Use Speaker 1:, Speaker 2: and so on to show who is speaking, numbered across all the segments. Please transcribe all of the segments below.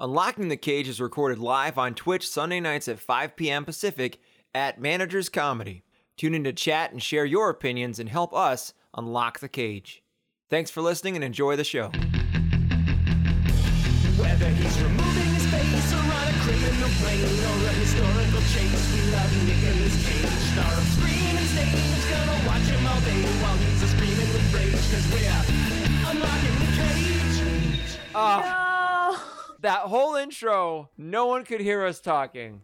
Speaker 1: Unlocking the Cage is recorded live on Twitch Sunday nights at 5 p.m. Pacific at Managers Comedy. Tune in to chat and share your opinions and help us unlock the cage. Thanks for listening and enjoy the show.
Speaker 2: Whether he's removing his face or on a criminal plane or a historical chase, we love Nicolas Cage. Star of screaming stage, gonna watch him all day while he's a screaming with rage, cause we're unlocking the cage.
Speaker 1: Ah, That whole intro, no one could hear us talking.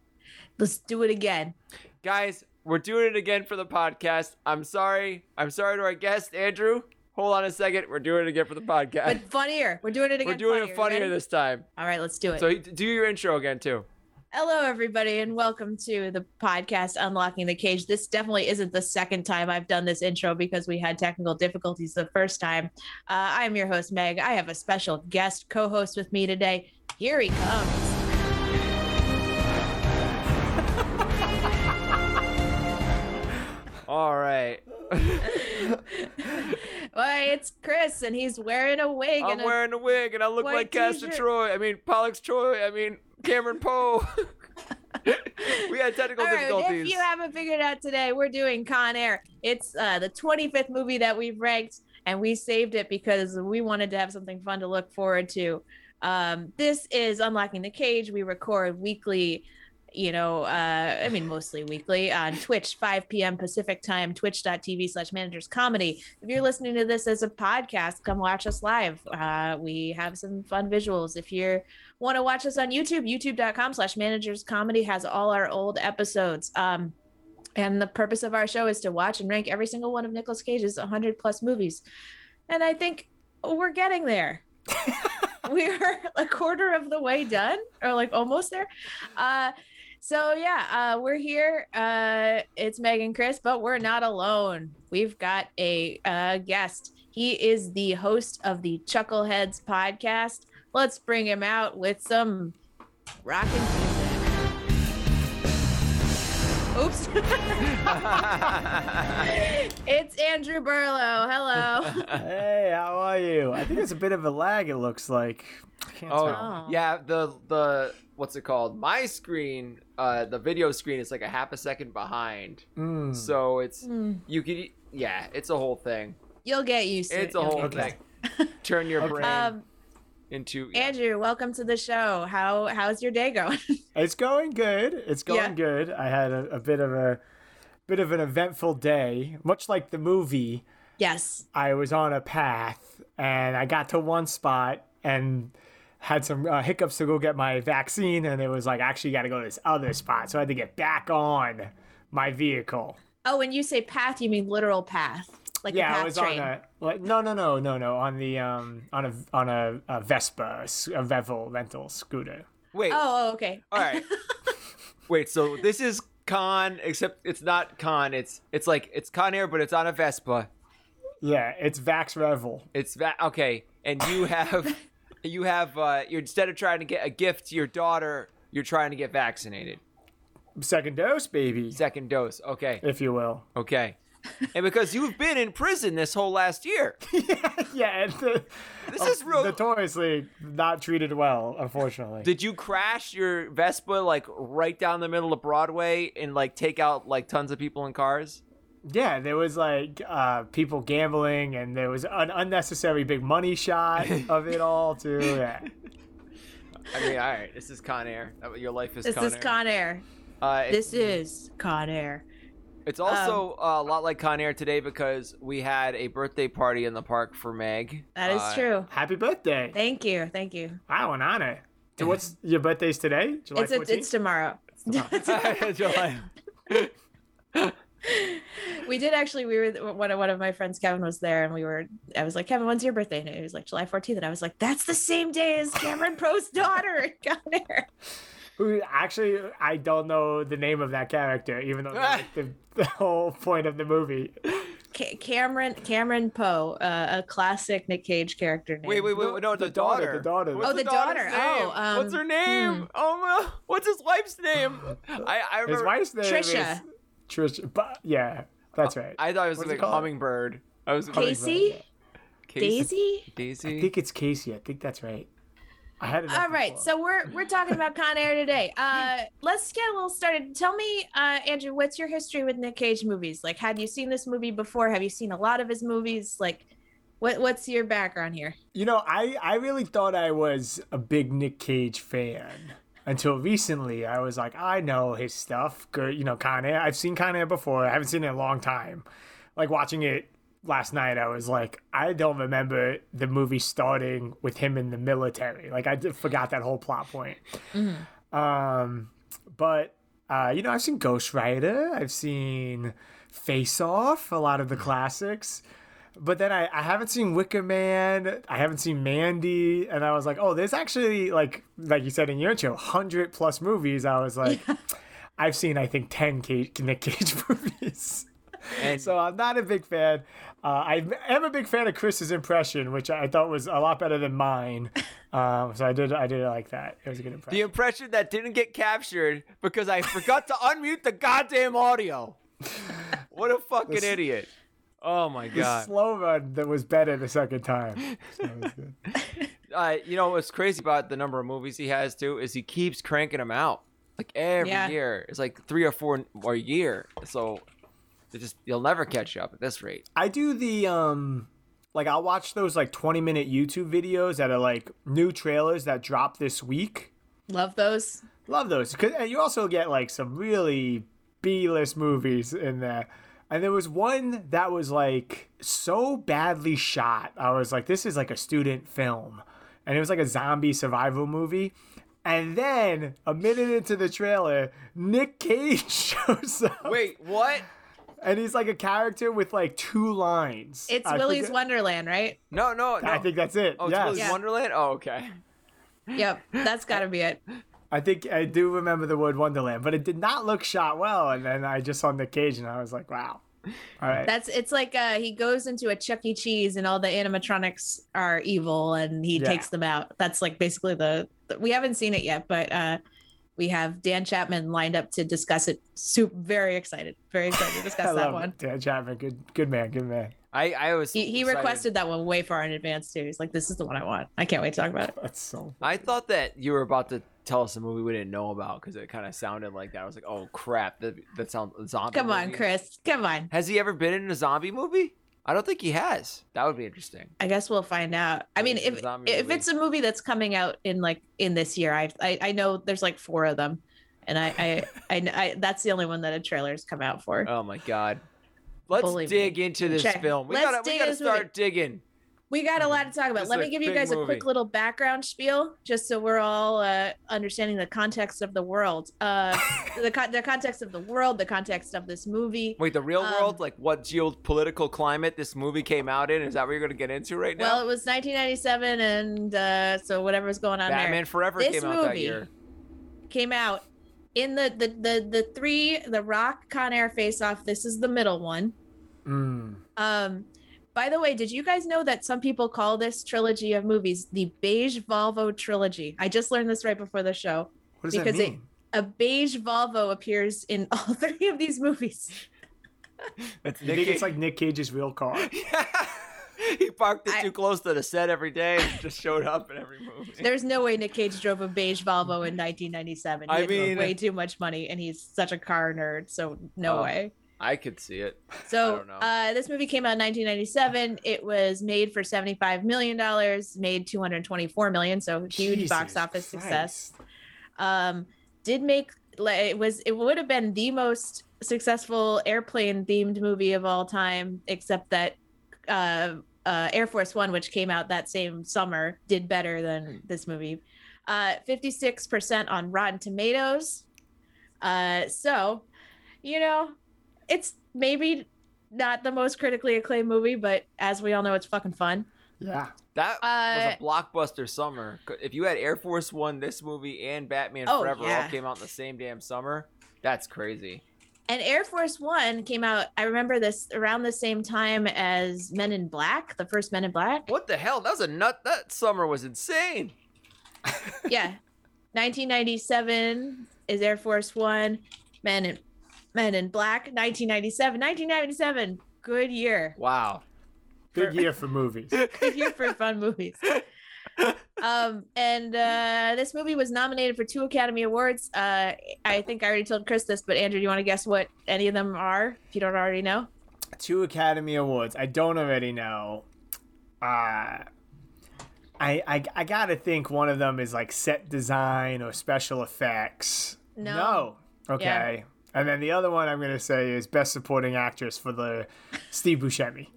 Speaker 3: Let's do it again.
Speaker 1: Guys, we're doing it again for the podcast. I'm sorry. I'm sorry to our guest, Andrew. Hold on a second. We're doing it again for the podcast.
Speaker 3: But funnier. We're doing it again.
Speaker 1: we're doing it funnier
Speaker 3: Ready?
Speaker 1: this time.
Speaker 3: All right, let's do it.
Speaker 1: So y- do your intro again, too.
Speaker 3: Hello, everybody, and welcome to the podcast Unlocking the Cage. This definitely isn't the second time I've done this intro because we had technical difficulties the first time. Uh, I'm your host, Meg. I have a special guest co host with me today. Here he comes.
Speaker 1: All right.
Speaker 3: Why, it's Chris, and he's wearing a wig.
Speaker 1: I'm
Speaker 3: and a-
Speaker 1: wearing a wig and I look
Speaker 3: white
Speaker 1: like Castor
Speaker 3: t-shirt.
Speaker 1: Troy. I mean, Pollux Troy. I mean, Cameron Poe. we had technical
Speaker 3: All right,
Speaker 1: difficulties.
Speaker 3: if you haven't figured out today, we're doing Con Air. It's uh, the 25th movie that we've ranked, and we saved it because we wanted to have something fun to look forward to. Um, this is Unlocking the Cage. We record weekly, you know, uh, I mean, mostly weekly on Twitch, 5 p.m. Pacific time, twitch.tv slash managers comedy. If you're listening to this as a podcast, come watch us live. Uh, we have some fun visuals. If you're want to watch us on YouTube, youtube.com slash managers comedy has all our old episodes. Um, and the purpose of our show is to watch and rank every single one of Nicolas Cage's 100 plus movies. And I think we're getting there. we're a quarter of the way done, or like almost there. Uh, so yeah, uh, we're here. Uh, it's Meg and Chris, but we're not alone. We've got a uh, guest. He is the host of the Chuckleheads podcast. Let's bring him out with some rockin' music. Oops. it's Andrew Burlow. Hello.
Speaker 4: Hey, how are you? I think it's a bit of a lag. It looks like. I can't
Speaker 1: oh,
Speaker 4: tell.
Speaker 3: Oh.
Speaker 1: yeah. The, the, what's it called? My screen, uh, the video screen is like a half a second behind.
Speaker 4: Mm.
Speaker 1: So it's,
Speaker 3: Hmm.
Speaker 1: you could, yeah, it's a whole thing.
Speaker 3: You'll get used to
Speaker 1: It's
Speaker 3: it.
Speaker 1: a
Speaker 3: You'll
Speaker 1: whole
Speaker 3: get used
Speaker 1: thing. Turn your
Speaker 4: Okay.
Speaker 1: brain
Speaker 3: to it. Um,
Speaker 1: into.
Speaker 3: Andrew, welcome to the show. How how's your day going?
Speaker 4: it's going good. It's going
Speaker 3: Yeah.
Speaker 4: good. I had a, a bit of a bit of an eventful day, much like the movie.
Speaker 3: yes.
Speaker 4: I was on a path and I got to one spot and had some uh, hiccups to go get my vaccine, and it was like actually got to go to this other spot, so I had to get back on my vehicle.
Speaker 3: Oh, when you say path, you mean literal path, like a
Speaker 4: yeah,
Speaker 3: path
Speaker 4: I was
Speaker 3: train.
Speaker 4: on a like no no no no no on the um on a on a, a Vespa s- a Vevel rental scooter.
Speaker 1: Wait.
Speaker 3: Oh, oh, okay.
Speaker 1: All right. Wait, so this is con except it's not con. It's it's like it's Con Air but it's on a Vespa.
Speaker 4: Yeah, it's Vax Revel.
Speaker 1: It's that okay. And you have you have uh you're instead of trying to get a gift to your daughter, you're trying to get vaccinated.
Speaker 4: Second dose, baby,
Speaker 1: Second dose. Okay.
Speaker 4: if you will.
Speaker 1: Okay. And because you've been in prison this whole last year.
Speaker 4: Yeah, and the,
Speaker 3: Oh,
Speaker 1: This is real
Speaker 4: notoriously not treated well, unfortunately.
Speaker 1: Did you crash your Vespa like right down the middle of Broadway and like take out like tons of people in cars?
Speaker 4: yeah, there was like uh, people gambling, and there was an unnecessary big money shot of it all too. Yeah.
Speaker 1: I mean, all right, this is Con Air. Your life is
Speaker 3: This
Speaker 1: Con
Speaker 3: is
Speaker 1: Air.
Speaker 3: Con Air.
Speaker 1: uh, it's-
Speaker 3: This is Con Air. Um,
Speaker 1: It's also uh, a lot like Con Air today because we had a birthday party in the park for Meg.
Speaker 3: That is
Speaker 1: Uh,
Speaker 3: true.
Speaker 4: Happy birthday!
Speaker 3: Thank you. Thank you.
Speaker 4: Wow, an honor. So what's your birthday's today? July
Speaker 3: It's, it's
Speaker 4: 14th?
Speaker 3: it's tomorrow.
Speaker 1: July.
Speaker 3: we did actually. We were one of one of my friends, Kevin, was there, and we were. I was like, Kevin, when's your birthday? And he was like, July 14th. And I was like, that's the same day as Cameron Poe's daughter, Con Air.
Speaker 4: Who actually I don't know the name of that character, even though that's like, the, the whole point of the movie.
Speaker 3: Ca- Cameron Cameron Poe, uh, a classic Nick Cage character name.
Speaker 1: Wait, wait, wait, wait, no, the,
Speaker 4: The daughter, the daughter.
Speaker 1: What's
Speaker 3: Oh, the
Speaker 1: daughter's
Speaker 3: daughter. Oh,
Speaker 1: name?
Speaker 3: um,
Speaker 1: what's her name? Oh, no. what's his wife's name? I, I remember.
Speaker 4: His wife's name
Speaker 3: Trisha. Oh,
Speaker 4: is Trisha. But yeah, that's right. I,
Speaker 1: I thought it was
Speaker 4: What's it
Speaker 1: like
Speaker 4: called?
Speaker 1: hummingbird. I was
Speaker 3: Casey
Speaker 1: Casey?
Speaker 3: Daisy.
Speaker 1: Daisy.
Speaker 4: think it's Casey. I think that's right. I had it.
Speaker 3: All right, so we're we're talking about Con Air today. Uh, let's get a little started. Tell me, uh, Andrew, what's your history with Nick Cage movies? Like, had you seen this movie before? Have you seen a lot of his movies? Like, what what's your background here?
Speaker 4: You know, I, I really thought I was a big Nick Cage fan until recently. I was like, I know his stuff. Gr- You know, Con Air. I've seen Con Air before. I haven't seen it in a long time. Like watching it last night, I was like, I don't remember the movie starting with him in the military. Like I d- forgot that whole plot point. Um, but uh, you know, I've seen Ghost Rider. I've seen Face Off. A lot of the classics. But then I, I haven't seen Wicker Man. I haven't seen Mandy, and I was like, oh, there's actually like like you said in your show, hundred plus movies. I was like, I've seen I think ten Cage, Nick Cage movies.
Speaker 1: And
Speaker 4: So I'm not a big fan. Uh, I am a big fan of Chris's impression, which I thought was a lot better than mine. Um, so I did I did like that. It was a good impression.
Speaker 1: the impression that didn't get captured because I forgot to unmute the goddamn audio. What a fucking idiot. Oh my
Speaker 4: the
Speaker 1: god.
Speaker 4: slow run that was better the second time. So it was good.
Speaker 1: uh, you know what's crazy about the number of movies he has too is he keeps cranking them out like every
Speaker 3: Yeah.
Speaker 1: year. It's like three or four a year. So it just you'll never catch up at this rate.
Speaker 4: I do the um like I'll watch those like 20 minute YouTube videos that are like new trailers that drop this week.
Speaker 3: Love those.
Speaker 4: Love those. 'Cause- And you also get like some really B list movies in there. And there was one that was like so badly shot. I was like, this is like a student film. And it was like a zombie survival movie. And then a minute into the trailer, Nick Cage shows up.
Speaker 1: Wait, what?
Speaker 4: And he's like a character with like two lines.
Speaker 3: It's
Speaker 4: I
Speaker 3: Willy's
Speaker 4: forget-
Speaker 3: Wonderland, right?
Speaker 1: No, no, no.
Speaker 4: I think that's it.
Speaker 1: oh, it's
Speaker 4: yes.
Speaker 1: Willy's
Speaker 3: Yeah.
Speaker 1: Wonderland. Oh, okay.
Speaker 3: Yep, that's got to be it.
Speaker 4: I think I do remember the word Wonderland, but it did not look shot well. And then I just saw Nick Cage and I was like, wow. All right.
Speaker 3: That's it's like uh, he goes into a Chuck E. Cheese and all the animatronics are evil and he
Speaker 4: Yeah.
Speaker 3: takes them out. That's like basically the, the- we haven't seen it yet, but uh, we have Dan Chapman lined up to discuss it. Super, very excited, very excited to
Speaker 4: I
Speaker 3: discuss that
Speaker 4: love
Speaker 3: one.
Speaker 4: it. Dan Chapman, good, good man, good man.
Speaker 1: I I was
Speaker 3: He, he
Speaker 1: excited.
Speaker 3: requested that one way far in advance too. He's like, "This is the one I want. I can't wait to talk about it."
Speaker 4: That's so.
Speaker 1: I thought that you were about to tell us a movie we didn't know about because it kind of sounded like that. I was like, oh crap, that that sounds a zombie.
Speaker 3: Come on,
Speaker 1: movie.
Speaker 3: Chris. Come on.
Speaker 1: Has he ever been in a zombie movie? I don't think he has. That would be interesting.
Speaker 3: I guess we'll find out. I mean,
Speaker 1: Maybe it's a
Speaker 3: if
Speaker 1: zombie
Speaker 3: if
Speaker 1: movie.
Speaker 3: it's a movie that's coming out in like in this year, I I, I know there's like four of them, and I I, I kn- I that's the only one that a trailer's come out for.
Speaker 1: Oh my god. Let's
Speaker 3: Believe me.
Speaker 1: dig into this
Speaker 3: Check.
Speaker 1: film. We
Speaker 3: Let's
Speaker 1: gotta, we
Speaker 3: dig
Speaker 1: gotta
Speaker 3: into this movie.
Speaker 1: start digging.
Speaker 3: we got a lot to talk
Speaker 1: This
Speaker 3: about.
Speaker 1: is
Speaker 3: Let
Speaker 1: a
Speaker 3: me give you
Speaker 1: big
Speaker 3: guys a
Speaker 1: movie.
Speaker 3: quick little background spiel, just so we're all uh, understanding the context of the world. Uh, the con- the context of the world, the context of this movie.
Speaker 1: Wait, the real
Speaker 3: Um,
Speaker 1: world? Like what geopolitical climate this movie came out in? Is that what you're gonna get into right now?
Speaker 3: Well, it was 1997, and uh, so whatever's going on
Speaker 1: Batman
Speaker 3: there.
Speaker 1: Forever
Speaker 3: This
Speaker 1: came out that
Speaker 3: movie-
Speaker 1: year.
Speaker 3: came out in the the the, the three the rock con air face off this is the middle one
Speaker 4: Mm.
Speaker 3: um by the way did you guys know that some people call this trilogy of movies the beige volvo trilogy i just learned this right before the show
Speaker 4: What does that
Speaker 3: Because it-
Speaker 4: mean?
Speaker 3: a beige volvo appears in all three of these movies
Speaker 1: That's
Speaker 4: You think it's like Nick Cage's real car?
Speaker 1: he parked it
Speaker 3: I-
Speaker 1: too close to the set every day and just showed up in every movie.
Speaker 3: there's no way nick cage drove a beige volvo in 1997 he
Speaker 1: I
Speaker 3: had
Speaker 1: mean-
Speaker 3: way too much money and he's such a car nerd so no
Speaker 1: Oh.
Speaker 3: way
Speaker 1: I could see it. I
Speaker 3: So
Speaker 1: don't know.
Speaker 3: uh, this movie came out in 1997. It was made for 75 million dollars, made 224 million, so huge box
Speaker 4: Jesus
Speaker 3: office success.
Speaker 4: Christ.
Speaker 3: Um, did make like, it was it would have been the most successful airplane themed movie of all time, except that uh, uh, Air Force One, which came out that same summer, did better
Speaker 1: Hmm.
Speaker 3: than this movie. Uh, 56% on Rotten Tomatoes. Uh, so, you know, it's maybe not the most critically acclaimed movie, but as we all know, it's fucking fun.
Speaker 4: Yeah.
Speaker 1: That
Speaker 3: Uh,
Speaker 1: was a blockbuster summer. C- If you had Air Force One, this movie, and Batman
Speaker 3: Oh,
Speaker 1: Forever all
Speaker 3: yeah.
Speaker 1: came out in the same damn summer, that's crazy.
Speaker 3: And Air Force One came out, I remember this around the same time as Men in Black, the first Men in Black.
Speaker 1: What the hell? That was a nut. That summer was insane.
Speaker 3: yeah 1997 is air force one men in men in black 1997 1997 good year
Speaker 1: Wow.
Speaker 4: Big year for movies.
Speaker 3: good year for fun movies um, and uh, this movie was nominated for two Academy Awards. Uh, I think I already told Chris this, but Andrew, do you want to guess what any of them are? If you don't already know,
Speaker 4: Two Academy Awards. I don't already know. Uh, I, I I gotta think one of them is like set design or special effects.
Speaker 3: No.
Speaker 4: No. Okay. And then the other one I'm gonna say is best supporting actress for the Steve Buscemi.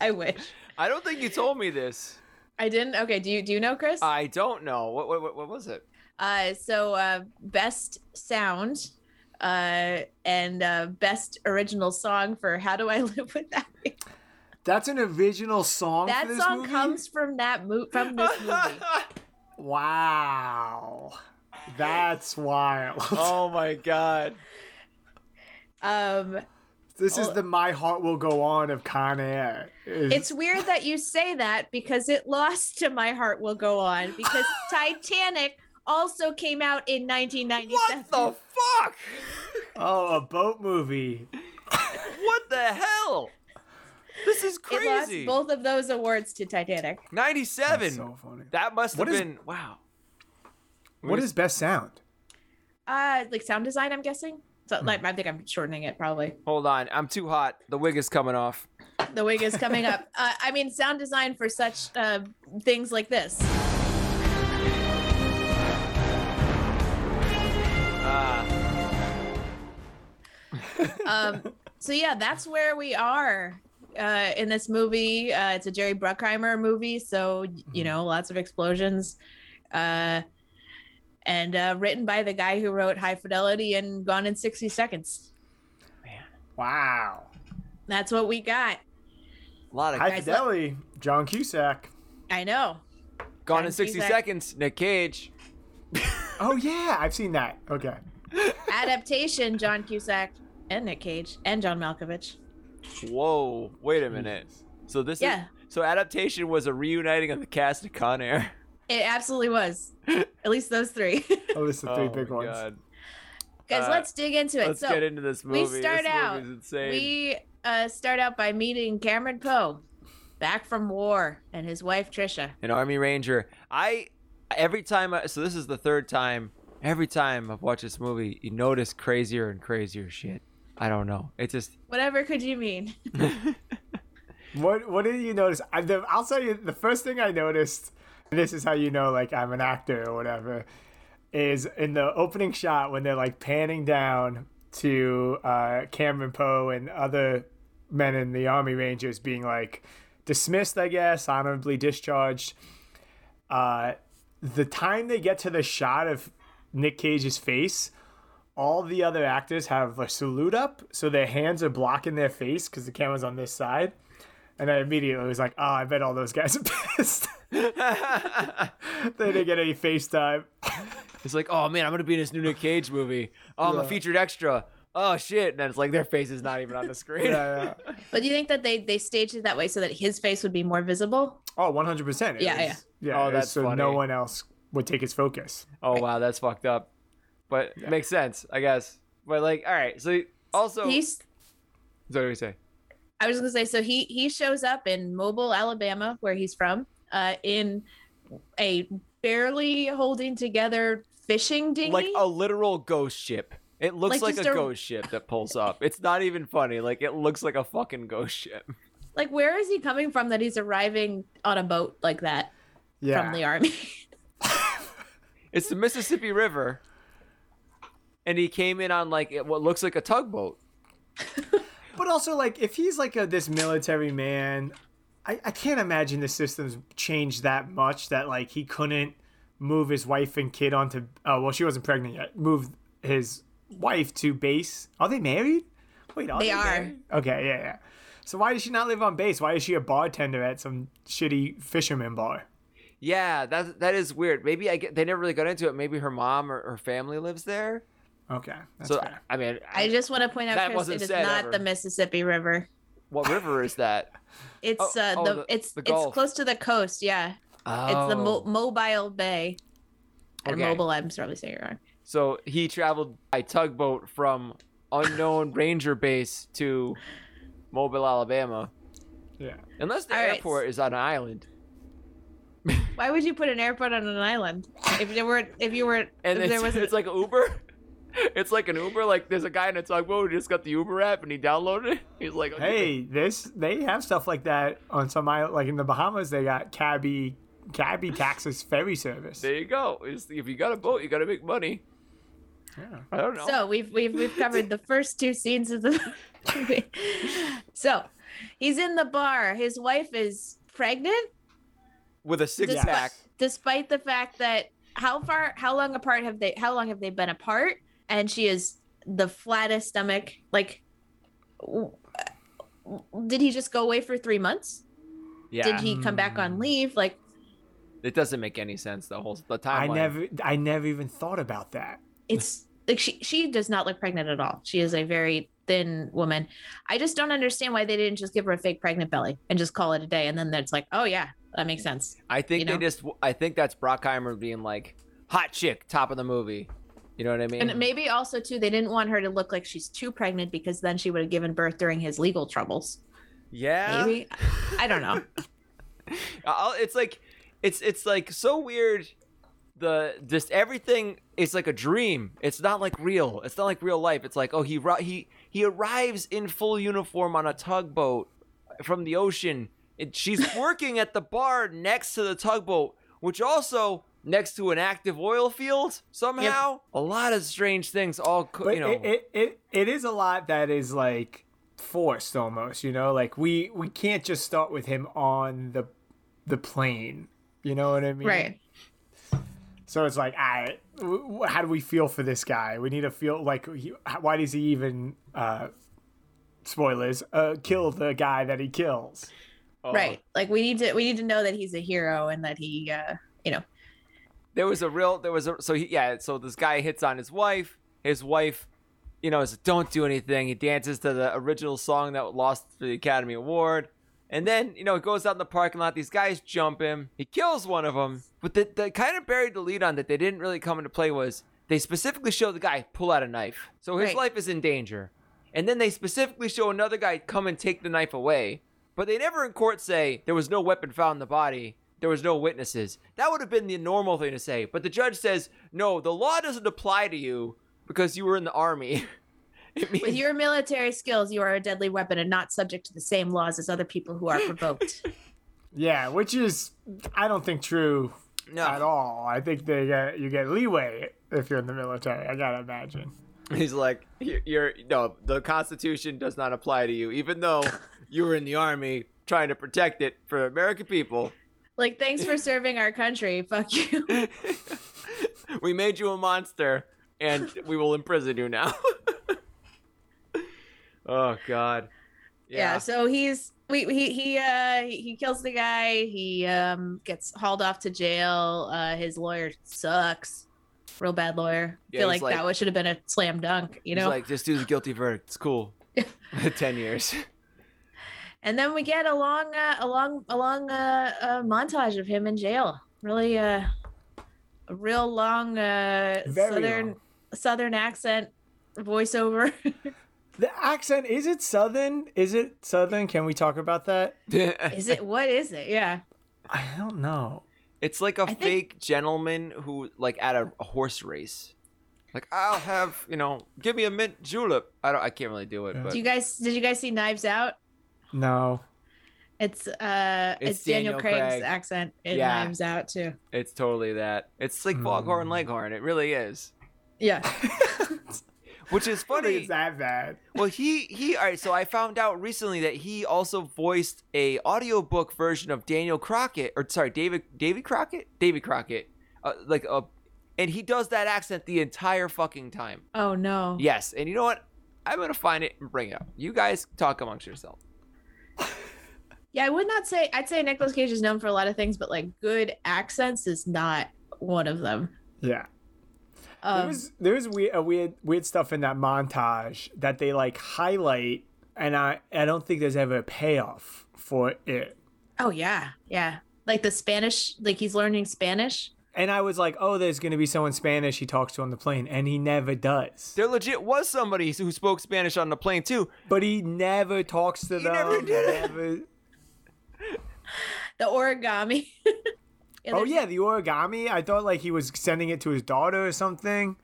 Speaker 3: I wish
Speaker 1: I don't think you told me this.
Speaker 3: I didn't. Okay, do you do you know, Chris?
Speaker 1: I don't know. What what, what, what was it?
Speaker 3: Uh, so uh, best sound uh, and uh, best original song for "How Do I Live Without You."
Speaker 4: That's an original song.
Speaker 3: That
Speaker 4: Oh, for this
Speaker 3: song
Speaker 4: movie?
Speaker 3: comes from that mo- from this movie.
Speaker 4: Wow. That's wild.
Speaker 1: oh my god.
Speaker 3: Um,
Speaker 4: this is the "My Heart Will Go On" of Con Air. Is-
Speaker 3: it's weird that you say that because it lost to "My Heart Will Go On" because Titanic also came out in 1997.
Speaker 1: What the fuck?
Speaker 4: oh a boat movie.
Speaker 1: What the hell? This is crazy.
Speaker 3: It lost both of those awards to Titanic.
Speaker 1: 97.
Speaker 4: That's so funny.
Speaker 1: that must have
Speaker 4: What is-
Speaker 1: been wow.
Speaker 4: What is best sound?
Speaker 3: Uh, like sound design, I'm guessing. So,
Speaker 4: Hmm.
Speaker 3: like, I think I'm shortening it probably.
Speaker 1: Hold on. I'm too hot. The wig is coming off.
Speaker 3: The wig is coming up. Uh, I mean, sound design for such uh, things like this.
Speaker 1: Ah,
Speaker 3: um, so yeah, that's where we are uh, in this movie. Uh, it's a Jerry Bruckheimer movie, so
Speaker 1: Mm-hmm.
Speaker 3: you know, lots of explosions. Uh, and uh, written by the guy who wrote High Fidelity and Gone in 60 Seconds.
Speaker 4: Wow.
Speaker 3: That's what we got.
Speaker 1: A lot of
Speaker 4: High
Speaker 3: Guys,
Speaker 4: Fidelity, John Cusack.
Speaker 3: I know.
Speaker 1: gone in
Speaker 3: Guys,
Speaker 1: 60
Speaker 3: he's like-
Speaker 1: seconds. Nick Cage.
Speaker 4: Oh yeah, I've seen that. Okay.
Speaker 3: adaptation John Cusack and Nick Cage and John Malkovich.
Speaker 1: Whoa. Wait a minute. So this
Speaker 3: Yeah.
Speaker 1: is so adaptation was a reuniting of the cast of Con Air.
Speaker 3: It absolutely was. At least those three.
Speaker 4: Oh, this is the
Speaker 1: three
Speaker 4: three big ones.
Speaker 3: Guys,
Speaker 1: Uh,
Speaker 3: let's dig into it.
Speaker 1: Let's
Speaker 3: so
Speaker 1: get into this movie.
Speaker 3: we start
Speaker 1: this
Speaker 3: out.
Speaker 1: Movie's insane.
Speaker 3: we uh, start out by meeting Cameron Poe, back from war, and his wife Trisha.
Speaker 1: an army ranger. I every time I, so this is the third time every time I've watched this movie, you notice crazier and crazier shit. I don't know. It just
Speaker 3: Whatever could you mean?
Speaker 4: What What did you notice? I, the, I'll tell you the first thing I noticed. and This is how you know, like I'm an actor or whatever. Is in the opening shot when they're like panning down to uh, Cameron Poe and other men in the Army Rangers being like dismissed, I guess, honorably discharged. Uh, the time they get to the shot of Nick Cage's face, all the other actors have a salute up, so their hands are blocking their face because the camera's on this side. And I immediately was like, oh, I bet all those guys are pissed. they didn't get any face time.
Speaker 1: it's like, oh man, I'm gonna be in this new Nick Cage movie. Oh, I'm a
Speaker 4: Yeah.
Speaker 1: featured extra. Oh shit! And then it's like their face is not even on the screen.
Speaker 4: Yeah, yeah.
Speaker 3: But do you think that they they staged it that way so that his face would be more visible?
Speaker 4: Oh, 100%. it
Speaker 3: Yeah,
Speaker 4: was-
Speaker 3: yeah.
Speaker 1: Oh,
Speaker 4: it was
Speaker 1: that's
Speaker 4: so no
Speaker 1: funny.
Speaker 4: one else would take his focus.
Speaker 1: Oh wow, that's fucked up. But it makes sense, I guess. But like, all right. So also,
Speaker 3: He's
Speaker 1: so what do we say?
Speaker 3: I was gonna say, so he he shows up in Mobile, Alabama, where he's from, uh, in a barely holding together fishing dinghy.
Speaker 1: Like a literal ghost ship. It looks
Speaker 3: Like,
Speaker 1: like,
Speaker 3: just
Speaker 1: a,
Speaker 3: a-
Speaker 1: ghost ship that pulls up. It's not even funny. Like it looks like a fucking ghost ship.
Speaker 3: like, where is he coming from that he's arriving on a boat like that
Speaker 4: Yeah.
Speaker 3: from the army?
Speaker 1: It's the Mississippi River, and he came in on like what looks like a tugboat.
Speaker 4: But also, like, if he's like a, this military man, I, I can't imagine the system's changed that much that like he couldn't move his wife and kid onto. Oh, well, she wasn't pregnant yet. Move his wife to base. Are they married? Wait, are
Speaker 3: They
Speaker 4: they,
Speaker 3: are.
Speaker 4: married? Okay, yeah, yeah. So why does she not live on base? Why is she a bartender at some shitty fisherman bar?
Speaker 1: Yeah, that that is weird. Maybe I get, they never really got into it. Maybe her mom or her family lives there.
Speaker 4: Okay, that's
Speaker 1: So
Speaker 4: fair.
Speaker 1: I mean, I,
Speaker 3: I just want to point out,
Speaker 1: That
Speaker 3: Chris,
Speaker 1: wasn't
Speaker 3: it is
Speaker 1: said
Speaker 3: not
Speaker 1: ever.
Speaker 3: the Mississippi River.
Speaker 1: what river is that?
Speaker 3: It's
Speaker 1: Oh,
Speaker 3: uh,
Speaker 1: oh,
Speaker 3: the,
Speaker 1: the-
Speaker 3: it's
Speaker 1: the
Speaker 3: it's
Speaker 1: Gulf. Oh.
Speaker 3: close to the coast. Yeah, it's the Mo-
Speaker 4: Oh.
Speaker 3: Mobile Bay. Or
Speaker 1: Okay.
Speaker 3: Mobile, I'm probably saying it wrong.
Speaker 1: So he traveled by tugboat from unknown ranger base to Mobile, Alabama.
Speaker 4: yeah.
Speaker 1: Unless the
Speaker 3: All right.
Speaker 1: airport is on an island.
Speaker 3: Why would you put an airport on an island if there were if you were
Speaker 5: And
Speaker 3: if
Speaker 5: it's,
Speaker 3: there was
Speaker 5: it's like an Uber. It's like an Uber. Like there's a guy in a tugboat who just got the Uber app and he downloaded it. He's like, okay.
Speaker 4: Hey, this they have stuff like that on some island, like in the Bahamas. They got cabby, cabby taxis ferry service.
Speaker 5: there you go. It's, if you got a boat, you got to make money.
Speaker 4: Yeah.
Speaker 5: I don't know.
Speaker 3: So we've we've we've covered the first two scenes of the movie. So he's in the bar. His wife is pregnant,
Speaker 1: with a six
Speaker 3: Despite-
Speaker 1: pack.
Speaker 3: despite the fact that how far how long apart have they how long have they been apart? And she is the flattest stomach. Like, w- did he just go away for three months?
Speaker 1: Yeah,
Speaker 3: Did he come back on leave? Like,
Speaker 1: it doesn't make any sense. The whole the
Speaker 4: I
Speaker 1: timeline.
Speaker 4: never, I never even thought about that.
Speaker 3: it's like she she does not look pregnant at all. She is a very thin woman. I just don't understand why they didn't just give her a fake pregnant belly and just call it a day. And then it's like, oh yeah, that makes sense.
Speaker 1: I think
Speaker 3: you
Speaker 1: they
Speaker 3: know?
Speaker 1: just. I think that's Brockheimer being like hot chick, top of the movie. You know what I mean?
Speaker 3: And maybe also too, they didn't want her to look like she's too pregnant because then she would have given birth during his legal troubles.
Speaker 1: yeah.
Speaker 3: Maybe I don't know.
Speaker 1: I'll, it's like it's it's like so weird the just everything is like a dream it's not like real it's not like real life it's like oh he ri- he he arrives in full uniform on a tugboat from the ocean and she's working at the bar next to the tugboat which also next to an active oil field somehow a lot of strange things all co-
Speaker 4: But
Speaker 1: you know
Speaker 4: it, it, it, it is a lot that is like forced almost. You know, like we, we can't just start with him on the, the plane. You know what I mean?
Speaker 3: Right.
Speaker 4: So it's like, I, how do we feel for this guy? We need to feel like, he, why does he even, uh, spoilers, uh, kill the guy that he kills?
Speaker 1: Oh.
Speaker 3: Right. Like we need to we need to know that he's a hero and that he uh you know
Speaker 1: there was a real there was a so he yeah so this guy hits on his wife his wife you know is like, don't do anything he dances to the original song that lost the academy award and then you know he goes out in the parking lot these guys jump him he kills one of them but the, the kind of buried the lead on that they didn't really come into play was they specifically show the guy pull out a knife so his
Speaker 3: Right.
Speaker 1: life is in danger and then they specifically show another guy come and take the knife away but they never in court say there was no weapon found in the body. There was no witnesses. That would have been the normal thing to say. But the judge says, no, the law doesn't apply to you because you were in the army. it means,
Speaker 3: with your military skills you are a deadly weapon and not subject to the same laws as other people who are provoked.
Speaker 4: Yeah, which is, I don't think true
Speaker 1: no,
Speaker 4: at all. I think they get, you get leeway if you're in the military. I gotta imagine.
Speaker 1: He's like, "You're- you're no, the Constitution does not apply to you, even though you were in the army trying to protect it for American people.
Speaker 3: like thanks for serving our country. Fuck you.
Speaker 1: We made you a monster, and we will imprison you now. oh God.
Speaker 3: yeah. so he's we he he uh he he kills the guy he um gets hauled off to jail uh his lawyer sucks real bad lawyer
Speaker 1: Yeah,
Speaker 3: feel
Speaker 1: he's
Speaker 3: like,
Speaker 1: like-
Speaker 3: that was should have been a slam dunk you
Speaker 1: He's
Speaker 3: know
Speaker 1: like, just do the guilty verdict. It's cool. Ten years.
Speaker 3: and then we get a long uh a long a long uh, uh montage of him in jail really uh a real long uh
Speaker 4: Very
Speaker 3: southern
Speaker 4: long.
Speaker 3: southern accent voiceover
Speaker 4: The accent is it southern? Is it southern? Can we talk about that?
Speaker 3: is it what is it yeah
Speaker 4: I don't know.
Speaker 1: it's like a
Speaker 3: think-
Speaker 1: fake gentleman who, like, at a, a horse race. Like, I'll have, you know, give me a mint julep. I don't. I can't really do it,
Speaker 4: Yeah.
Speaker 1: but
Speaker 3: do you guys did you guys see knives out
Speaker 4: No.
Speaker 3: It's uh,
Speaker 1: It's
Speaker 3: it's, Daniel,
Speaker 1: Daniel
Speaker 3: Craig's
Speaker 1: Craig.
Speaker 3: accent in
Speaker 1: Yeah.
Speaker 3: Knives Out too.
Speaker 1: it's totally that. It's
Speaker 4: Hmm.
Speaker 1: like Foghorn Leghorn. It really is.
Speaker 3: Yeah,
Speaker 1: Which is
Speaker 4: I don't think
Speaker 1: funny.
Speaker 4: it's that bad.
Speaker 1: well, he he. All right. So I found out recently that he also voiced a audiobook version of Daniel Crockett, or sorry, David David Crockett, David Crockett, uh, like a, and he does that accent the entire fucking time.
Speaker 3: Oh no.
Speaker 1: Yes, and you know what? I'm gonna find it and bring it up. You guys talk amongst yourselves.
Speaker 3: Yeah, I would not say. I'd say Nicolas Cage is known for a lot of things, but like good accents is not one of them.
Speaker 4: Yeah.
Speaker 3: Um,
Speaker 4: there was there was weird, a weird weird stuff in that montage that they like highlight, and I I don't think there's ever a payoff for it.
Speaker 3: oh yeah, yeah. Like the Spanish, like he's learning Spanish.
Speaker 4: And I was like, oh, there's gonna be someone Spanish he talks to on the plane, and he never does.
Speaker 1: There legit was somebody who spoke Spanish on the plane too.
Speaker 4: But he never talks to them.
Speaker 1: never did it.
Speaker 4: never-
Speaker 3: The origami.
Speaker 4: oh
Speaker 3: there's-
Speaker 4: yeah, the origami. I thought like he was sending it to his daughter or something.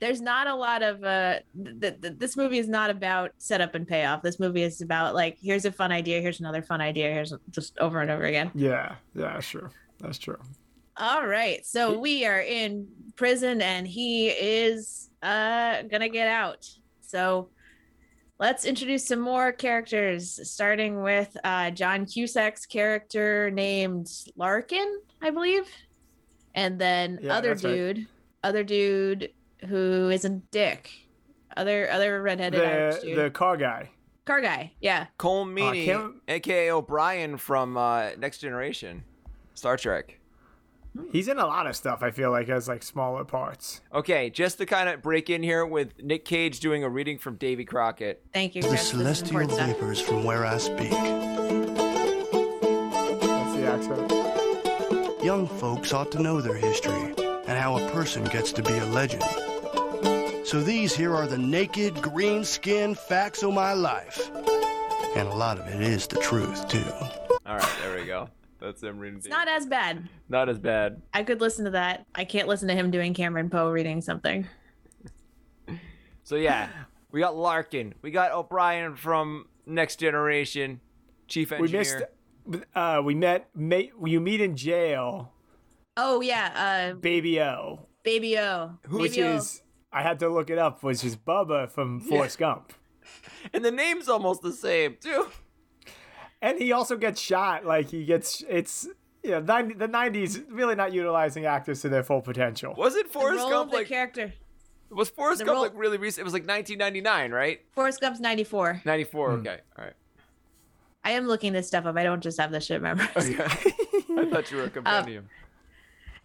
Speaker 3: there's not a lot of uh th- th- th- this movie is not about setup and payoff this movie is about like here's a fun idea here's another fun idea here's just over and over again
Speaker 4: Yeah, yeah, sure, that's true.
Speaker 3: all right so we are in prison and he is uh gonna get out so let's introduce some more characters starting with uh john cusack's character named larkin i believe and then
Speaker 4: Yeah,
Speaker 3: other
Speaker 4: that's right.
Speaker 3: dude other dude who isn't dick other other redheaded Irish
Speaker 4: The
Speaker 3: dude.
Speaker 4: the car guy.
Speaker 3: car guy yeah
Speaker 4: Uh,
Speaker 1: Cole Meany,
Speaker 4: can't-
Speaker 1: aka O'Brien from uh, Next Generation, Star Trek.
Speaker 4: He's in a lot of stuff. I feel like as like smaller parts.
Speaker 1: Okay, just to kind of break in here with Nick Cage doing a reading from Davy Crockett.
Speaker 3: thank you
Speaker 6: The
Speaker 3: Chris. This is
Speaker 6: celestial
Speaker 3: important stuff.
Speaker 6: vapors from where I speak.
Speaker 4: That's the accent.
Speaker 6: Young folks ought to know their history and how a person gets to be a legend. So these here are the naked, green skinned facts of my life. And a lot of it is the truth, too.
Speaker 1: All right, there we go. That's him reading.
Speaker 3: it's not as bad
Speaker 1: not as bad.
Speaker 3: I could listen to that. I can't listen to him doing Cameron Poe reading something.
Speaker 1: So yeah, we got Larkin. We got O'Brien from Next Generation, chief
Speaker 4: We
Speaker 1: engineer.
Speaker 4: missed. Uh, we met. Mate, you meet in jail,
Speaker 3: Oh yeah, uh,
Speaker 4: Baby O,
Speaker 3: Baby O. Who
Speaker 4: which is I had to look it up. Was just Bubba from Forrest Gump,
Speaker 1: and the name's almost the same too.
Speaker 4: and he also gets shot. Like he gets. It's you know 90, the nineties really not utilizing actors to their full potential.
Speaker 1: Wasn't
Speaker 3: the
Speaker 1: Forrest
Speaker 3: role of
Speaker 1: Gump
Speaker 3: the
Speaker 1: like
Speaker 3: character.
Speaker 1: was Forrest
Speaker 3: the
Speaker 1: Gump
Speaker 3: role-
Speaker 1: like really recent? It was like 1999, right?
Speaker 3: Forrest Gump's ninety four.
Speaker 1: 94.
Speaker 4: Hmm.
Speaker 1: Okay, all right.
Speaker 3: I am looking this stuff up. I don't just have this shit memorized.
Speaker 1: I thought you were a
Speaker 3: Uh,
Speaker 1: compendium.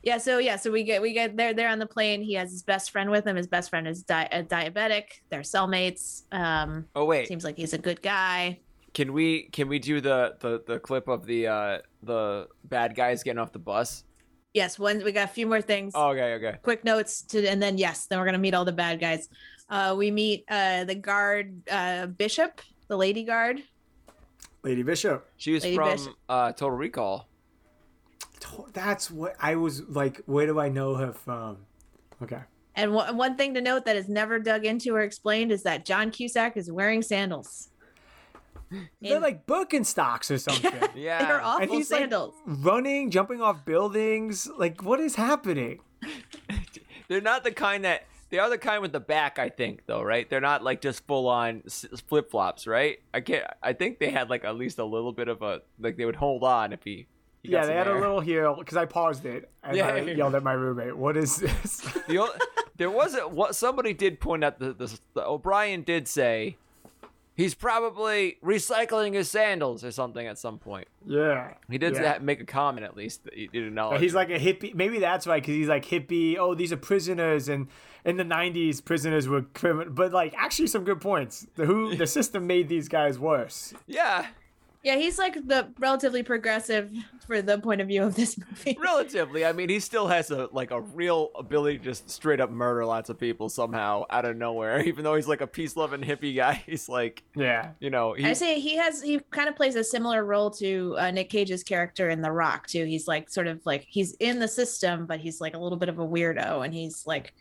Speaker 3: Yeah, so yeah, so we get we get there they're on the plane. He has his best friend with him. His best friend is di- uh, diabetic. They're cellmates. Um,
Speaker 1: oh wait,
Speaker 3: seems like he's a good guy.
Speaker 1: can we can we do the the, the clip of the uh the bad guys getting off the bus?
Speaker 3: Yes, one we got a few more things.
Speaker 1: Oh, okay, okay.
Speaker 3: quick notes to and then yes then we're gonna meet all the bad guys uh we meet uh the guard uh bishop the lady guard
Speaker 4: Lady Bishop.
Speaker 1: She was
Speaker 3: Lady
Speaker 1: from
Speaker 3: Bish-
Speaker 1: uh Total Recall.
Speaker 4: To- That's what I was like. Where do I know her from? Okay.
Speaker 3: and one one thing to note that is never dug into or explained is that john cusack is wearing sandals
Speaker 4: They're like Birkenstocks or something.
Speaker 1: Yeah.
Speaker 3: they're
Speaker 4: And
Speaker 3: awful
Speaker 4: he's like
Speaker 3: sandals
Speaker 4: running, jumping off buildings. Like, what is happening?
Speaker 1: They're not the kind that they are the kind with the back. I think though, right? They're not like just full on flip flops, right? I can't. I think they had like at least a little bit of a like they would hold on if he. he got
Speaker 4: yeah, they
Speaker 1: some
Speaker 4: had
Speaker 1: air.
Speaker 4: a little heel because I paused it and
Speaker 1: Yeah.
Speaker 4: I yelled at my roommate, "What is this?"
Speaker 1: The ol- there was a, what somebody did point out. The, the, the O'Brien did say he's probably recycling his sandals or something at some point.
Speaker 4: yeah,
Speaker 1: He did
Speaker 4: yeah.
Speaker 1: that, make a comment at least. That he didn't know.
Speaker 4: But He's like a hippie. Maybe that's why, because he's like hippie. Oh, these are prisoners, and in the '90s, prisoners were criminal. But like, actually, some good points. The who the system made these guys worse.
Speaker 1: yeah,
Speaker 3: yeah he's like the relatively progressive for the point of view of this movie
Speaker 1: relatively. I mean, he still has a like a real ability to just straight up murder lots of people somehow out of nowhere. Even though he's like a peace loving hippie guy, he's like
Speaker 4: Yeah,
Speaker 1: you know he,
Speaker 3: I say he has he kind of plays a similar role to uh, Nick Cage's character in The Rock too. He's like sort of like he's in the system, but he's like a little bit of a weirdo, and he's like,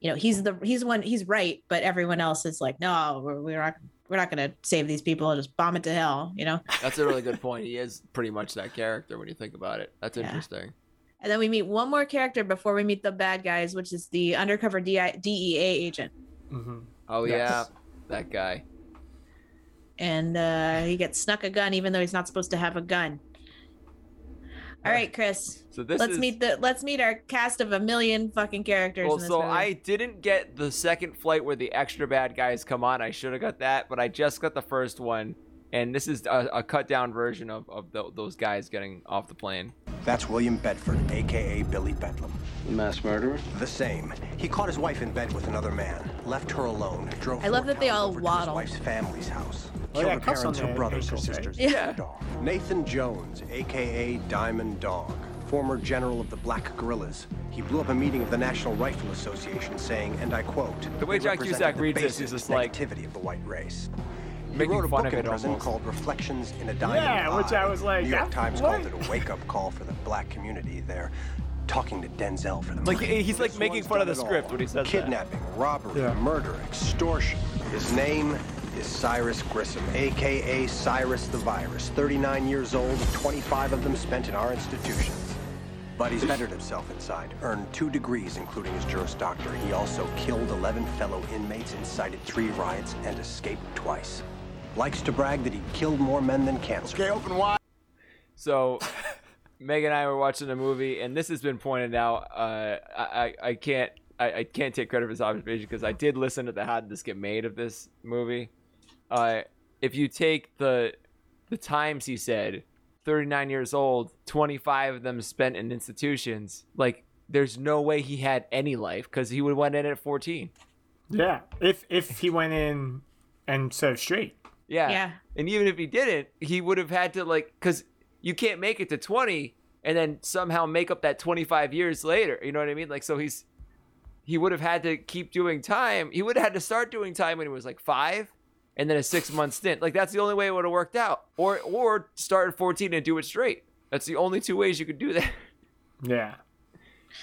Speaker 3: you know, he's the he's one he's right, but everyone else is like, no, we're, we're not we're not gonna save these people. Just bomb it to hell, you know.
Speaker 1: that's a really good point. He is pretty much that character when you think about it. That's
Speaker 3: Yeah.
Speaker 1: interesting.
Speaker 3: And then we meet one more character before we meet the bad guys, which is the undercover DI, DEA E agent,
Speaker 4: Mm-hmm.
Speaker 1: Oh yeah,
Speaker 4: Yes.
Speaker 1: that guy.
Speaker 3: and uh, he gets snuck a gun even though he's not supposed to have a gun. All right, Chris.
Speaker 1: So this
Speaker 3: let's
Speaker 1: is
Speaker 3: meet the let's meet our cast of a million fucking characters.
Speaker 1: well.
Speaker 3: in this
Speaker 1: So
Speaker 3: movie.
Speaker 1: I didn't get the second flight where the extra bad guys come on. I should have got that, but I just got the first one. And this is a, a cut down version of, of tho- those guys getting off the plane.
Speaker 2: That's William Bedford, aka Billy Bedlam.
Speaker 7: The mass murderer?
Speaker 2: The same. He caught his wife in bed with another man, left her alone, drove.
Speaker 3: I love
Speaker 2: four
Speaker 3: that they
Speaker 2: towns
Speaker 3: all
Speaker 2: over
Speaker 3: waddle.
Speaker 2: To his wife's family's house.
Speaker 4: Oh,
Speaker 2: Killed
Speaker 4: yeah,
Speaker 2: her
Speaker 4: cuffs on
Speaker 2: parents, her
Speaker 4: the
Speaker 2: brothers, her
Speaker 4: ankles, right?
Speaker 2: sisters,
Speaker 3: Yeah.
Speaker 2: and her dog. Nathan Jones, aka Diamond Dog, former general of the Black Guerrillas. He blew up a meeting of the National Rifle Association, saying, and I quote,
Speaker 1: The way
Speaker 2: "They
Speaker 1: John
Speaker 2: represented
Speaker 1: Cusack
Speaker 2: the
Speaker 1: reads this
Speaker 2: basis
Speaker 1: is just like-
Speaker 2: negativity of the white race." He
Speaker 1: Making
Speaker 2: wrote a
Speaker 1: fun
Speaker 2: book
Speaker 1: of
Speaker 2: in
Speaker 1: it
Speaker 2: prison
Speaker 1: almost.
Speaker 2: called Reflections in a Diamond
Speaker 4: Yeah, which I was like,
Speaker 2: New York
Speaker 4: "That-
Speaker 2: Times
Speaker 4: what?"
Speaker 2: called it a wake-up call for the black community. They're talking to Denzel for the
Speaker 1: Like,
Speaker 2: money.
Speaker 1: he's, like,
Speaker 2: This
Speaker 1: making
Speaker 2: one's
Speaker 1: fun of
Speaker 2: done
Speaker 1: the
Speaker 2: it
Speaker 1: script
Speaker 2: all.
Speaker 1: when he says that.
Speaker 2: Kidnapping, robbery,
Speaker 4: Yeah.
Speaker 2: murder, extortion. His name is Cyrus Grissom, aka Cyrus the Virus. 39 years old, 25 of them spent in our institutions. But he's bettered himself inside, earned two degrees, including his Juris Doctor. He also killed 11 fellow inmates, incited three riots, and escaped twice. Likes to brag that he killed more men than cancer.
Speaker 1: So, Meg and I were watching a movie, and this has been pointed out. Uh, I, I I can't I, I can't take credit for this observation because I did listen to the how did this get made of this movie. Uh, if you take the the times he said, thirty nine years old, twenty five of them spent in institutions. Like, there's no way he had any life because he would went in at fourteen.
Speaker 4: Yeah, if if he went in and served straight.
Speaker 1: Yeah.
Speaker 3: Yeah.
Speaker 1: And even if he didn't, he would have had to like because you can't make it to twenty and then somehow make up that twenty five years later. You know what I mean? Like so he's he would have had to keep doing time. He would have had to start doing time when he was like five and then a six month stint. Like that's the only way it would have worked out. Or or start at fourteen and do it straight. That's the only two ways you could do that.
Speaker 4: Yeah.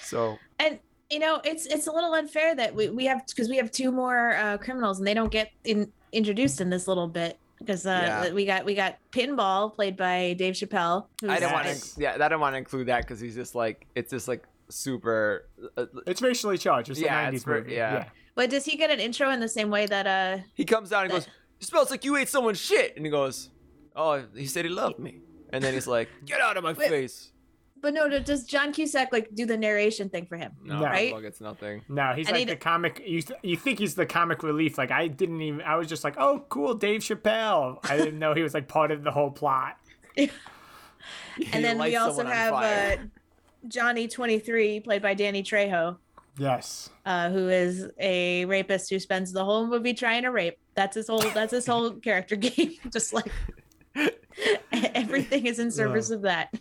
Speaker 1: So
Speaker 3: and you know it's it's a little unfair that we, we have because we have two more uh, criminals and they don't get in, introduced in this little bit because uh,
Speaker 1: Yeah.
Speaker 3: we got we got pinball played by Dave Chappelle. who's-
Speaker 1: I didn't want
Speaker 4: Yes.
Speaker 1: to. Yeah, I didn't want to include that because he's just like it's just like super. Uh,
Speaker 4: It's racially charged. It's
Speaker 1: Yeah,
Speaker 4: a 90s
Speaker 1: it's ver-
Speaker 4: movie.
Speaker 1: yeah.
Speaker 3: But does he get an intro in the same way that uh
Speaker 1: He comes out and goes, "It smells like you ate someone's shit." And he goes, "Oh, he said he loved me." And then he's like, "Get out of my face!"
Speaker 3: but no no, does John Cusack like do the narration thing for him?
Speaker 1: No,
Speaker 4: No.
Speaker 3: Right?
Speaker 1: look, it's nothing.
Speaker 4: No, he's
Speaker 3: I
Speaker 4: like
Speaker 3: need-
Speaker 4: the comic. You th- you think he's the comic relief? Like I didn't even. I was just like, oh, cool, Dave Chappelle. I didn't know he was like part of the whole plot.
Speaker 3: and then we
Speaker 1: lights
Speaker 3: also
Speaker 1: someone on
Speaker 3: have uh,
Speaker 1: fire.
Speaker 3: Johnny twenty three played by Danny Trejo,
Speaker 4: Yes.
Speaker 3: uh, who is a rapist who spends the whole movie trying to rape. That's his whole that's his whole character game. Just like everything is in service of that.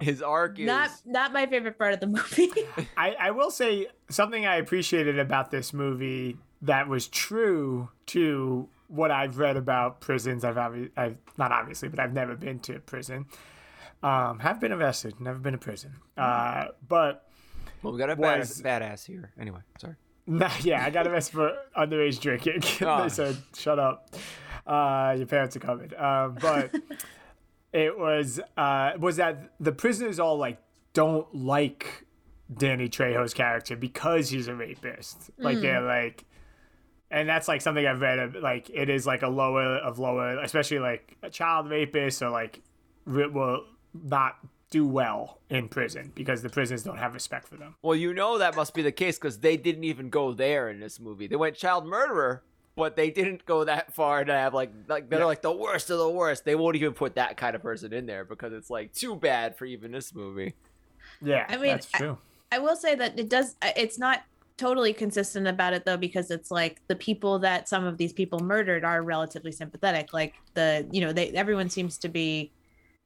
Speaker 1: His arc is
Speaker 3: uh, not not my favorite part of the movie.
Speaker 4: I, I will say something I appreciated about this movie that was true to what I've read about prisons. I've, obvi- I've not obviously, but I've never been to prison. Um, have been arrested, never been to prison. Uh, but
Speaker 1: well, we got a badass,
Speaker 4: was-
Speaker 1: badass here. Anyway, sorry.
Speaker 4: nah, yeah, I got arrested for underage drinking.
Speaker 1: Oh.
Speaker 3: Ah.
Speaker 4: they said, "Shut up, uh, your parents are coming." Um, but it was uh, was that the prisoners all like don't like Danny Trejo's character because he's a rapist. Like they're
Speaker 3: Mm.
Speaker 4: like, and that's like something I've read. Of, like it is like a lower of lower, especially like a child rapist or like re- will not do well in prison because the prisoners don't have respect for them.
Speaker 1: Well, you know that must be the case because they didn't even go there in this movie. They went child murderer, but they didn't go that far to have like like they're like the worst of the worst. They won't even put that kind of person in there because it's like too bad for even this movie.
Speaker 4: Yeah,
Speaker 3: I mean,
Speaker 4: that's
Speaker 3: I-
Speaker 4: true.
Speaker 3: I will say that it does. uh, It's not totally consistent about it though, because it's like the people that some of these people murdered are relatively sympathetic. Like the you know they everyone seems to be,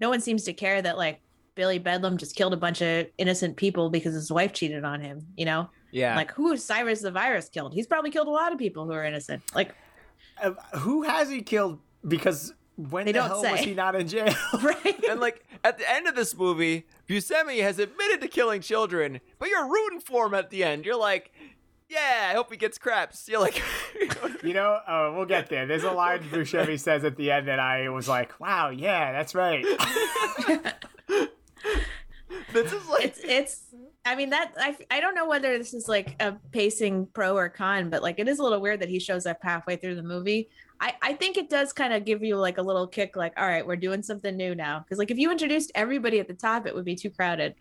Speaker 3: no one seems to care that like Billy Bedlam just killed a bunch of innocent people because his wife cheated on him. You know,
Speaker 1: Yeah,
Speaker 3: like who is Cyrus the Virus killed? He's probably killed a lot of people who are innocent. Like
Speaker 4: Uh, who has he killed? Because when
Speaker 3: They
Speaker 4: the
Speaker 3: don't
Speaker 4: hell
Speaker 3: say.
Speaker 4: was he not in jail?
Speaker 3: right.
Speaker 1: And like at the end of this movie, Buscemi has admitted to killing children, but you're rooting for him at the end. You're like, yeah, I hope he gets craps. You're like,
Speaker 4: you know, uh, we'll get there. There's a line Buscemi says at the end that I was like, "Wow, yeah, that's right."
Speaker 1: this is like,
Speaker 3: it's it's i mean that I, I don't know whether this is like a pacing pro or con but like it is a little weird that he shows up halfway through the movie i i think it does kind of give you like a little kick like all right we're doing something new now because like if you introduced everybody at the top it would be too crowded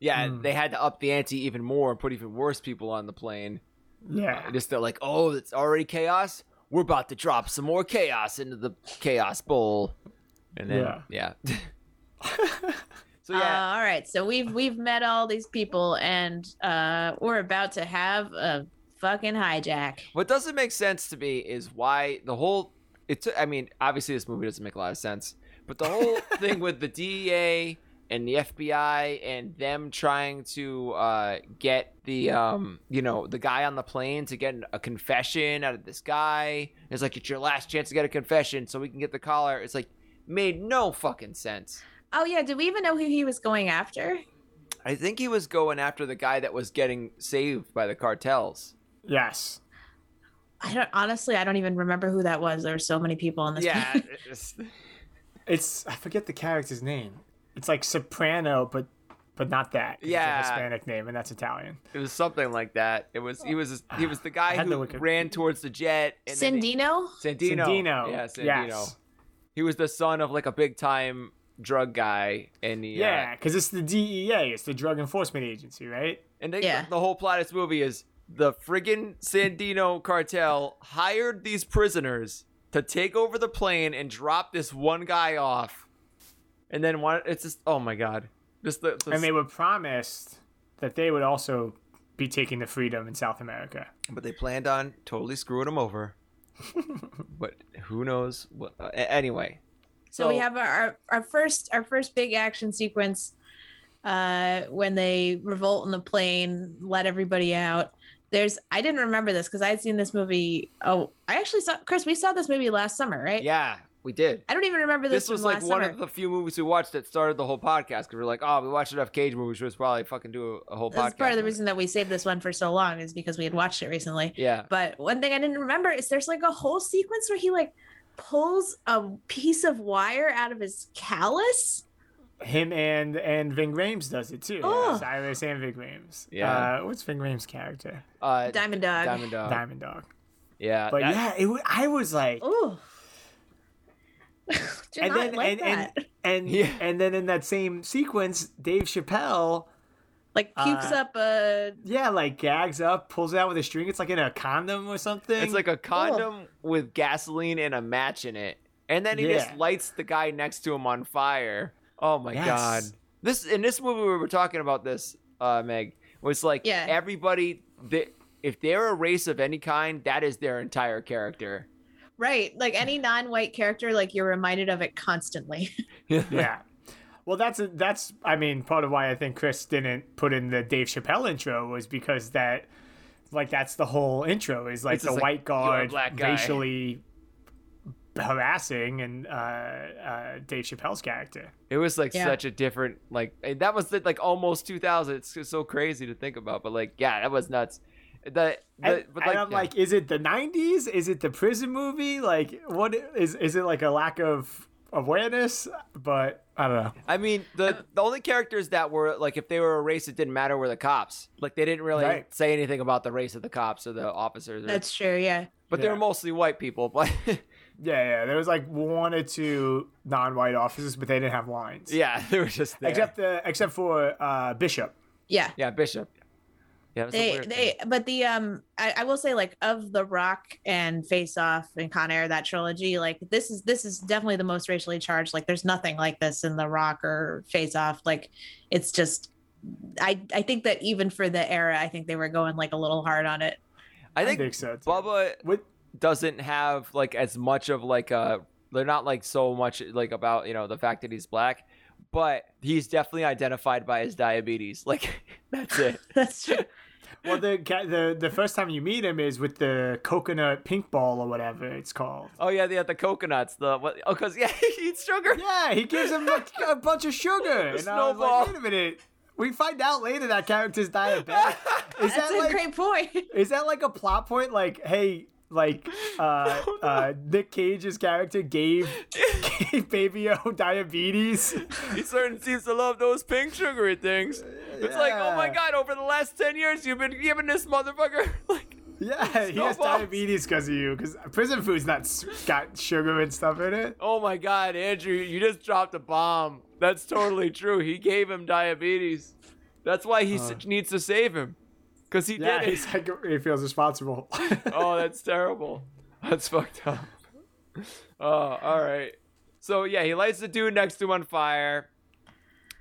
Speaker 1: yeah, they had to up the ante even more and put even worse people on the plane.
Speaker 4: Yeah,
Speaker 1: Just they're like, oh, it's already chaos. We're about to drop some more chaos into the chaos bowl, and then yeah. so yeah,
Speaker 3: Uh, all right so we've we've met all these people and uh we're about to have a fucking hijack
Speaker 1: What doesn't make sense to me is why the whole it took I mean, obviously this movie doesn't make a lot of sense, but the whole thing with the DEA and the FBI and them trying to uh, get the um, you know, the guy on the plane to get a confession out of this guy. It's like it's your last chance to get a confession so we can get the collar. It's like made no fucking sense.
Speaker 3: Oh yeah, did we even know who he was going after?
Speaker 8: I think he was going after the guy that was getting saved by the cartels.
Speaker 4: Yes.
Speaker 3: I don't honestly. I don't even remember who that was. There were so many people on this.
Speaker 1: Yeah. it's-
Speaker 4: It's I forget the character's name. It's like Soprano, but but not that. 'cause
Speaker 1: Yeah.
Speaker 4: It's a Hispanic name, and that's Italian.
Speaker 1: It was something like that. It was he was he was the guy
Speaker 4: had to
Speaker 1: who
Speaker 4: look it-
Speaker 1: ran towards the jet. And then-
Speaker 3: Sandino.
Speaker 1: Sandino.
Speaker 4: Sandino.
Speaker 1: Yeah, Sandino.
Speaker 4: Yes.
Speaker 1: He was the son of like a big time drug guy, and he, uh,
Speaker 4: Yeah, because it's the DEA. It's the Drug Enforcement Agency, right?
Speaker 1: and they,
Speaker 3: Yeah.
Speaker 1: the whole plot of this movie is the friggin' Sandino cartel hired these prisoners to take over the plane and drop this one guy off, and then one. It's just oh my god, just the, the
Speaker 4: And they were promised that they would also be taking the freedom in South America.
Speaker 8: But they planned on totally screwing him over.
Speaker 1: but who knows what? Uh, a- anyway,
Speaker 3: So we have our, our our first our first big action sequence uh when they revolt in the plane, let everybody out. There's I didn't remember this because I had seen this movie. Oh, I actually saw Chris. We saw this movie last summer, right?
Speaker 1: yeah, we did.
Speaker 3: I don't even remember this.
Speaker 1: this was
Speaker 3: from
Speaker 1: like
Speaker 3: last
Speaker 1: one
Speaker 3: summer.
Speaker 1: of the few movies we watched that started the whole podcast because we were like, oh, we watched enough Cage movies, we should probably fucking do a, a whole
Speaker 3: That's
Speaker 1: podcast.
Speaker 3: part of the
Speaker 1: on it."
Speaker 3: reason that we saved this one for so long is because we had watched it recently.
Speaker 1: Yeah.
Speaker 3: But one thing I didn't remember is there's like a whole sequence where he like pulls a piece of wire out of his callus.
Speaker 4: Him and and Ving Rhames does it too.
Speaker 3: Oh.
Speaker 4: Cyrus and Ving Rhames.
Speaker 1: Yeah.
Speaker 4: Uh, what's Ving Rhames' character?
Speaker 1: Uh,
Speaker 3: Diamond Dog.
Speaker 1: Diamond Dog.
Speaker 4: Diamond Dog.
Speaker 1: Yeah.
Speaker 4: But
Speaker 1: that-
Speaker 4: yeah, it, wa- I was like,
Speaker 3: Ooh. Do
Speaker 4: and
Speaker 3: not
Speaker 4: then
Speaker 3: like
Speaker 4: and, and
Speaker 3: that.
Speaker 4: and
Speaker 1: Yeah.
Speaker 4: and then in that same sequence, Dave Chappelle,
Speaker 3: like pukes
Speaker 4: uh,
Speaker 3: up a
Speaker 4: yeah, like gags up, pulls it out with a string. It's like in a condom or something.
Speaker 1: It's like a condom with gasoline and a match in it. And then he just
Speaker 4: Yeah.
Speaker 1: lights the guy next to him on fire. Oh my
Speaker 4: Yes.
Speaker 1: god. This in this movie we were talking about this, uh, Meg, was like
Speaker 3: Yeah.
Speaker 1: everybody that if they're a race of any kind, that is their entire character.
Speaker 3: right. Like any non-white character, like you're reminded of it constantly.
Speaker 4: yeah. Well, that's a, that's I mean part of why I think Chris didn't put in the Dave Chappelle intro was because that like that's the whole intro is like
Speaker 1: It's
Speaker 4: the
Speaker 1: just like,
Speaker 4: white
Speaker 1: "You're a
Speaker 4: guard
Speaker 1: black guy."
Speaker 4: racially harassing and uh, uh, Dave Chappelle's character.
Speaker 1: It was like
Speaker 3: Yeah.
Speaker 1: such a different like and that was like almost 2000. It's just so crazy to think about, but like yeah, that was nuts. The, the
Speaker 4: And,
Speaker 1: but
Speaker 4: and I'm
Speaker 1: yeah.
Speaker 4: like, is it the '90s? Is it the prison movie? Like, what is is it like a lack of awareness? But I don't know.
Speaker 1: I mean,
Speaker 4: uh,
Speaker 1: the the only characters that were like, if they were a race, it didn't matter were the cops. Like they didn't really
Speaker 4: Right.
Speaker 1: say anything about the race of the cops or the officers. Or,
Speaker 3: That's true, yeah.
Speaker 1: but they were
Speaker 4: yeah.
Speaker 1: mostly white people. But
Speaker 4: Yeah, yeah. There was like one or two non-white officers, but they didn't have lines.
Speaker 1: yeah, they were just there.
Speaker 4: except the except for uh, Bishop.
Speaker 3: Yeah.
Speaker 1: yeah, Bishop. Yeah, it was a
Speaker 3: They
Speaker 1: weird
Speaker 3: they but the um I, I will say like of the rock and face off and Con Air that trilogy, like this is this is definitely the most racially charged. Like there's nothing like this in the rock or face off. Like it's just I I think that even for the era, I think they were going like a little hard on it.
Speaker 1: thing. I
Speaker 4: I think,
Speaker 1: think
Speaker 4: so. Too.
Speaker 1: Bubba
Speaker 4: With
Speaker 1: doesn't have like as much of like a. They're not like so much like about you know the fact that he's black, but he's definitely identified by his diabetes. Like that's it.
Speaker 3: That's true.
Speaker 4: well, the ca- the the first time you meet him is with the coconut pink ball or whatever it's called.
Speaker 1: Oh yeah, they had the coconuts. The what? Oh, cause yeah, he eats sugar.
Speaker 4: Yeah, he gives him a, a bunch of sugar. And I was
Speaker 1: snowball.
Speaker 4: like, wait a minute. We find out later that character's diabetic.
Speaker 3: That's
Speaker 4: Is that
Speaker 3: a
Speaker 4: like
Speaker 3: great point.
Speaker 4: is that like a plot point? Like, hey, like uh, uh, Nick Cage's character gave, gave Baby O diabetes.
Speaker 1: He certain seems to love those pink sugary things. It's like, oh my
Speaker 4: Yeah.
Speaker 1: god, over the last ten years you've been giving this motherfucker like
Speaker 4: Yeah, he has
Speaker 1: Snowballs.
Speaker 4: diabetes because of you. Because prison food's not s- got sugar and stuff in it.
Speaker 1: Oh my god, Andrew, you just dropped a bomb. That's totally true. He gave him diabetes. That's why he s needs to save him. Cause he
Speaker 4: Yeah,
Speaker 1: did it.
Speaker 4: he's like, he feels responsible.
Speaker 1: oh, that's terrible. That's fucked up. Oh, all right. So yeah, he lights the dude next to him on fire.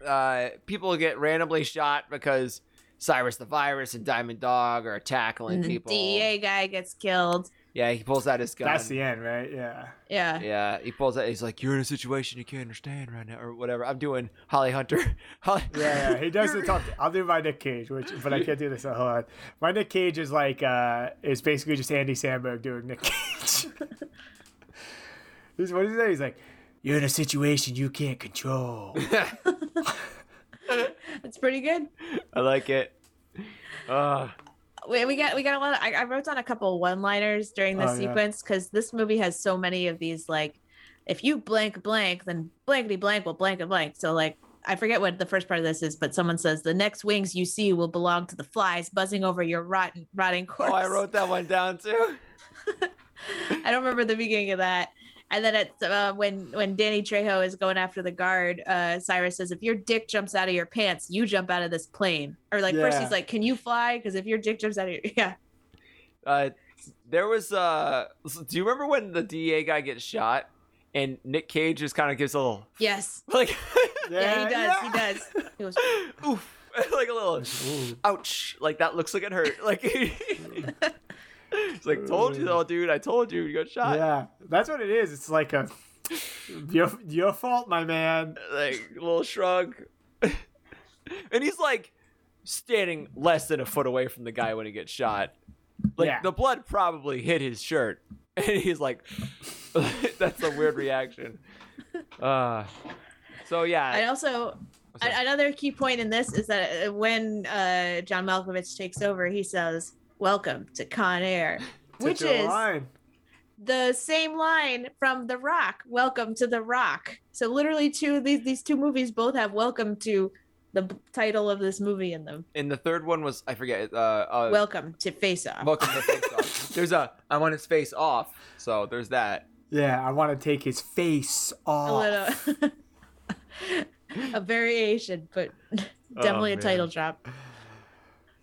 Speaker 1: Uh, people get randomly shot because Cyrus the Virus and Diamond Dog are tackling
Speaker 3: The E
Speaker 1: people.
Speaker 3: DEA guy gets killed.
Speaker 1: Yeah, he pulls out his gun.
Speaker 4: That's the end, right? Yeah.
Speaker 3: Yeah.
Speaker 1: yeah, he pulls out. He's like, "You're in a situation you can't understand right now, or whatever." I'm doing Holly Hunter. Holly-
Speaker 4: Yeah, yeah, he does the talk. I'll do my Nick Cage, which but I can't do this. Hold on, my Nick Cage is like uh is basically just Andy Samberg doing Nick Cage. he's what is that? He's like, You're in a situation you can't control.
Speaker 3: It's pretty good.
Speaker 1: I like it. Uh,
Speaker 3: we, we got we got a lot of, I, I wrote down a couple one liners during the
Speaker 4: Oh, yeah.
Speaker 3: sequence because this movie has so many of these like if you blank blank then blankety blank will blank and blank so like i forget what the first part of this is but someone says the next wings you see will belong to the flies buzzing over your rotten rotting corpse
Speaker 1: oh, I wrote that one down too.
Speaker 3: I don't remember the beginning of that. And then it's uh, when when Danny Trejo is going after the guard, uh, Cyrus says, "If your dick jumps out of your pants, you jump out of this plane." Or like first
Speaker 4: Yeah.
Speaker 3: he's like, "Can you fly?" Because if your dick jumps out of your yeah,
Speaker 1: Uh, there was uh, do you remember when the DA guy gets shot and Nick Cage just kind of gives a little
Speaker 3: yes,
Speaker 1: like,
Speaker 3: yeah, he does, he does. He goes,
Speaker 1: oof, like a little ouch, like that looks like it hurt. Like it's like told you though, dude. I told you you got shot.
Speaker 4: yeah, that's what it is. It's like a your your fault, my man.
Speaker 1: like little shrug. and he's like standing less than a foot away from the guy when he gets shot. Like
Speaker 4: Yeah.
Speaker 1: the blood probably hit his shirt. And he's like that's a weird reaction. Uh so
Speaker 3: I
Speaker 1: yeah.
Speaker 3: also
Speaker 1: sorry.
Speaker 3: a- another key point in this is that uh, when uh, John Malkovich takes over, he says, "Welcome to Con Air," which
Speaker 4: Took your
Speaker 3: is
Speaker 4: line.
Speaker 3: the same line from The Rock, "Welcome to The Rock." So literally, two of these these two movies both have "Welcome to" the b- title of this movie in them.
Speaker 1: And the third one was I forget uh, uh
Speaker 3: Welcome to Face Off.
Speaker 1: Welcome to Face Off. There's a I want his face off. So there's that.
Speaker 4: Yeah, I want to take his face
Speaker 3: a
Speaker 4: off.
Speaker 3: little, a variation, but definitely a
Speaker 1: man.
Speaker 3: title drop.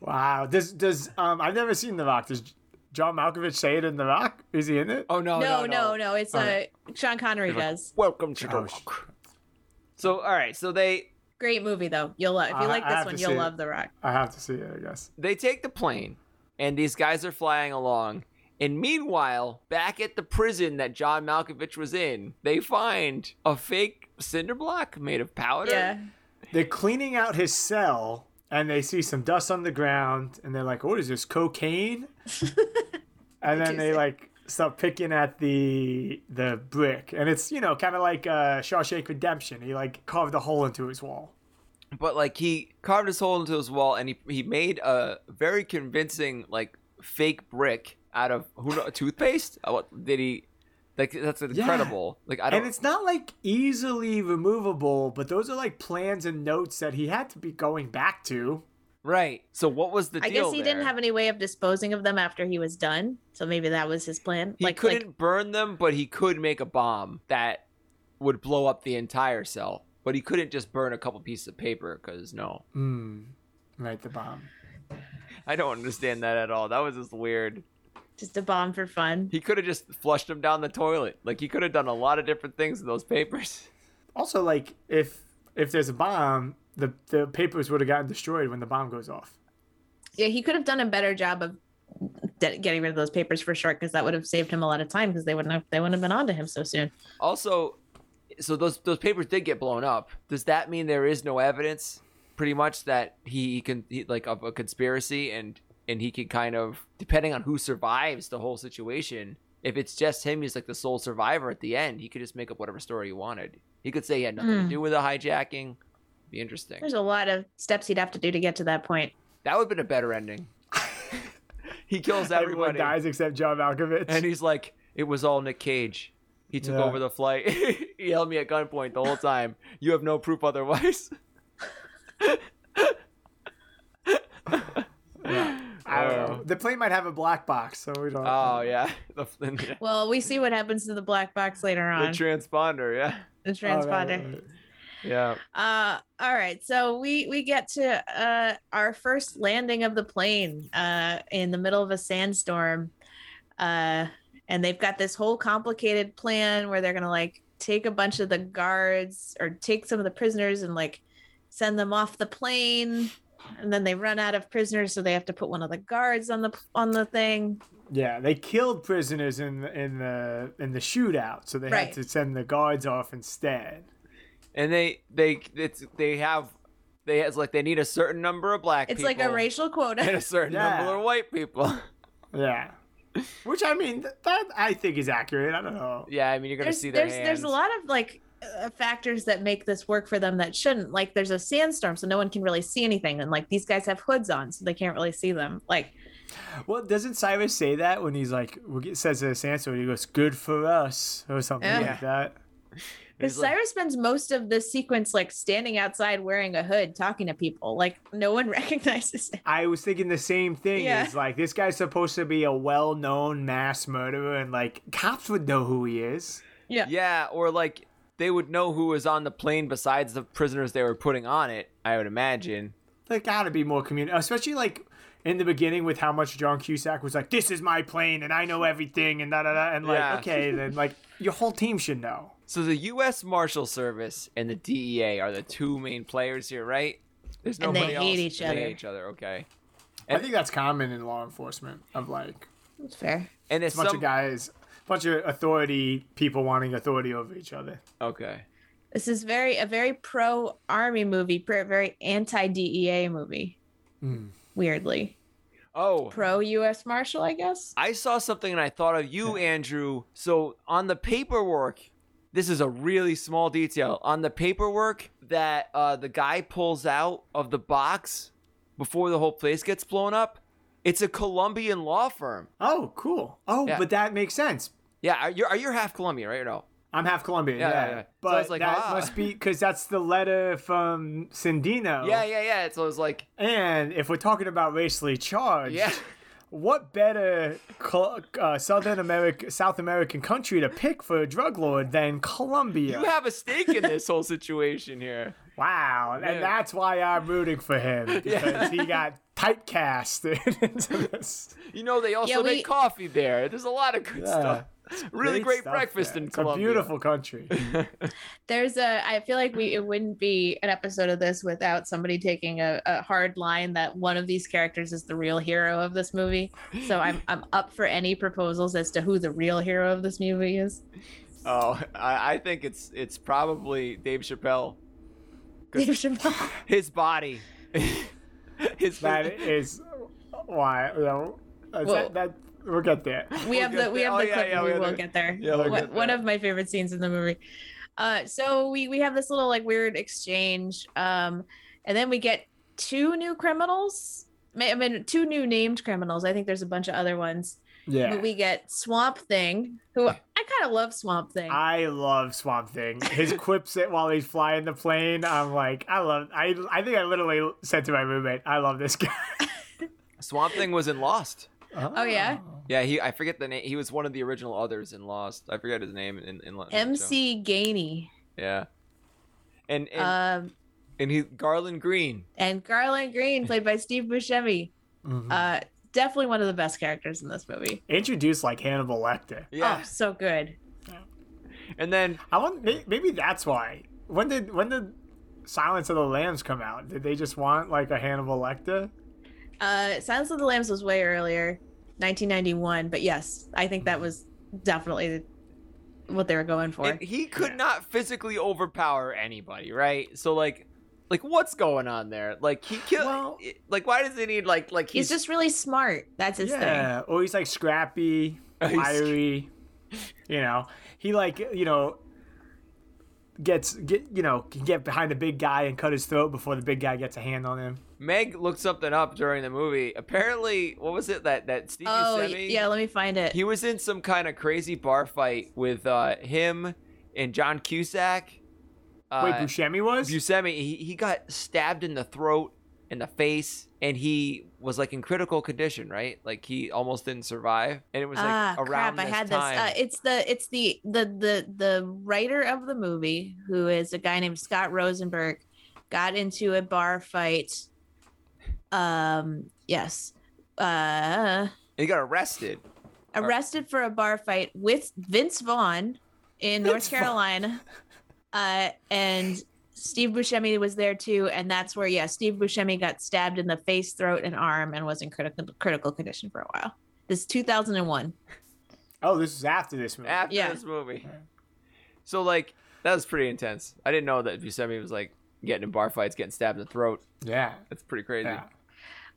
Speaker 4: Wow. Does does um I've never seen The Rock. Does John Malkovich say it in The Rock? Is he in it?
Speaker 1: Oh no,
Speaker 3: no, no, no, It's uh, Sean Connery does.
Speaker 1: Welcome to the
Speaker 4: Oh,
Speaker 1: Rock. So all right, so they
Speaker 3: Great movie though. You'll love if
Speaker 4: I-
Speaker 3: you like
Speaker 4: I
Speaker 3: this
Speaker 4: have to
Speaker 3: one.
Speaker 4: see
Speaker 3: You'll
Speaker 4: it.
Speaker 3: love The Rock.
Speaker 4: I have to see it, I guess.
Speaker 1: they take the plane and these guys are flying along and meanwhile back at the prison that john malkovich was in they find a fake cinder block made of powder
Speaker 3: Yeah.
Speaker 4: They're cleaning out his cell and they see some dust on the ground and they're like, What is this? Cocaine? and then they like start picking at the the brick. And it's, you know, kinda like uh Shawshank Redemption. He like carved a hole into his wall.
Speaker 1: but like he carved his hole into his wall and he, he made a very convincing like fake brick out of who kno- toothpaste Uh, what did he like that's incredible like i don't
Speaker 4: And it's not like easily removable, but those are like plans and notes that he had to be going back to.
Speaker 1: right so what was the
Speaker 3: I
Speaker 1: deal
Speaker 3: guess he didn't
Speaker 1: there?
Speaker 3: have any way of disposing of them after he was done, so maybe that was his plan.
Speaker 1: He
Speaker 3: like,
Speaker 1: couldn't
Speaker 3: like
Speaker 1: burn them, but he could make a bomb that would blow up the entire cell. But he couldn't just burn a couple pieces of paper because no,
Speaker 4: Hmm. Right, the bomb.
Speaker 1: I don't understand that at all. That was just weird.
Speaker 3: just a bomb for fun.
Speaker 1: He could have just flushed them down the toilet. Like he could have done a lot of different things with those papers.
Speaker 4: Also, like if if there's a bomb, the the papers would have gotten destroyed when the bomb goes off.
Speaker 3: Yeah, he could have done a better job of de- getting rid of those papers for sure, because that would have saved him a lot of time, because they wouldn't have they wouldn't have been onto him so soon.
Speaker 1: Also, so those those papers did get blown up. Does that mean there is no evidence, pretty much, that he, he can he, like of a conspiracy and and he can kind of depending on who survives the whole situation. If it's just him, he's like the sole survivor at the end. He could just make up whatever story he wanted. He could say he had nothing to do with the hijacking. Be interesting.
Speaker 3: Hmm. There's a lot of steps he'd have to do to get to that point.
Speaker 1: That would have been a better ending. he kills
Speaker 4: Everyone
Speaker 1: everybody,
Speaker 4: dies except John Malkovich.
Speaker 1: and he's like, "It was all Nick Cage." He took
Speaker 4: Yeah.
Speaker 1: over the flight. he held me at gunpoint the whole time. You have no proof otherwise.
Speaker 4: I don't know. The plane might have a black box, so we don't.
Speaker 1: Oh yeah, the, the,
Speaker 3: Well, we see what happens to the black box later
Speaker 1: the
Speaker 3: on.
Speaker 1: transponder. Yeah,
Speaker 3: the
Speaker 4: Oh, right,
Speaker 3: transponder.
Speaker 4: right, right.
Speaker 1: yeah.
Speaker 3: Uh, all right. So we we get to uh, our first landing of the plane uh, in the middle of a sandstorm, uh, and they've got this whole complicated plan where they're gonna like take a bunch of the guards or take some of the prisoners and like send them off the plane, and then they run out of prisoners, so they have to put one of the guards on the on the thing.
Speaker 4: Yeah, they killed prisoners in the, in the in the shootout, so they
Speaker 3: Right.
Speaker 4: had to send the guards off instead.
Speaker 1: And they they it's they have they it's like they need a certain number of black.
Speaker 3: It's
Speaker 1: people
Speaker 3: like a racial
Speaker 1: and
Speaker 3: quota.
Speaker 1: a certain
Speaker 4: Yeah.
Speaker 1: number of white people.
Speaker 4: Yeah, which I mean, th- that I think is accurate. I don't know.
Speaker 1: yeah, I mean you're gonna
Speaker 3: There's
Speaker 1: see their
Speaker 3: there's
Speaker 1: hands.
Speaker 3: there's a lot of like uh, factors that make this work for them that shouldn't. Like there's a sandstorm, so no one can really see anything, and like these guys have hoods on, so they can't really see them. Like
Speaker 4: Well, doesn't Cyrus say that when he's like we get- says to the Sansa, he goes, "Good for us" or something
Speaker 3: Yeah.
Speaker 4: like that?
Speaker 3: because
Speaker 1: like-
Speaker 3: Cyrus spends most of this sequence like standing outside wearing a hood, talking to people. Like no one recognizes him.
Speaker 4: I was thinking the same thing.
Speaker 3: Yeah.
Speaker 4: Is like this guy's supposed to be a well-known mass murderer, and like cops would know who he is.
Speaker 3: Yeah.
Speaker 1: Yeah, or like they would know who was on the plane besides the prisoners they were putting on it. I would imagine.
Speaker 4: There gotta be more community, especially like in the beginning with how much John Cusack was like, "This is my plane, and I know everything," and da da da, and like,
Speaker 1: Yeah.
Speaker 4: okay, then like your whole team should know.
Speaker 1: So the U.S. Marshal Service and the DEA are the two main players here, right? There's
Speaker 3: And
Speaker 1: nobody
Speaker 3: they
Speaker 1: else.
Speaker 3: hate each
Speaker 1: They
Speaker 3: other.
Speaker 1: hate each other. Okay.
Speaker 4: I think that's common in law enforcement of like
Speaker 3: That's fair.
Speaker 1: And it's
Speaker 4: a bunch
Speaker 1: some
Speaker 4: of guys, bunch of authority people wanting authority over each other.
Speaker 1: okay.
Speaker 3: This is very a very pro army movie, pr- very anti DEA movie.
Speaker 1: Hmm.
Speaker 3: Weirdly,
Speaker 1: Oh,
Speaker 3: pro U.S. Marshal, I guess.
Speaker 1: I saw something and I thought of you, Andrew. So on the paperwork, this is a really small detail. On the paperwork that uh, the guy pulls out of the box before the whole place gets blown up, it's a Colombian law firm.
Speaker 4: Oh, cool. Oh,
Speaker 1: Yeah.
Speaker 4: but that makes sense.
Speaker 1: Yeah, are you are you half Colombian, right or no?
Speaker 4: I'm half Colombian,
Speaker 1: Yeah,
Speaker 4: yeah.
Speaker 1: yeah, yeah. So I
Speaker 4: But
Speaker 1: was like,
Speaker 4: that
Speaker 1: ah.
Speaker 4: must be because that's the letter from Sandino.
Speaker 1: Yeah, yeah, yeah. So it's like,
Speaker 4: And if we're talking about racially charged,
Speaker 1: yeah,
Speaker 4: what better col- uh, Southern America, South American country to pick for a drug lord than Colombia?
Speaker 1: you have a stake in this whole situation here.
Speaker 4: wow,
Speaker 1: Yeah.
Speaker 4: and that's why I'm rooting for him because he got typecast into this.
Speaker 1: You know, they also
Speaker 3: Yeah, we-
Speaker 1: make coffee there. There's a lot of good stuff. Really great,
Speaker 4: stuff
Speaker 1: breakfast
Speaker 4: there.
Speaker 1: in
Speaker 4: it's a
Speaker 1: Colombia.
Speaker 4: beautiful country.
Speaker 3: There's a. I feel like we it wouldn't be an episode of this without somebody taking a, a hard line that one of these characters is the real hero of this movie. So I'm I'm up for any proposals as to who the real hero of this movie is.
Speaker 1: Oh, I, I think it's it's probably Dave Chappelle.
Speaker 3: Dave Chappelle.
Speaker 1: His body. His
Speaker 4: That is why you know, is
Speaker 3: Well-
Speaker 4: that, that we'll get there.
Speaker 3: we have
Speaker 1: get
Speaker 3: the we
Speaker 1: there.
Speaker 3: have
Speaker 1: Oh,
Speaker 3: the
Speaker 1: yeah,
Speaker 3: clip
Speaker 1: yeah,
Speaker 3: and
Speaker 1: we
Speaker 3: we,
Speaker 1: have
Speaker 3: will
Speaker 1: the-
Speaker 3: get there.
Speaker 1: Yeah, we'll
Speaker 3: One-
Speaker 1: get
Speaker 3: One
Speaker 1: there.
Speaker 3: of my favorite scenes in the movie. Uh, so we we have this little like weird exchange, um, and then we get two new criminals. Ma- I mean, two new named criminals. I think there's a bunch of other ones.
Speaker 4: Yeah.
Speaker 3: But we get Swamp Thing, who I kind of love Swamp Thing.
Speaker 4: I love Swamp Thing. His quips it while he's flying the plane. I'm like, I love. I I think I literally said to my roommate, I love this guy.
Speaker 1: Swamp Thing was in Lost.
Speaker 3: oh yeah,
Speaker 1: Yeah, he I forget the name. He was one of the original others in Lost. I forget his name in in Lost.
Speaker 3: MC Gainey,
Speaker 1: Yeah. And and,
Speaker 3: um,
Speaker 1: and he Garland Green.
Speaker 3: and Garland Green, played by Steve Buscemi.
Speaker 4: Hmm.
Speaker 3: Uh, definitely one of the best characters in this movie.
Speaker 4: Introduced like Hannibal Lecter.
Speaker 1: Yeah.
Speaker 3: Oh, so good.
Speaker 1: Ah. And then
Speaker 4: I want may- maybe that's why. When did when did Silence of the Lambs come out? Did they just want like a Hannibal Lecter?
Speaker 3: Uh, Silence of the Lambs was way earlier, 1991. But yes, I think that was definitely what they were going for.
Speaker 1: and he could not physically overpower anybody, right? So like like what's going on there? Like he killed
Speaker 4: Well-
Speaker 1: like why does he need like like
Speaker 3: He's
Speaker 1: he's,
Speaker 3: just really smart. That's his thing.
Speaker 4: Yeah, or he's like scrappy,
Speaker 1: he's-
Speaker 4: wiry. You know, he like you know gets get you know can get behind the big guy and cut his throat before the big guy gets a hand on him.
Speaker 1: Meg looked something up during the movie. Apparently, what was it that that Steve
Speaker 3: Oh,
Speaker 1: Buscemi?
Speaker 3: yeah. Let me find it.
Speaker 1: he was in some kind of crazy bar fight with uh, him and John Cusack. Uh,
Speaker 4: Wait, Buscemi was.
Speaker 1: Buscemi, he, he got stabbed in the throat and the face, and he was like in critical condition, right? Like he almost didn't survive, and it was like
Speaker 3: ah,
Speaker 1: around
Speaker 3: crap! I
Speaker 1: this
Speaker 3: had
Speaker 1: time.
Speaker 3: this. Uh, it's the it's the the the the writer of the movie, who is a guy named Scott Rosenberg, got into a bar fight. Um. Yes. Uh.
Speaker 1: and he got arrested.
Speaker 3: arrested for a bar fight with Vince Vaughn in North Carolina. Uh, and Steve Buscemi was there too. And that's where, yeah, Steve Buscemi got stabbed in the face, throat, and arm and was in critical critical condition for a while. This is 2001.
Speaker 4: oh, this is after this movie.
Speaker 1: after
Speaker 3: Yeah.
Speaker 1: this movie. So like that was pretty intense. I didn't know that Buscemi was like getting in bar fights, getting stabbed in the throat.
Speaker 4: yeah,
Speaker 1: That's pretty crazy.
Speaker 4: yeah.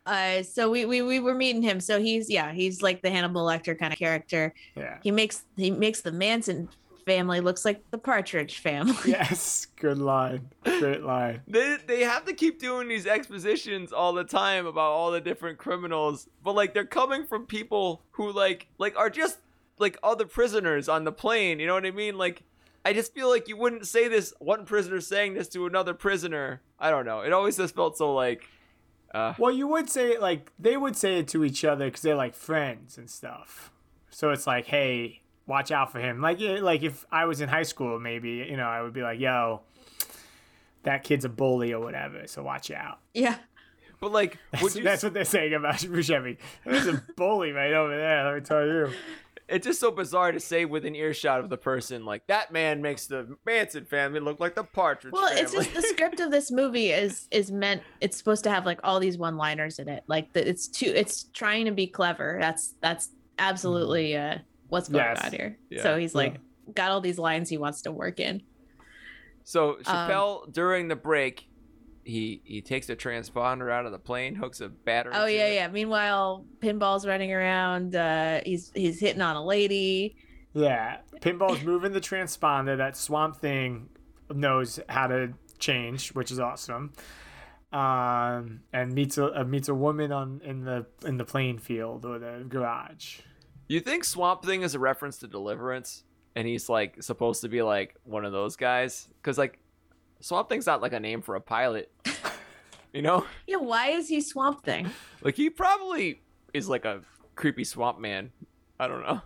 Speaker 3: Uh, so we, we we were meeting him. So he's yeah, he's like the Hannibal Lecter kind of character.
Speaker 4: Yeah.
Speaker 3: He makes he makes the Manson family looks like the Partridge family.
Speaker 4: Yes, good line. Great line.
Speaker 1: They, they have to keep doing these expositions all the time about all the different criminals, but like they're coming from people who like like are just like other prisoners on the plane. You know what I mean? Like I just feel like you wouldn't say this one prisoner saying this to another prisoner. I don't know. It always just felt so like
Speaker 4: Well, you would say it like they would say it to each other because they're like friends and stuff. So it's like, hey, watch out for him. Like, yeah, like if I was in high school, maybe you know, I would be like, yo, that kid's a bully or whatever, so watch out.
Speaker 3: yeah.
Speaker 1: but like would
Speaker 4: So
Speaker 1: you
Speaker 4: that's what they're saying about Buscemi. There's a bully right over there. Let me tell you.
Speaker 1: it's just so bizarre to say with an earshot of the person like that man makes the Manson family look like the Partridge
Speaker 3: Well,
Speaker 1: family.
Speaker 3: it's just the script of this movie is is meant it's supposed to have like all these one-liners in it. Like the, it's too it's trying to be clever. That's that's absolutely uh what's going
Speaker 4: Yes.
Speaker 3: on here.
Speaker 1: Mm-hmm. Yeah.
Speaker 3: So he's like got all these lines he wants to work in.
Speaker 1: So
Speaker 3: Um,
Speaker 1: Chappelle during the break, he he takes a transponder out of the plane, hooks a battery.
Speaker 3: Oh
Speaker 1: to
Speaker 3: yeah,
Speaker 1: it.
Speaker 3: yeah. Meanwhile, Pinball's running around. Uh, he's he's hitting on a lady.
Speaker 4: Yeah, Pinball's moving the transponder that Swamp Thing knows how to change, which is awesome. Um, and meets a uh, meets a woman on in the in the playing field or the garage.
Speaker 1: You think Swamp Thing is a reference to Deliverance, and he's like supposed to be like one of those guys? Because like Swamp Thing's not like a name for a pilot, you know?
Speaker 3: Yeah, why is he Swamp Thing?
Speaker 1: Like he probably is like a creepy swamp man. I don't know.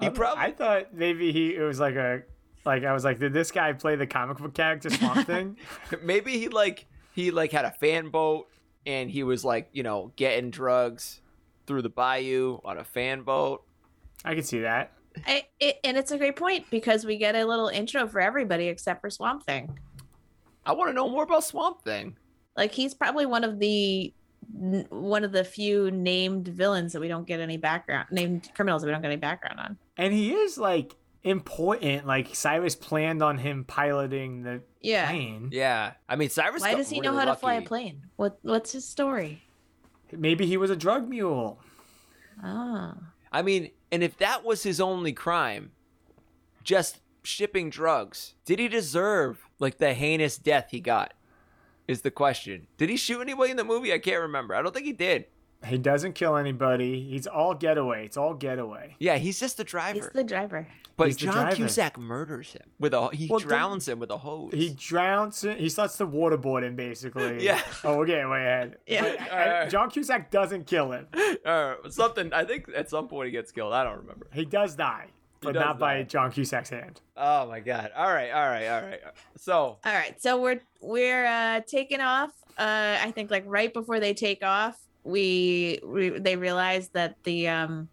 Speaker 1: He
Speaker 4: I-
Speaker 1: probably
Speaker 4: Um, I thought maybe he it was like a like I was like, did this guy play the comic book character Swamp Thing?
Speaker 1: maybe he like he like had a fan boat and he was like you know getting drugs through the bayou on a fan boat
Speaker 4: I could see that.
Speaker 3: I, it, and it's a great point because we get a little intro for everybody except for Swamp Thing.
Speaker 1: I want to know more about Swamp Thing.
Speaker 3: Like he's probably one of the n- one of the few named villains that we don't get any background named criminals that we don't get any background on.
Speaker 4: And he is like important. Like Cyrus planned on him piloting the
Speaker 3: Yeah.
Speaker 4: plane.
Speaker 1: Yeah, I mean Cyrus.
Speaker 3: Why
Speaker 1: got
Speaker 3: does he know
Speaker 1: really
Speaker 3: how to fly a
Speaker 1: lucky.
Speaker 3: plane? What what's his story?
Speaker 4: Maybe he was a drug mule.
Speaker 3: Oh.
Speaker 1: I mean, and if that was his only crime, just shipping drugs, did he deserve like the heinous death he got? Is the question. Did he shoot anybody in the movie? I can't remember. I don't think he did.
Speaker 4: He doesn't kill anybody. He's all getaway. It's all getaway.
Speaker 1: Yeah, he's just the
Speaker 3: He's
Speaker 1: driver.
Speaker 3: the driver.
Speaker 1: but
Speaker 4: he's the
Speaker 1: John
Speaker 4: driver.
Speaker 1: Cusack murders him with a he
Speaker 4: Well, don't-
Speaker 1: drowns him with a hose.
Speaker 4: He drowns. him- He starts to waterboard him, basically.
Speaker 1: Yeah.
Speaker 4: Oh, we're getting way ahead.
Speaker 3: Yeah.
Speaker 4: But, uh, John Cusack doesn't kill him.
Speaker 1: Or something. I think at some point he gets killed. I don't remember.
Speaker 4: He does die, but
Speaker 1: does
Speaker 4: not by
Speaker 1: die.
Speaker 4: John Cusack's hand.
Speaker 1: Oh my god. All right. All right. All right. So
Speaker 3: All right, so we're we're uh, taking off. Uh, I think like right before they take off, we, we they realize that the um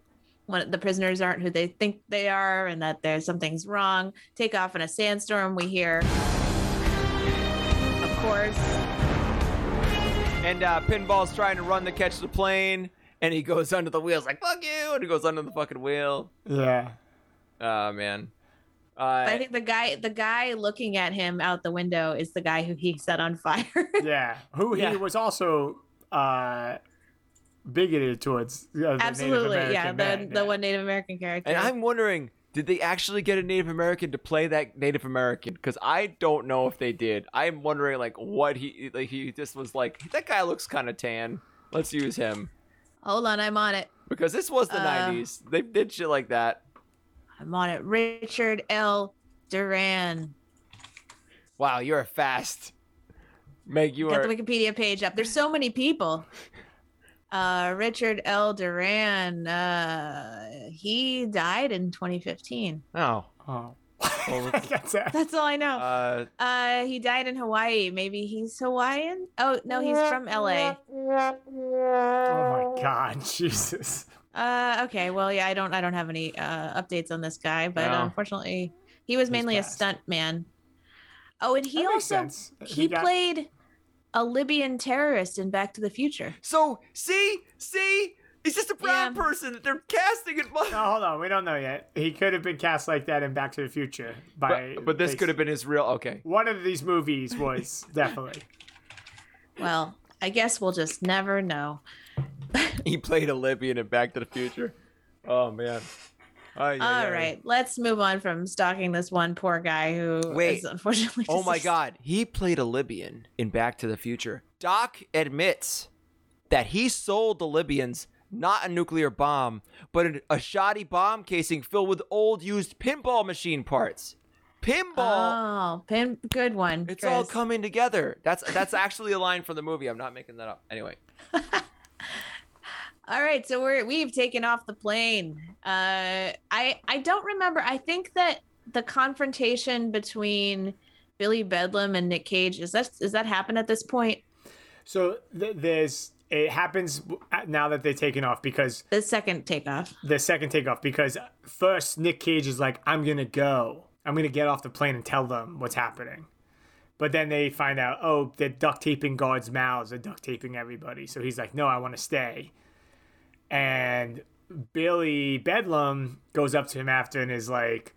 Speaker 3: one the prisoners aren't who they think they are, and that there's something's wrong. Take off in a sandstorm. We hear, of course,
Speaker 1: And uh, Pinball's trying to run to catch the plane, and he goes under the wheels like "fuck you," and he goes under the fucking wheel.
Speaker 4: Yeah.
Speaker 1: Oh man.
Speaker 3: but I
Speaker 1: Uh,
Speaker 3: think the guy the guy looking at him out the window is the guy who he set on fire.
Speaker 4: Yeah. Who he
Speaker 1: Yeah.
Speaker 4: was also uh, bigoted towards. Uh, the Native
Speaker 3: Absolutely, yeah,
Speaker 4: American
Speaker 3: the
Speaker 4: man,
Speaker 3: the one Native American character.
Speaker 1: and I'm wondering, did they actually get a Native American to play that Native American? Because I don't know if they did. I'm wondering, like, what he like he just was like. That guy looks kind of tan. Let's use him
Speaker 3: Hold on, I'm on it.
Speaker 1: because this was the
Speaker 3: Uh.
Speaker 1: '90s. They did shit like that.
Speaker 3: I'm on it. Richard L. Duran.
Speaker 1: Wow, you're fast. Meg, you
Speaker 3: Got
Speaker 1: are.
Speaker 3: the Wikipedia page up. There's so many people. Uh, Richard L. Duran, uh, he died in 2015.
Speaker 1: No.
Speaker 4: Oh. That's it.
Speaker 3: That's all I know.
Speaker 1: Uh,
Speaker 3: Uh, he died in Hawaii. Maybe he's Hawaiian. Oh no, he's from LA.
Speaker 4: Oh my God, Jesus.
Speaker 3: Uh, okay. Well, yeah, I don't, I don't have any uh, updates on this guy, but
Speaker 1: No.
Speaker 3: unfortunately, he was mainly a
Speaker 4: passed.
Speaker 3: stunt man. Oh, and he
Speaker 4: That makes
Speaker 3: also
Speaker 4: sense.
Speaker 3: he
Speaker 4: got-
Speaker 3: played a Libyan terrorist in Back to the Future.
Speaker 1: So see, see, he's just a brown
Speaker 3: Yeah.
Speaker 1: person that they're casting it.
Speaker 4: No, hold on. We don't know yet. He could have been cast like that in Back to the Future. By
Speaker 1: But, but this
Speaker 4: they-
Speaker 1: could have been his real. Okay,
Speaker 4: One of these movies was definitely.
Speaker 3: Well, I guess we'll just never know.
Speaker 1: he played a Libyan in Back to the Future. Oh man.
Speaker 9: Ay, ay,
Speaker 3: All
Speaker 9: ay.
Speaker 3: right, let's move on from stalking this one poor guy who is
Speaker 1: Wait.
Speaker 3: unfortunately.
Speaker 1: Oh my
Speaker 3: deceased.
Speaker 1: God, he played a Libyan in Back to the Future. Doc admits that he sold the Libyans not a nuclear bomb, but an- a shoddy bomb casing filled with old used pinball machine parts. Pinball.
Speaker 3: Oh, pin, good one.
Speaker 1: it's all
Speaker 3: Chris.
Speaker 1: coming together. That's that's actually a line from the movie. I'm not making that up. Anyway,
Speaker 3: All right, so we're we've taken off the plane. Uh, I I don't remember. I think that the confrontation between Billy Bedlam and Nick Cage is that is that happened at this point?
Speaker 4: So th- there's it happens w- now that they're taking off because
Speaker 3: The second takeoff.
Speaker 4: the second takeoff because first Nick Cage is like I'm gonna go I'm gonna get off the plane and tell them what's happening, but then they find out oh they're duct taping guards' mouths they're duct taping everybody so he's like no I want to stay, and Billy Bedlam goes up to him after and is like.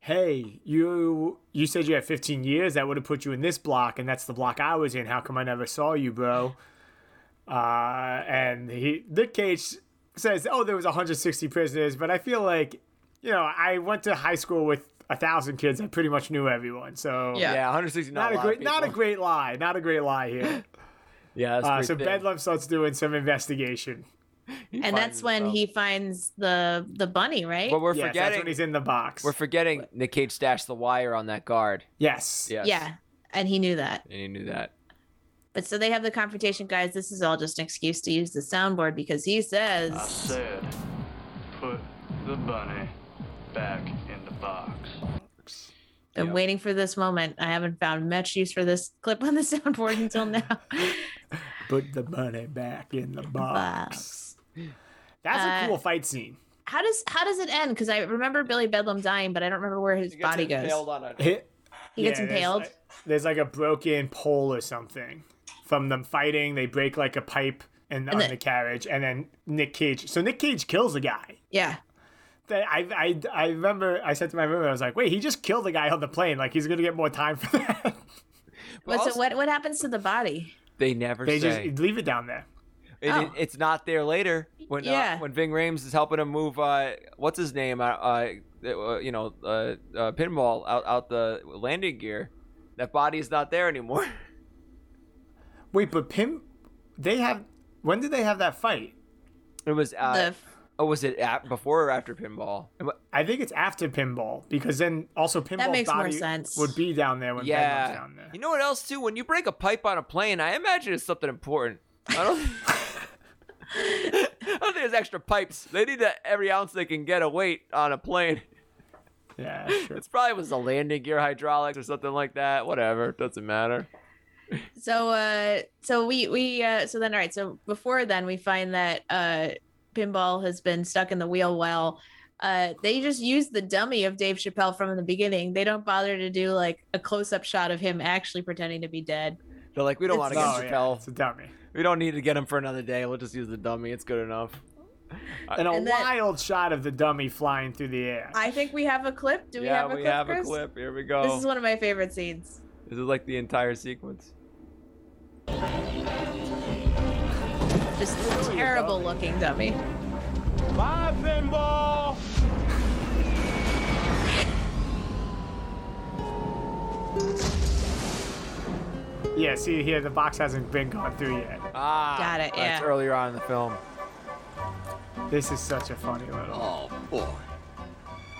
Speaker 4: Hey, you you said you had 15 years. That would have put you in this block, and that's the block I was in. How come I never saw you, bro? Uh, and he Nick Cage says, "Oh, there was 160 prisoners," but I feel like, you know, I went to high school with a thousand kids. I pretty much knew everyone, so
Speaker 1: Oh,
Speaker 3: Yeah.
Speaker 9: Yeah, 160. Not,
Speaker 4: not, a
Speaker 9: lot
Speaker 4: great,
Speaker 9: of
Speaker 4: not a
Speaker 9: people.
Speaker 4: great lie, not a great lie here.
Speaker 9: Yeah, that's
Speaker 4: Uh,
Speaker 9: pretty
Speaker 4: so
Speaker 9: thin.
Speaker 4: Bedlam starts doing some investigation.
Speaker 9: He
Speaker 3: and
Speaker 9: finds
Speaker 3: that's when
Speaker 9: himself.
Speaker 3: he finds the the bunny, right?
Speaker 1: but we're
Speaker 4: Yes, that's when
Speaker 1: forgetting
Speaker 4: he's in the box.
Speaker 1: we're forgetting Nick Cage stashed the wire on that guard,
Speaker 4: yes,
Speaker 9: Yes.
Speaker 3: Yeah, and he knew that.
Speaker 9: And he knew that.
Speaker 3: But so they have the confrontation, guys. This is all just an excuse to use the soundboard because he says,
Speaker 7: I said, put the bunny back in the box.
Speaker 3: "Been
Speaker 9: yeah.
Speaker 3: waiting for this moment. I haven't found much use for this clip on the soundboard until now."
Speaker 4: put the bunny back in the box.
Speaker 3: Box.
Speaker 4: That's a
Speaker 3: Uh,
Speaker 4: cool fight scene.
Speaker 3: How does how does it end? Because I remember Billy Bedlam dying, but I don't remember where his body goes.
Speaker 4: Hit.
Speaker 3: He gets
Speaker 4: Yeah, there's
Speaker 3: impaled.
Speaker 4: like- There's like a broken pole or something from them fighting. They break like a pipe and, on
Speaker 3: then-
Speaker 4: the carriage, and then Nick Cage. So Nick Cage kills a guy.
Speaker 3: yeah.
Speaker 4: That I, I I remember. I said to my roommate, I was like, "Wait, he just killed a guy on the plane. Like he's gonna get more time for that."
Speaker 3: But so
Speaker 1: also-
Speaker 3: what what happens to the body?
Speaker 1: They never
Speaker 4: they
Speaker 1: say.
Speaker 4: just leave it down there.
Speaker 1: It,
Speaker 3: Oh.
Speaker 1: it's not there later when
Speaker 3: Yeah.
Speaker 1: uh, when Ving Rhames is helping him move uh what's his name uh, uh uh, you know uh, uh pinball out out the landing gear that body is not there anymore
Speaker 4: Wait, but Pim, they have. When did they have that fight?
Speaker 1: it was uh
Speaker 3: the
Speaker 1: oh was it at, before or after pinball It wa-
Speaker 4: I think it's after pinball because then also pinball
Speaker 3: makes more
Speaker 4: body
Speaker 3: sense.
Speaker 4: would be down there when Bedlam's
Speaker 1: yeah
Speaker 4: down there.
Speaker 1: you know what else too when you break a pipe on a plane I imagine it's something important I don't I don't think there's extra pipes they need that every ounce they can get a weight on a plane
Speaker 4: yeah, sure.
Speaker 1: it's probably was the landing gear hydraulics or something like that whatever doesn't matter.
Speaker 3: so uh so we we uh so then all right so before then we find that uh pinball has been stuck in the wheel well uh they just use the dummy of dave chappelle from the beginning they don't bother to do like a close-up shot of him actually pretending to be dead
Speaker 1: They're like, we don't want to get
Speaker 4: Oh, yeah,
Speaker 1: Chappelle.
Speaker 4: it's a dummy.
Speaker 1: We don't need to get him for another day. We'll just use the dummy. It's good enough. Uh,
Speaker 4: and a
Speaker 3: And that-
Speaker 4: wild shot of the dummy flying through the air.
Speaker 3: i think we have a clip do we
Speaker 9: yeah,
Speaker 3: have a
Speaker 9: we
Speaker 3: clip,
Speaker 9: have
Speaker 3: Chris?
Speaker 9: a clip. oh. Here we go.
Speaker 3: this is one of my favorite scenes
Speaker 9: this is like the entire sequence.
Speaker 3: just terrible looking dummy
Speaker 7: My pinball!
Speaker 4: yeah, see here, the box hasn't been gone through yet.
Speaker 1: Uh,
Speaker 9: Ah,
Speaker 3: Got it,
Speaker 9: That's
Speaker 3: Uh, yeah.
Speaker 9: earlier on in the film.
Speaker 4: This is such a funny little.
Speaker 10: Oh boy.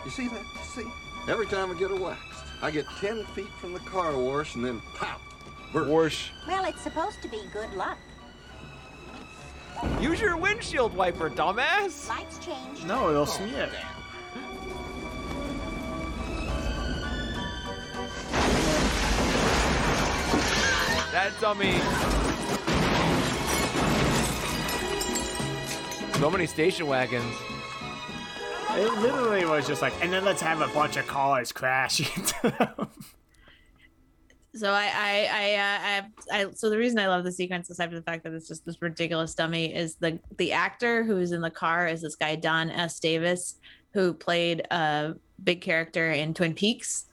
Speaker 10: You see that? See? Every time I get waxed, I get 10 feet from the car wash and then pow! Burst.
Speaker 9: Warsh.
Speaker 11: Well, it's supposed to be good luck.
Speaker 1: Use your windshield wiper, dumbass.
Speaker 11: Lights change.
Speaker 4: No, it'll smear.
Speaker 9: That dummy. So many station wagons.
Speaker 4: It literally was just like, and then let's have a bunch of cars crash into them.
Speaker 3: So I I I, uh, I I so the reason I love the sequence aside from the fact that it's just this ridiculous dummy is the the actor who is in the car is this guy Don S Davis who played a big character in Twin Peaks.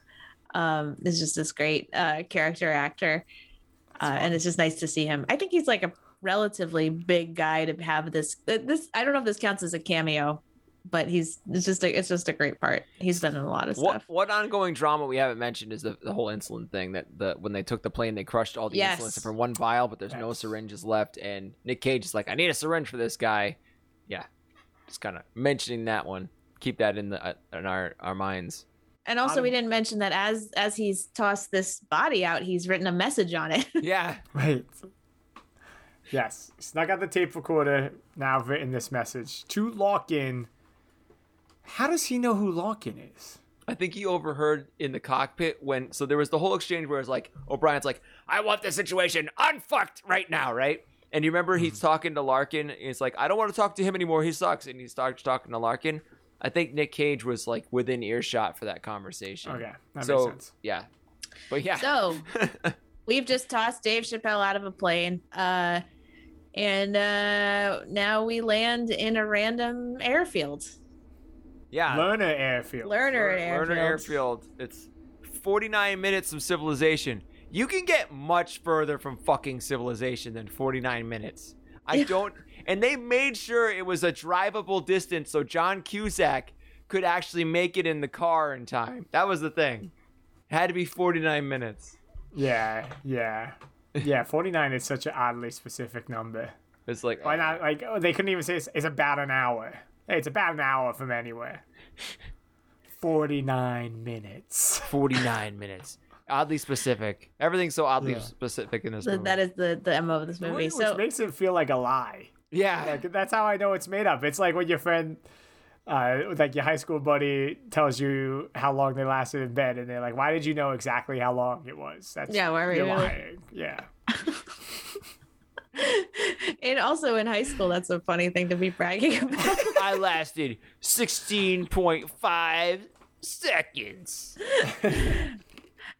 Speaker 3: Um, is just this great uh, character actor, uh, and it's just nice to see him. I think uh, he's like a relatively big guy to have this. This I don't know if this counts as a cameo, but he's it's just a, it's just a great part. He's been in a lot of
Speaker 1: What
Speaker 3: stuff.
Speaker 1: what ongoing drama we haven't mentioned is the, the whole insulin thing that the when they took the plane they crushed all the
Speaker 3: Yes.
Speaker 1: insulin except for one vial, but there's no syringes left, and Nick Cage is like, I need a syringe for this guy. Yeah, just kind of mentioning that one. Keep that in the uh, in our our minds.
Speaker 3: And also, we didn't mention that as as he's tossed this body out, he's written a message on it.
Speaker 1: Yeah,
Speaker 4: Right. Yes. Snuck out the tape recorder. Now I've written this message to Larkin. How does he know who Larkin is?
Speaker 1: I think he overheard in the cockpit when so there was the whole exchange where it's like O'Brien's like, I want the situation unfucked right now, right? And you remember
Speaker 4: Mm.
Speaker 1: he's talking to Larkin, and it's like, I don't want to talk to him anymore, he sucks. And he starts talking to Larkin. I think Nick Cage was like within earshot for that conversation.
Speaker 4: Okay, that
Speaker 1: so,
Speaker 4: makes sense.
Speaker 1: Yeah. But yeah.
Speaker 3: So we've just tossed Dave Chappelle out of a plane. Uh, and uh, now we land in a random airfield.
Speaker 1: yeah.
Speaker 4: Lerner Airfield.
Speaker 3: Learner
Speaker 1: Lerner
Speaker 3: airfield.
Speaker 1: Airfield. It's 49 minutes from civilization. You can get much further from fucking civilization than 49 minutes. I don't. And they made sure it was a drivable distance so John Cusack could actually make it in the car in time. That was the thing. It had to be 49 minutes.
Speaker 4: Yeah, yeah. Yeah, 49 is such an oddly specific number.
Speaker 1: It's like,
Speaker 4: Why not? Like, oh, they couldn't even say it's, it's about an hour. Hey, it's about an hour from anywhere. 49 minutes.
Speaker 1: 49 uh, minutes. Oddly specific. Everything's so oddly
Speaker 4: Yeah.
Speaker 1: specific in this
Speaker 3: Th-
Speaker 1: movie.
Speaker 3: That is the, the MO of this movie.
Speaker 4: Which
Speaker 3: so
Speaker 4: makes it feel like a lie.
Speaker 1: yeah.
Speaker 4: Like, that's how I know it's made up. It's like when your friend, uh, like your high school buddy, tells you how long they lasted in bed, and they're like, "Why did you know exactly how long it was?" That's
Speaker 3: Yeah, why were
Speaker 4: you're
Speaker 3: you really-
Speaker 4: lying. Yeah,
Speaker 3: and also in high school, that's a funny thing to be bragging about.
Speaker 1: I lasted 16.5 seconds.
Speaker 3: I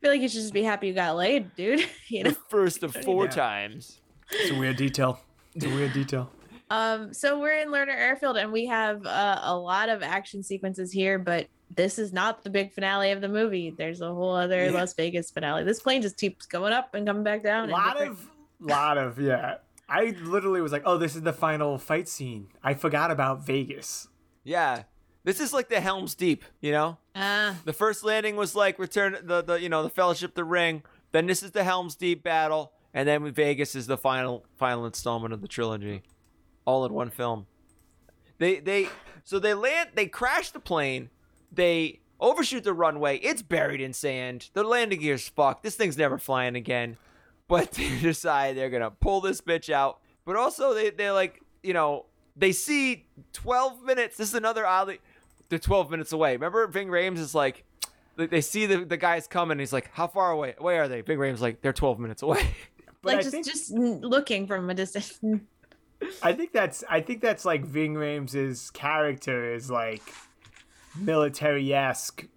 Speaker 3: feel like you should just be happy you got laid, dude. you know.
Speaker 1: first of four times.
Speaker 4: it's a weird detail. It's a weird detail.
Speaker 3: Um, so we're in Lerner Airfield, and we have uh, a lot of action sequences here, but this is not the big finale of the movie. There's a whole other Las Vegas finale. This plane just keeps going up and coming back down.
Speaker 4: A
Speaker 3: and
Speaker 4: lot
Speaker 3: different-
Speaker 4: of, lot of, yeah. I literally was like, "Oh, this is the final fight scene." I forgot about Vegas.
Speaker 1: Yeah. This is like the Helm's Deep, you know?
Speaker 3: Ah,
Speaker 1: The first landing was like return the, the you know, the Fellowship the Ring. Then this is the Helm's Deep battle, and then Vegas is the final final installment of the trilogy. All in one film. They they so they land they crash the plane, they overshoot the runway, it's buried in sand, the landing gear's fucked, this thing's never flying again. but they decide they're gonna pull this bitch out. But also they they like you know they see twelve minutes. This is another oddly they're twelve minutes away. Remember Ving Rhames is like they- they see the the guys coming. He's like, how far away? Where are they? Ving Rhames like they're twelve minutes away.
Speaker 4: But
Speaker 3: like
Speaker 4: I
Speaker 3: just
Speaker 4: think-
Speaker 3: just n- looking from a distance.
Speaker 4: I think that's I think that's like Ving Rhames' character is like military esque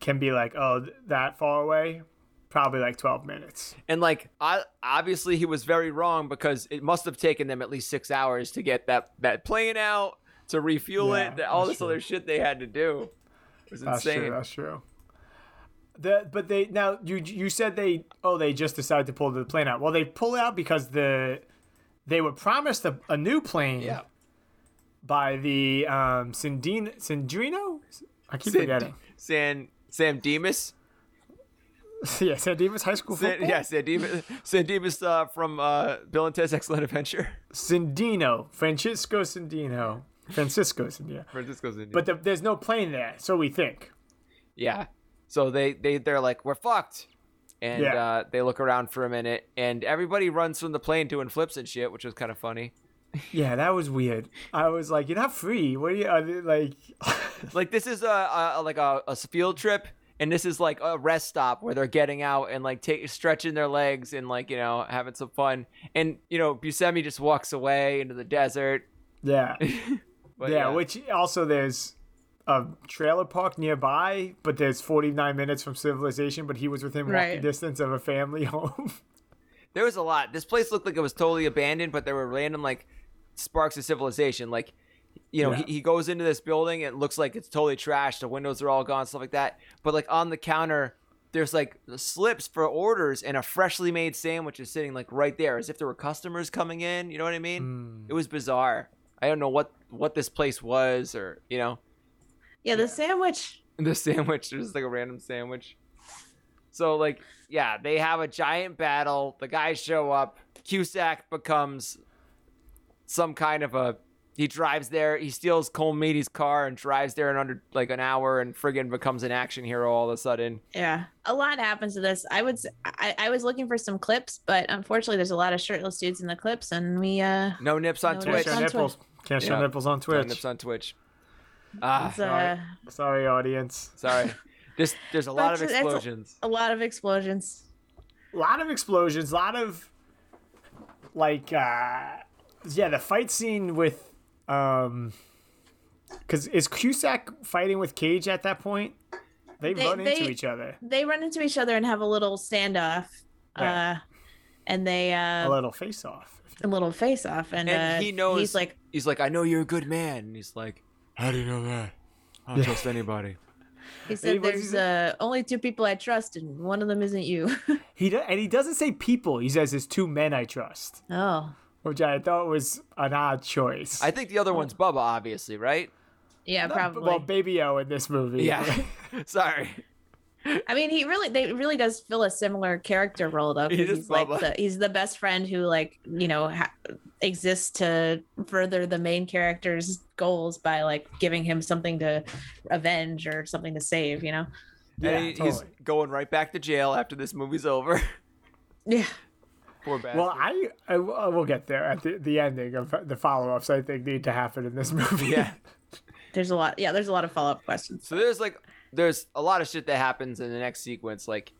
Speaker 4: can be like, oh, th- that far away? Probably like twelve minutes.
Speaker 1: And like, I, obviously, he was very wrong because it must have taken them at least six hours to get that that plane out to refuel
Speaker 4: Yeah,
Speaker 1: it. All
Speaker 4: that's
Speaker 1: this other shit they had to do it was
Speaker 4: That's
Speaker 1: insane.
Speaker 4: true, that's true. The, but they now you you said they oh they just decided to pull the plane out. Well they pull it out because the they were promised a, a new plane
Speaker 1: Yeah.
Speaker 4: by the um Sandino, Sandrino? I keep forgetting.
Speaker 1: San Sam Demas.
Speaker 4: yeah, Sandino's high school
Speaker 1: San,
Speaker 4: football.
Speaker 1: yeah, Sandeep, Sandeep is uh, from uh, Bill and Ted's Excellent Adventure.
Speaker 4: Sandino, Francisco Sandino, Francisco Sandino.
Speaker 1: Francisco's in.
Speaker 4: But the, there's no plane there, so we think.
Speaker 1: yeah, so they they they're like we're fucked, and
Speaker 4: Yeah.
Speaker 1: uh, they look around for a minute, and everybody runs from the plane doing flips and shit, which was kind of funny.
Speaker 4: Yeah, that was weird. I was like, you're not free. What are you are they, like?
Speaker 1: Like this is a, a like a, a field trip, and this is like a rest stop where they're getting out and like take, stretching their legs and like you know having some fun, and you know Buscemi just walks away into the desert.
Speaker 4: yeah,
Speaker 1: But,
Speaker 4: yeah. Which also there's a trailer park nearby, but there's 49 minutes from civilization. But he was within walking
Speaker 3: Right.
Speaker 4: distance of a family home.
Speaker 1: There was a lot. This place looked like it was totally abandoned, but there were random like sparks of civilization. Like, you know,
Speaker 4: Yeah.
Speaker 1: he, he goes into this building, it looks like it's totally trashed. The windows are all gone, stuff like that. But like on the counter, there's like slips for orders, and a freshly
Speaker 4: Mm.
Speaker 1: made sandwich is sitting like right there, as if there were customers coming in. You know what I mean? It was bizarre. I don't know what what this place was or you know
Speaker 3: Yeah, the sandwich.
Speaker 1: the sandwich there's like a random sandwich so like yeah they have a giant battle the guys show up cusack becomes some kind of a he drives there he steals cole meady's car and drives there in under like an hour and friggin becomes an action hero all of a sudden
Speaker 3: Yeah, a lot happens to this. I would. s- I, I was looking for some clips, but unfortunately, there's a lot of shirtless dudes in the clips, and we uh,
Speaker 1: no nips on
Speaker 3: No
Speaker 4: Hmm. Can't
Speaker 1: twitch
Speaker 3: nips
Speaker 4: show
Speaker 3: on
Speaker 4: nipples. Can't show
Speaker 1: Yeah.
Speaker 4: nipples on
Speaker 1: no
Speaker 4: Twitch.
Speaker 1: nips on twitch ah
Speaker 3: it's, uh
Speaker 4: Sorry, audience.
Speaker 1: sorry this there's a lot of
Speaker 3: That's- that's-
Speaker 1: explosions
Speaker 3: a lot of explosions.
Speaker 4: A lot of explosions. A lot of like, uh yeah, the fight scene with, um, because is Cusack fighting with Cage at that point? They,
Speaker 3: They-
Speaker 4: run
Speaker 3: they-
Speaker 4: into each other.
Speaker 3: They run into each other and have a little standoff,
Speaker 4: Right.
Speaker 3: uh, and they
Speaker 4: A
Speaker 3: uh,
Speaker 4: little face off.
Speaker 3: a little face off, and,
Speaker 1: and
Speaker 3: uh,
Speaker 1: he knows
Speaker 3: he's like,
Speaker 1: he's like i know you're a good man and he's like how do you know that i don't trust anybody
Speaker 3: he said,
Speaker 4: Anybody
Speaker 3: "There's
Speaker 4: see
Speaker 3: uh, only two people I trust, and one of them isn't you."
Speaker 4: He do- and he doesn't say people. He says it's two men I trust,
Speaker 3: oh,
Speaker 4: which I thought was an odd choice.
Speaker 1: I think the other one's Bubba, obviously, right?
Speaker 3: yeah, probably.
Speaker 4: Well, Baby O in this movie.
Speaker 1: Sorry.
Speaker 3: I mean, he really they really does fill a similar character role though. 'cause
Speaker 1: He is
Speaker 3: he's like
Speaker 1: Bubba.
Speaker 3: the, he's the best friend who like you know ha- exists to further the main character's goals by like giving him something to avenge or something to save. You know?
Speaker 4: Yeah,
Speaker 1: And he- He's
Speaker 4: totally.
Speaker 1: going right back to jail after this movie's over.
Speaker 3: Yeah.
Speaker 1: Poor bastard.
Speaker 4: Well, I, I we'll get there at the, the ending of the follow ups. I think need to happen in this movie.
Speaker 1: yeah.
Speaker 3: There's a lot. Yeah, there's a lot of follow up questions.
Speaker 1: So there's like there's a lot of shit that happens in the next sequence. Like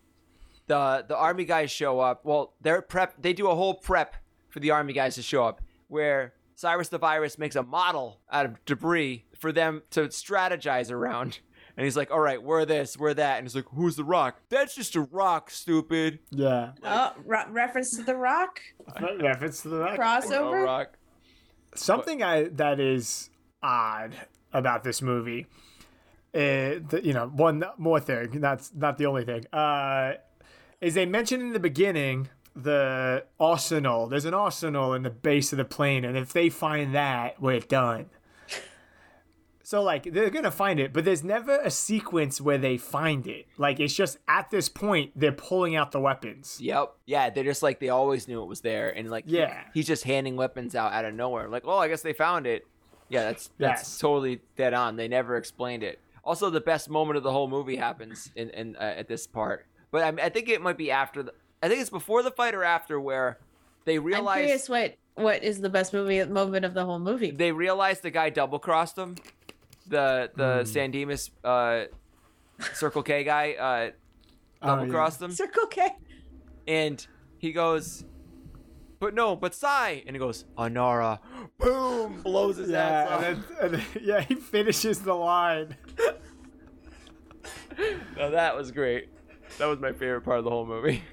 Speaker 1: the the army guys show up. Well, they're prep they do a whole prep for the army guys to show up where Cyrus the Virus makes a model out of debris for them to strategize around. And he's like, all right, we're this, we're that. And he's like, who's the rock? That's just a rock, stupid.
Speaker 4: yeah.
Speaker 3: Oh, re- reference to the Rock
Speaker 4: Reference to the back.
Speaker 1: A
Speaker 3: crossover.
Speaker 1: rock.
Speaker 4: Something I that is odd about this movie, uh, the, you know, one more thing. That's not the only thing. Uh, is they mentioned in the beginning the arsenal. There's an arsenal in the base of the plane, and if they find that, we're done. So like they're gonna find it, but there's never a sequence where they find it. Like it's just at this point they're pulling out the weapons.
Speaker 1: Yep. Yeah, they're just like they always knew it was there, and like he-
Speaker 4: Yeah.
Speaker 1: he's just handing weapons out out of nowhere. Like, oh, I guess they found it. Yeah, that's that's
Speaker 4: Yes.
Speaker 1: totally dead on. They never explained it. Also, the best moment of the whole movie happens in, in uh, at this part, but I, I think it might be after the. I think it's before the fight or after where they
Speaker 3: I'm
Speaker 1: realize
Speaker 3: curious what what is the best movie moment of the whole movie.
Speaker 1: they realize the guy double crossed them. The the
Speaker 4: Hmm.
Speaker 1: San Dimas uh, Circle K guy uh,
Speaker 4: Oh, yeah.
Speaker 1: double crossed them.
Speaker 3: Circle K.
Speaker 1: and he goes, but no, but Sai, and he goes, Anara, boom, blows his ass
Speaker 4: Yeah,
Speaker 1: off.
Speaker 4: and then, and then- yeah, he finishes the line.
Speaker 1: Now that was great. That was my favorite part of the whole movie.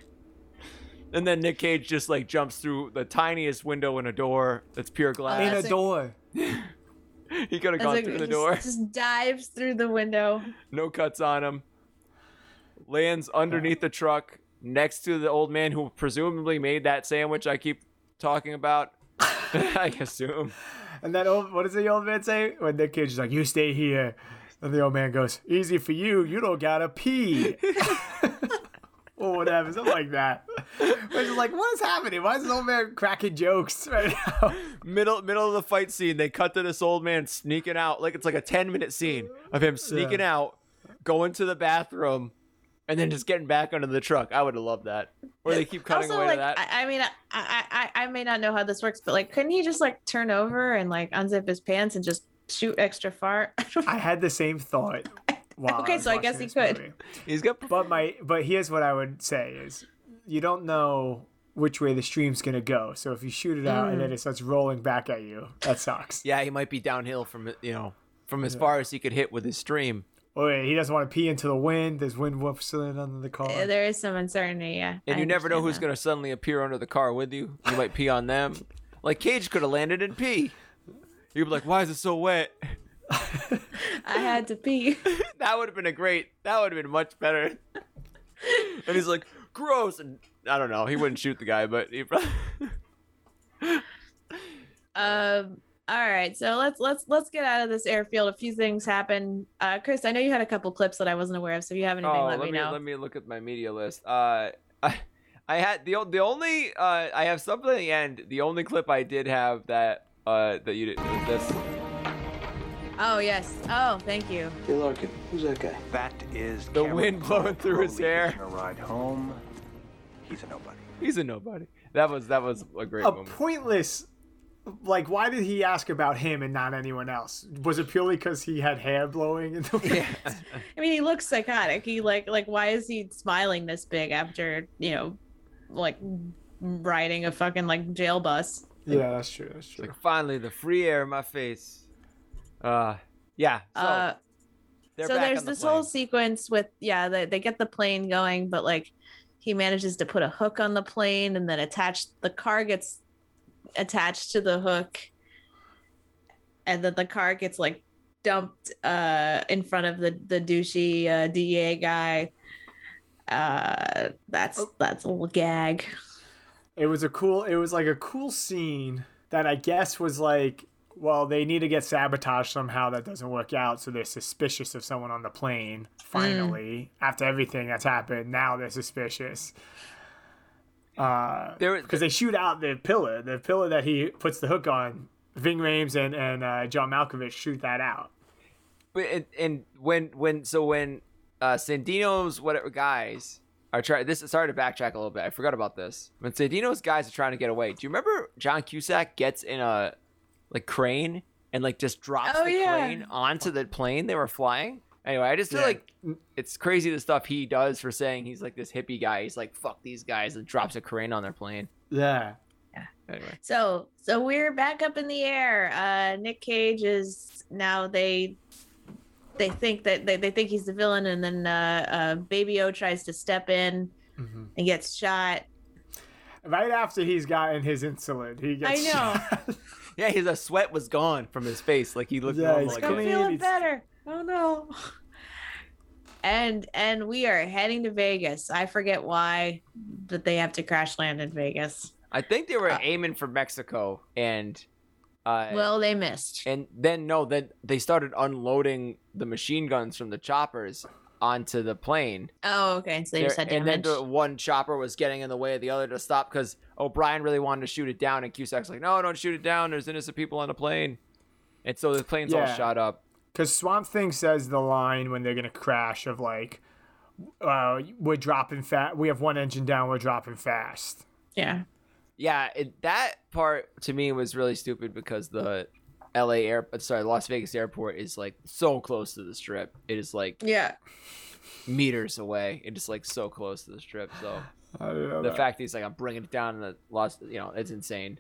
Speaker 1: And then Nick Cage just like jumps through the tiniest window in a door that's pure glass.
Speaker 3: In a That's a-
Speaker 4: door.
Speaker 1: He could have
Speaker 3: That's
Speaker 1: gone
Speaker 3: like-
Speaker 1: through the
Speaker 3: just-
Speaker 1: door.
Speaker 3: just dives through the window.
Speaker 1: No cuts on him. Lands underneath the truck next to the old man who presumably made that sandwich I keep talking about. I assume.
Speaker 4: And that old, what does the old man say? When the kid's like, "You stay here," and the old man goes, "Easy for you. You don't gotta pee." or whatever, something like that. Which is like, what is happening? Why is this old man cracking jokes right now?
Speaker 1: middle middle of the fight scene, they cut to this old man sneaking out. Like it's like a ten minute scene of him sneaking out, going to the bathroom, and then just getting back under the truck. I would have loved that. Or they keep cutting
Speaker 3: also,
Speaker 1: away
Speaker 3: like,
Speaker 1: to that.
Speaker 3: I, I mean, I, I, I I may not know how this works, but like, couldn't he just like turn over and like unzip his pants and just shoot extra far?
Speaker 4: I had the same thought. while
Speaker 3: Okay,
Speaker 4: was
Speaker 3: so I guess
Speaker 4: watching
Speaker 3: he
Speaker 4: this
Speaker 3: could.
Speaker 4: movie.
Speaker 1: He's got
Speaker 4: But my, but here's what I would say is, you don't know which way the stream's gonna go. So if you shoot it
Speaker 3: Mm.
Speaker 4: out and then it starts rolling back at you, that sucks.
Speaker 1: Yeah, he might be downhill from you know from as far as he could hit with his stream.
Speaker 4: Oh, yeah, he doesn't want to pee into the wind. There's wind whistling under the car.
Speaker 3: Yeah, there is some uncertainty, yeah.
Speaker 1: And
Speaker 3: I
Speaker 1: you never know
Speaker 3: understand
Speaker 1: who's
Speaker 3: that.
Speaker 1: gonna suddenly appear under the car with you. You might pee on them. Like Cage could have landed in pee. You'd be like, why is it so wet?
Speaker 3: I had to pee.
Speaker 1: that would have been a great that would have been much better and he's like gross and i don't know he wouldn't shoot the guy but he probably
Speaker 3: um, All right, so let's let's let's get out of this airfield. A few things happened. Uh, Chris, I know you had a couple clips that I wasn't aware of, so if you have anything,
Speaker 1: oh,
Speaker 3: let, me, know.
Speaker 1: let me look at my media list. Uh, I, I had the o- the only uh, I have something at the end. The only clip I did have that uh that you did this.
Speaker 3: Oh yes. Oh, thank you.
Speaker 12: Hey, Larkin, who's that guy?
Speaker 2: That is
Speaker 1: The
Speaker 2: Cameron
Speaker 1: wind blowing through his
Speaker 2: Crowley.
Speaker 1: hair.
Speaker 2: He's gonna ride home. He's a nobody.
Speaker 1: He's a nobody. That was that was a great
Speaker 4: a
Speaker 1: moment.
Speaker 4: pointless. Like, why did he ask about him and not anyone else? Was it purely because he had hair blowing? In the wind?
Speaker 3: I mean, he looks psychotic. He like like why is he smiling this big after you know, like riding a fucking like jail bus?
Speaker 4: yeah, that's true. That's true.
Speaker 1: Like finally the free air in my face. Uh yeah. So
Speaker 3: uh,
Speaker 1: they're
Speaker 3: so
Speaker 1: back
Speaker 3: there's
Speaker 1: on the
Speaker 3: this
Speaker 1: plane.
Speaker 3: whole sequence with yeah, they they get the plane going, but like he manages to put a hook on the plane and then attach the car gets attached to the hook, and then the car gets like dumped uh in front of the the douchey uh, DEA guy. Uh, that's that's a little gag.
Speaker 4: it was a cool it was like a cool scene that i guess was like well they need to get sabotaged somehow that doesn't work out so they're suspicious of someone on the plane finally
Speaker 3: Mm.
Speaker 4: after everything that's happened now they're suspicious Uh, because
Speaker 1: There was-
Speaker 4: they shoot out the pillar the pillar that he puts the hook on ving rames and, and uh, john malkovich shoot that out
Speaker 1: But and, and when when so when uh Sandino's whatever guys are trying this sorry to backtrack a little bit. I forgot about this. When Sandino's guys are trying to get away, do you remember John Cusack gets in a like crane and like just drops
Speaker 3: Oh,
Speaker 1: the
Speaker 3: yeah.
Speaker 1: crane onto the plane they were flying? Anyway, I just feel like it's crazy the stuff he does for saying he's like this hippie guy. He's like fuck these guys and drops a crane on their plane.
Speaker 4: yeah
Speaker 1: Anyway,
Speaker 3: So so we're back up in the air. Uh Nick Cage is now they they think that they, they think he's the villain and then uh, uh Baby O tries to step in and gets shot.
Speaker 4: Mm-hmm. right after he's gotten his insulin he
Speaker 3: I
Speaker 4: gets
Speaker 3: know.
Speaker 1: yeah, his uh, sweat was gone from his face. Like he looked
Speaker 4: Yeah,
Speaker 1: normal
Speaker 4: he's
Speaker 1: again.
Speaker 3: I'm
Speaker 4: clean.
Speaker 3: feeling
Speaker 4: it's-
Speaker 3: better. Oh no. And and we are heading to Vegas. I forget why that they have to crash land in Vegas.
Speaker 1: I think they were aiming for Mexico and uh
Speaker 3: Uh, Well, they missed.
Speaker 1: and then no, then they started unloading the machine guns from the choppers onto the plane.
Speaker 3: Oh, okay. So they
Speaker 1: There-
Speaker 3: just had
Speaker 1: and then
Speaker 3: damage.
Speaker 1: the one chopper was getting in the way of the other to stop because O'Brien really wanted to shoot it down, and Cusack's like, "No, don't shoot it down. There's innocent people on the plane." And so the plane's all
Speaker 4: Yeah.
Speaker 1: shot up.
Speaker 4: Because Swamp Thing says the line when they're gonna crash of like, uh, we're dropping fast. We have one engine down. We're dropping fast.
Speaker 3: Yeah.
Speaker 1: Yeah, it, that part to me was really stupid because the L.A. air, sorry, Las Vegas airport is like so close to the strip. It is like
Speaker 3: Yeah.
Speaker 1: meters away and just like so close to the strip. So the fact that he's like, I'm bringing it down and the lost, you know, it's insane.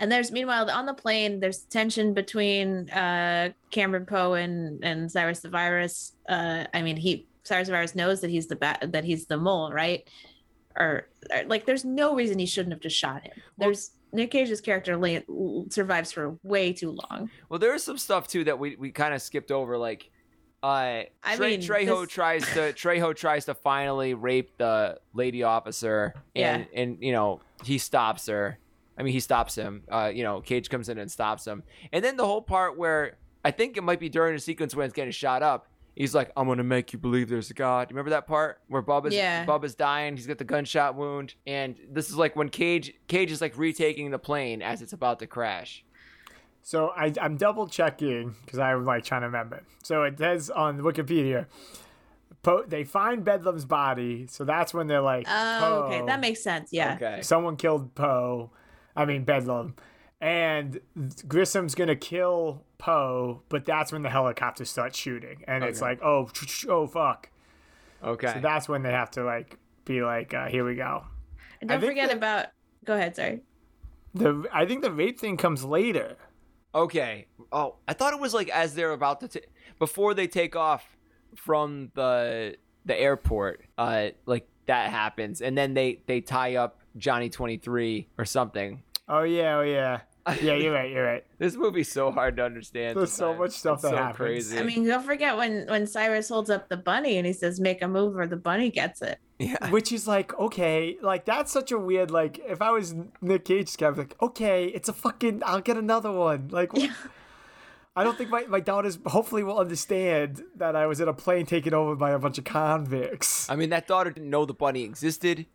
Speaker 3: And there's meanwhile on the plane, there's tension between uh, Cameron Poe and and Cyrus the Virus. Uh, I mean, he Cyrus the Virus knows that he's the bat that he's the mole, right? Or, or, like, there's no reason he shouldn't have just shot him. There's Nick Cage's character la- survives for way too long.
Speaker 1: Well, there is some stuff too that we, we kind of skipped over. Like, uh,
Speaker 3: I
Speaker 1: Tre-
Speaker 3: mean,
Speaker 1: Trejo
Speaker 3: this-
Speaker 1: tries to Trejo tries to finally rape the lady officer, and and you know he stops her. I mean, he stops him. Uh, you know, Cage comes in and stops him, and then the whole part where I think it might be during the sequence when it's getting shot up. He's like, I'm gonna make you believe there's a god. You remember that part where Bubba's
Speaker 3: Yeah.
Speaker 1: Bubba's dying. He's got the gunshot wound, and this is like when Cage Cage is like retaking the plane as it's about to crash.
Speaker 4: So I, I'm double checking because I'm like trying to remember. So it says on Wikipedia, po- they find Bedlam's body. So that's when they're like,
Speaker 3: Oh, okay,
Speaker 4: "Poe,
Speaker 3: that makes sense. Yeah.
Speaker 1: Okay.
Speaker 4: someone killed Poe. I mean Bedlam, and Grissom's gonna kill Poe. But that's when the helicopter starts shooting, and it's
Speaker 1: Okay.
Speaker 4: like, oh, oh fuck.
Speaker 1: Okay.
Speaker 4: So that's when they have to like be like, uh, here we go.
Speaker 3: And don't
Speaker 4: think
Speaker 3: forget
Speaker 4: that-
Speaker 3: about. Go ahead. Sorry.
Speaker 4: The I think the rape thing comes later.
Speaker 1: Okay. Oh, I thought it was like as they're about to t- before they take off from the the airport. Uh, like that happens, and then they they tie up Johnny Twenty Three or something.
Speaker 4: Oh yeah, oh yeah. Yeah, you're right, you're right.
Speaker 1: This movie's so hard to understand.
Speaker 4: There's so
Speaker 1: sometimes.
Speaker 4: much stuff
Speaker 1: It's
Speaker 4: that
Speaker 1: so
Speaker 4: happens.
Speaker 1: Crazy.
Speaker 3: I mean, don't forget when when Cyrus holds up the bunny and he says, "Make a move, or the bunny gets it."
Speaker 8: Yeah.
Speaker 4: Which is like, okay, like that's such a weird like if I was Nick Cage I'd be like, okay, it's a fucking I'll get another one. Like what- I don't think my, my daughters hopefully will understand that I was in a plane taken over by a bunch of convicts.
Speaker 1: I mean, that daughter didn't know the bunny existed.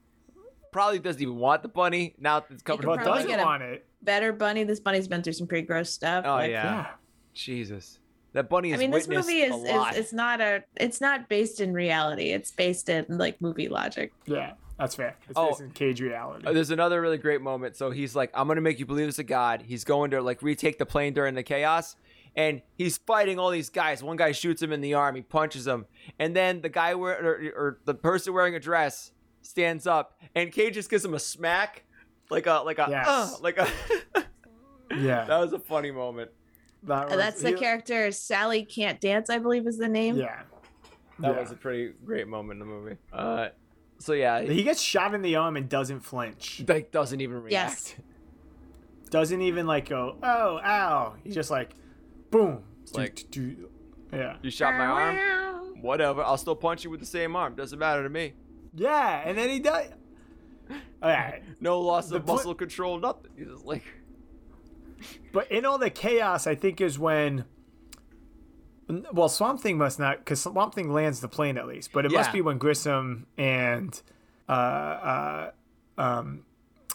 Speaker 1: Probably doesn't even want the bunny. Now it's covered.
Speaker 4: But
Speaker 3: Probably
Speaker 4: doesn't
Speaker 3: get a-
Speaker 4: want it.
Speaker 3: Better bunny. This bunny's been through some pretty gross stuff.
Speaker 1: Oh
Speaker 3: like-
Speaker 1: yeah.
Speaker 4: Yeah.
Speaker 1: Jesus. That bunny
Speaker 3: I
Speaker 1: is
Speaker 3: mean, this
Speaker 1: witnessed
Speaker 3: movie is,
Speaker 1: a lot.
Speaker 3: is it's not a it's not based in reality. It's based in like movie logic.
Speaker 4: Yeah, that's fair. It's
Speaker 1: Oh.
Speaker 4: based in cage reality.
Speaker 1: Uh, There's another really great moment. So he's like, I'm gonna make you believe it's a god. He's going to like retake the plane during the chaos, and he's fighting all these guys. One guy shoots him in the arm, he punches him, and then the guy wear or, or the person wearing a dress stands up, and Cage just gives him a smack, like a like a
Speaker 4: Yes.
Speaker 1: "Uh," like a.
Speaker 4: yeah.
Speaker 1: that was a funny moment.
Speaker 4: that was-
Speaker 3: That's the
Speaker 4: Oh, he-
Speaker 3: character Sally Can't Dance, I believe is the name.
Speaker 4: Yeah.
Speaker 1: That
Speaker 4: Yeah.
Speaker 1: was a pretty great moment in the movie. Uh, so yeah, he
Speaker 4: He gets shot in the arm and doesn't flinch.
Speaker 1: like doesn't even react.
Speaker 3: Yes.
Speaker 4: doesn't even like go, oh, ow. He just like, boom.
Speaker 1: like-
Speaker 4: do, do. Yeah.
Speaker 1: You shot my arm. Whatever. I'll still punch you with the same arm. Doesn't matter to me.
Speaker 4: Yeah. And then he does. All right.
Speaker 1: No loss
Speaker 4: The
Speaker 1: of
Speaker 4: pl-
Speaker 1: muscle control. Nothing. He's just like.
Speaker 4: But in all the chaos, I think is when. Well, Swamp Thing must not, because Swamp Thing lands the plane at least, but it must
Speaker 1: Yeah.
Speaker 4: be when Grissom and, uh, uh, um,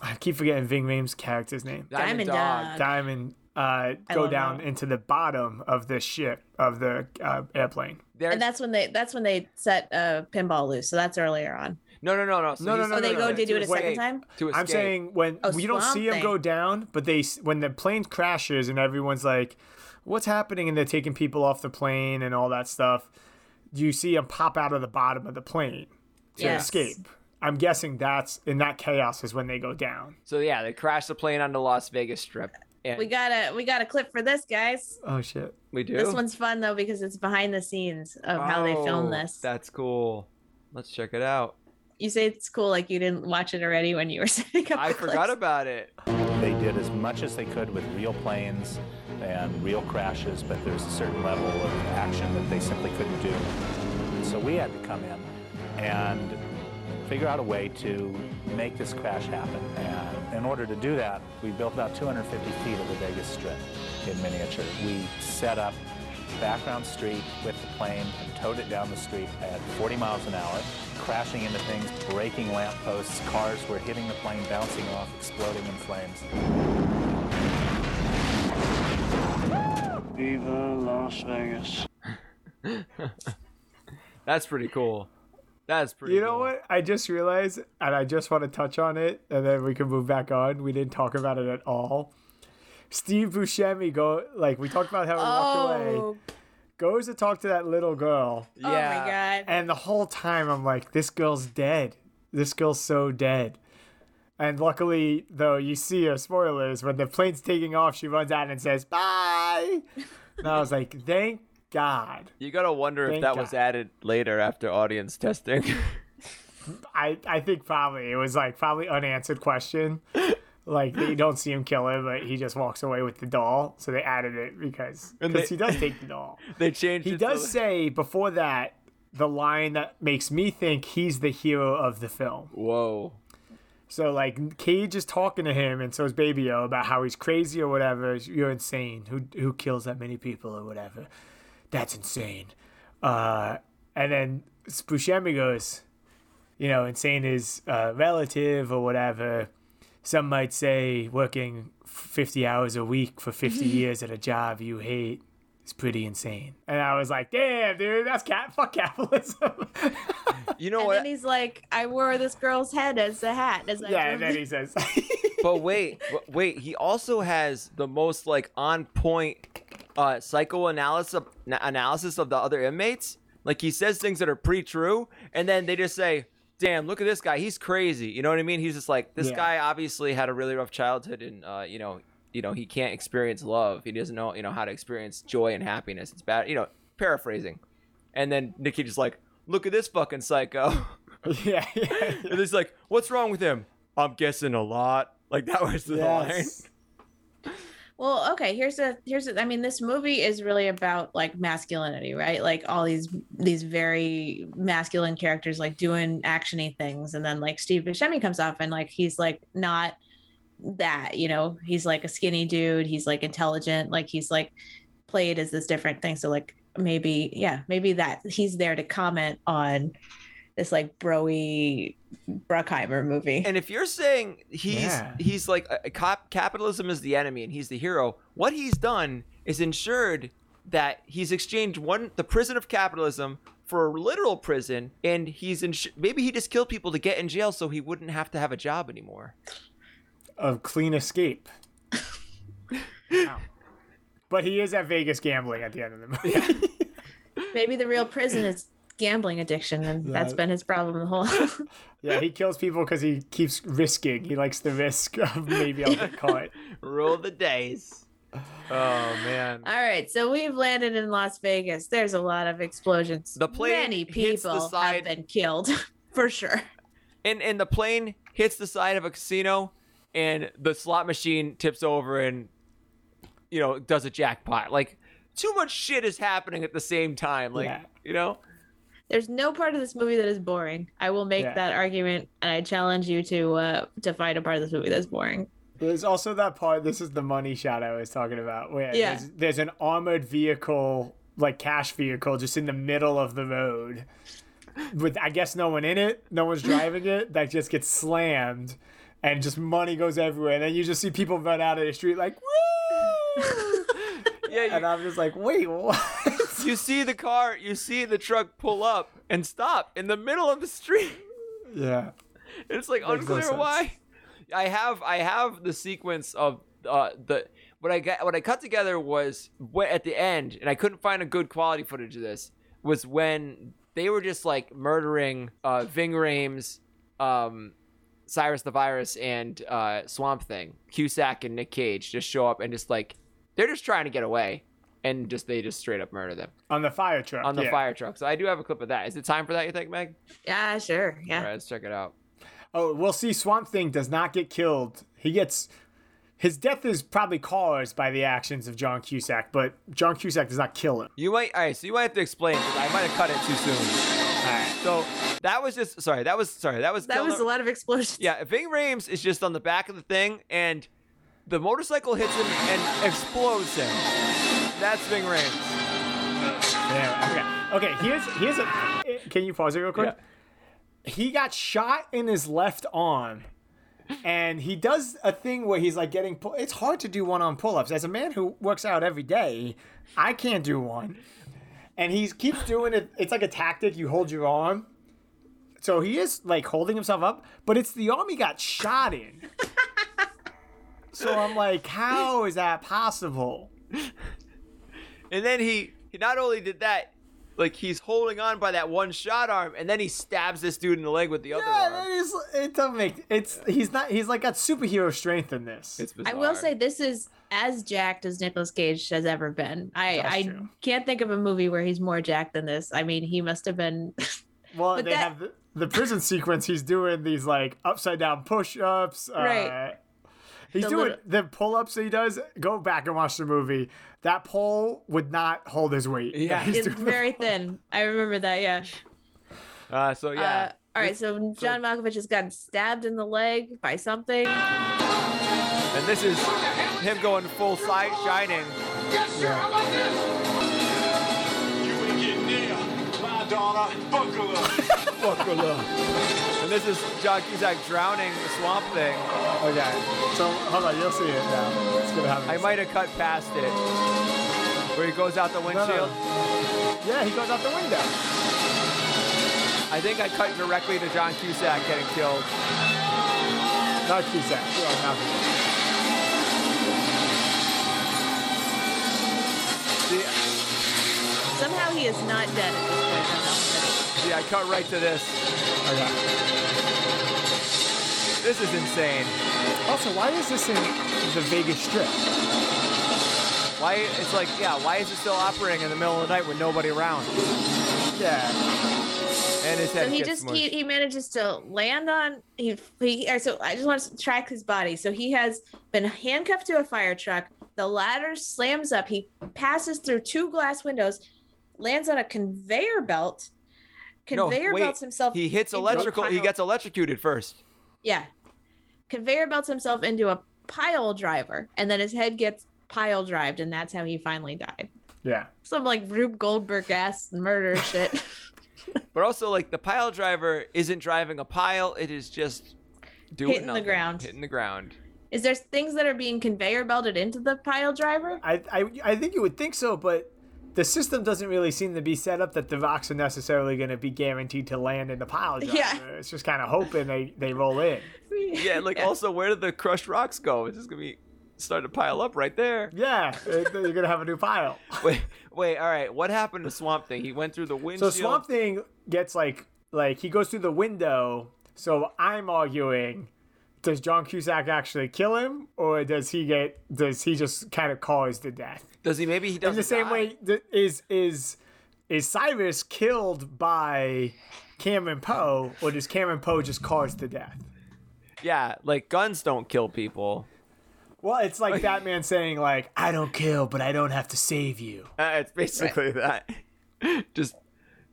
Speaker 4: I keep forgetting Ving Rhames' character's name,
Speaker 3: Diamond Dog.
Speaker 4: Diamond, uh, go
Speaker 3: love
Speaker 4: down
Speaker 3: that.
Speaker 4: into the bottom of the ship of the uh, airplane.
Speaker 1: There-
Speaker 3: And that's when they that's when they set uh pinball loose. So that's earlier on.
Speaker 1: no, no, no, no. So
Speaker 4: No, no,
Speaker 1: he's-
Speaker 4: no,
Speaker 3: Oh, they
Speaker 4: no,
Speaker 3: go
Speaker 4: no,
Speaker 3: to do it a
Speaker 4: to
Speaker 3: second
Speaker 1: escape.
Speaker 3: time?
Speaker 1: To escape.
Speaker 4: I'm saying when
Speaker 3: Oh,
Speaker 4: we don't
Speaker 3: Swamp
Speaker 4: see them go
Speaker 3: Thing.
Speaker 4: down, but they s- when the plane crashes and everyone's like, "What's happening?" and they're taking people off the plane and all that stuff. You see them pop out of the bottom of the plane to
Speaker 3: Yes.
Speaker 4: escape. I'm guessing that's in that chaos is when they go down.
Speaker 1: So yeah, they crash the plane on the Las Vegas Strip. And
Speaker 3: We got a we got a clip for this, guys.
Speaker 4: Oh shit!
Speaker 1: we do.
Speaker 3: This one's fun though because it's behind the scenes of how they
Speaker 1: Oh,
Speaker 3: filmed this.
Speaker 1: That's cool. Let's check it out.
Speaker 3: You say it's cool like you didn't watch it already when you were setting up.
Speaker 1: I
Speaker 3: the
Speaker 1: forgot
Speaker 3: clips.
Speaker 1: about it.
Speaker 12: They did as much as they could with real planes and real crashes, but there's a certain level of action that they simply couldn't do. So we had to come in and figure out a way to make this crash happen. And in order to do that, we built about 250 feet of the Vegas Strip in miniature. We set up background street with the plane and towed it down the street at 40 miles an hour, crashing into things, breaking lampposts, cars were hitting the plane, bouncing off, exploding in flames.
Speaker 7: Viva Las Vegas.
Speaker 1: That's pretty cool. That's pretty.
Speaker 4: You know
Speaker 1: cool.
Speaker 4: what? I just realized, and I just want to touch on it, and then we can move back on. We didn't talk about it at all. Steve Buscemi go like we talked about how he walked away.
Speaker 3: Oh,
Speaker 4: Goes to talk to that little girl.
Speaker 3: oh my god.
Speaker 4: And the whole time I'm like, this girl's dead. This girl's so dead. And luckily, though, you see her, spoilers, when the plane's taking off, she runs out and says, bye. And I was like, thank God.
Speaker 1: You gotta wonder if
Speaker 4: Thank
Speaker 1: that was
Speaker 4: God.
Speaker 1: added later after audience testing.
Speaker 4: I, I think probably it was like probably unanswered question. Like you don't see him kill her, but he just walks away with the doll. So they added it because
Speaker 1: And
Speaker 4: because
Speaker 1: they-
Speaker 4: he does take the doll.
Speaker 1: they changed.
Speaker 4: He
Speaker 1: it to-
Speaker 4: does say before that the line that makes me think he's the hero of the film.
Speaker 1: Whoa.
Speaker 4: So like Cage is talking to him, and so is Baby O about how he's crazy or whatever. You're insane. Who who kills that many people or whatever? That's insane. Uh, and then Buscemi goes, you know, insane is uh, relative or whatever. Some might say working 50 hours a week for 50 years at a job you hate is pretty insane. And I was like, damn, dude, that's cat fuck capitalism.
Speaker 1: You know
Speaker 3: And
Speaker 1: what?
Speaker 3: then he's like, I wore this girl's head as a hat. As I
Speaker 4: yeah, and
Speaker 3: drove
Speaker 4: then he says.
Speaker 1: but wait, but wait. He also has the most like on point uh, psychoanalysis analysis of the other inmates. Like he says things that are pretty true, and then they just say, "Damn, look at this guy. He's crazy." You know what I mean? He's just like, "This
Speaker 4: Yeah.
Speaker 1: guy obviously had a really rough childhood, and uh, you know, you know, he can't experience love. He doesn't know, you know, how to experience joy and happiness. It's bad." You know, paraphrasing. And then Nikki just like, "Look at this fucking psycho."
Speaker 4: yeah, yeah, yeah.
Speaker 1: And it's like, what's wrong with him? I'm guessing a lot. Like that was the line.
Speaker 3: Well, okay. Here's a here's a, I mean, this movie is really about like masculinity, right? Like all these these very masculine characters like doing actiony things, and then like Steve Buscemi comes up and like he's like not that, you know. He's like a skinny dude. He's like intelligent. Like he's like played as this different thing. So like maybe yeah, maybe that he's there to comment on this like broy Bruckheimer movie.
Speaker 1: And if you're saying he's
Speaker 4: Yeah.
Speaker 1: he's like a, a cop, capitalism is the enemy and he's the hero, what he's done is ensured that he's exchanged one the prison of capitalism for a literal prison, and he's ins- maybe he just killed people to get in jail so he wouldn't have to have a job anymore.
Speaker 4: of clean escape. Wow. But he is at Vegas gambling at the end of the movie.
Speaker 3: Maybe the real prison is gambling addiction, and that's
Speaker 4: Yeah.
Speaker 3: been his problem the whole.
Speaker 4: yeah, he kills people because he keeps risking. He likes the risk of maybe I'll get caught.
Speaker 1: Roll the dice. Oh man.
Speaker 3: All right, so we've landed in Las Vegas. There's a lot of explosions.
Speaker 1: The plane
Speaker 3: Many
Speaker 1: hits the
Speaker 3: people
Speaker 1: side-
Speaker 3: have been killed, for sure.
Speaker 1: and and the plane hits the side of a casino and the slot machine tips over and you know does a jackpot like too much shit is happening at the same time like
Speaker 4: Yeah.
Speaker 1: you know
Speaker 3: There's no part of this movie that is boring. I will make
Speaker 4: Yeah.
Speaker 3: that argument, and I challenge you to uh, to find a part of this movie that's boring.
Speaker 4: There's also that part. This is the money shot I was talking about. Where
Speaker 3: Yeah.
Speaker 4: there's, there's an armored vehicle, like cash vehicle, just in the middle of the road, with I guess no one in it, no one's driving it. That just gets slammed, and just money goes everywhere. And then you just see people run out of the street like, "Woo!"
Speaker 1: yeah
Speaker 4: and I'm just like, "Wait, what?"
Speaker 1: you, you see the car you see the truck pull up and stop in the middle of the street
Speaker 4: yeah.
Speaker 1: it's like
Speaker 4: no
Speaker 1: unclear
Speaker 4: sense.
Speaker 1: why i have i have the sequence of uh the what i got what i cut together was what at the end and i couldn't find a good quality footage of this was when they were just like murdering uh ving rames um cyrus the virus and uh swamp thing cusack and nick cage just show up and just like they're just trying to get away and just they just straight up murder them
Speaker 4: On the fire truck.
Speaker 1: on the
Speaker 4: yeah.
Speaker 1: fire truck so i do have a clip of that is it time for that you think meg
Speaker 3: Yeah, sure. Yeah.
Speaker 1: all right let's check it out
Speaker 4: Oh, we'll see. Swamp Thing does not get killed. He gets his death is probably caused by the actions of John Cusack, but John Cusack does not kill him.
Speaker 1: You might, all right. So you might have to explain because I might have cut it too soon.
Speaker 4: All right.
Speaker 1: So that was just sorry. That was sorry. That was
Speaker 3: That
Speaker 1: kill
Speaker 3: was
Speaker 1: num-
Speaker 3: a lot of explosions.
Speaker 1: yeah. Ving Rames is just on the back of the thing, and the motorcycle hits him and explodes him. That's Ving Rames.
Speaker 4: There, okay. Okay. Here's here's a. Can you pause it real quick? He got shot in his left arm, and he does a thing where he's like getting. Pull- it's hard to do one-arm pull-ups. As a man who works out every day, I can't do one. And he keeps doing it. It's like a tactic. You hold your arm. So he is like holding himself up, but it's the arm he got shot in. so I'm like, how is that possible?
Speaker 1: And then he, he not only did that, like he's holding on by that one shot arm, and then he stabs this dude in the leg with the other
Speaker 4: Yeah,
Speaker 1: arm.
Speaker 4: that is. It doesn't make. It's. He's not. He's like got superhero strength in this.
Speaker 1: It's bizarre.
Speaker 3: I will say this is as jacked as Nicolas Cage has ever been. I
Speaker 4: That's
Speaker 3: I
Speaker 4: true.
Speaker 3: can't think of a movie where he's more jacked than this. I mean, he must have been
Speaker 4: well,
Speaker 3: but
Speaker 4: they
Speaker 3: that-
Speaker 4: have the, the prison sequence. He's doing these like upside down push ups. Uh,
Speaker 3: Right.
Speaker 4: he's
Speaker 3: The
Speaker 4: doing
Speaker 3: little-
Speaker 4: the pull ups that he does. Go back and watch the movie. That pole would not hold his weight.
Speaker 1: Yeah.
Speaker 4: He's
Speaker 3: it's
Speaker 4: doing-
Speaker 3: very thin. I remember that. Yeah.
Speaker 1: Uh, so yeah.
Speaker 3: Uh, all right. So John Malkovich has gotten stabbed in the leg by something. Uh,
Speaker 1: and this is him going full sight shining.
Speaker 13: You ain't getting near. My daughter, buckle up.
Speaker 1: Buckle up. And this is John Cusack drowning the swamp thing.
Speaker 4: okay. So hold on, you'll see it now. It's gonna happen.
Speaker 1: I might have cut past it. Where he goes out the
Speaker 4: No,
Speaker 1: windshield.
Speaker 4: no. Yeah, he goes out the window.
Speaker 1: I think I cut directly to John Cusack getting killed.
Speaker 4: Not Cusack. Oh, not-
Speaker 1: See,
Speaker 3: Somehow he is not dead at this point.
Speaker 1: see, I cut right to this.
Speaker 4: Okay.
Speaker 1: This is insane.
Speaker 4: Also, why is this in the Vegas Strip?
Speaker 1: Why? It's like, yeah, why is it still operating in the middle of the night with nobody around?
Speaker 4: Yeah.
Speaker 1: And And his head
Speaker 3: So he
Speaker 1: gets
Speaker 3: just
Speaker 1: smushed.
Speaker 3: he, he manages to land on he, he all right, so I just want to track his body. So he has been handcuffed to a fire truck. The ladder slams up. He passes through two glass windows, lands on a conveyor belt.
Speaker 8: No,
Speaker 3: Conveyor
Speaker 8: wait.
Speaker 3: belts himself.
Speaker 8: He hits
Speaker 3: into a
Speaker 8: electrical. He
Speaker 3: pile-
Speaker 8: gets electrocuted first.
Speaker 3: yeah. Conveyor belts himself into a pile driver, and then his head gets pile drived, and that's how he finally died.
Speaker 4: Yeah.
Speaker 3: Some like Rube Goldberg ass murder shit.
Speaker 1: But also, like the pile driver isn't driving a pile; it is just doing
Speaker 3: Hitting the
Speaker 1: nothing,
Speaker 3: ground.
Speaker 1: hitting the ground.
Speaker 3: Is there things that are being conveyor belted into the pile driver?
Speaker 4: I, I, I think you would think so, but the system doesn't really seem to be set up that the Vox are necessarily going to be guaranteed to land in the pile. Driver.
Speaker 3: Yeah.
Speaker 4: It's just kind of hoping they, they roll in.
Speaker 1: Yeah, like also, where did the crushed rocks go? It's just gonna be starting to pile up right there.
Speaker 4: Yeah. uh, You're going to have a new pile.
Speaker 1: Wait, wait, all right. What happened to Swamp Thing? He went through the
Speaker 4: So
Speaker 1: windshield.
Speaker 4: Swamp Thing gets like like he goes through the window. So I'm arguing, does John Cusack actually kill him, or does he get does he just kind of cause the death?
Speaker 1: Does he? Maybe he doesn't.
Speaker 4: In the same
Speaker 1: die.
Speaker 4: way th- is is is Cyrus killed by Cameron Poe, or does Cameron Poe just cause the death?
Speaker 1: Yeah, like guns don't kill people.
Speaker 4: Well, it's like Batman saying like, "I don't kill, but I don't have to save you."
Speaker 1: Uh, it's basically that. just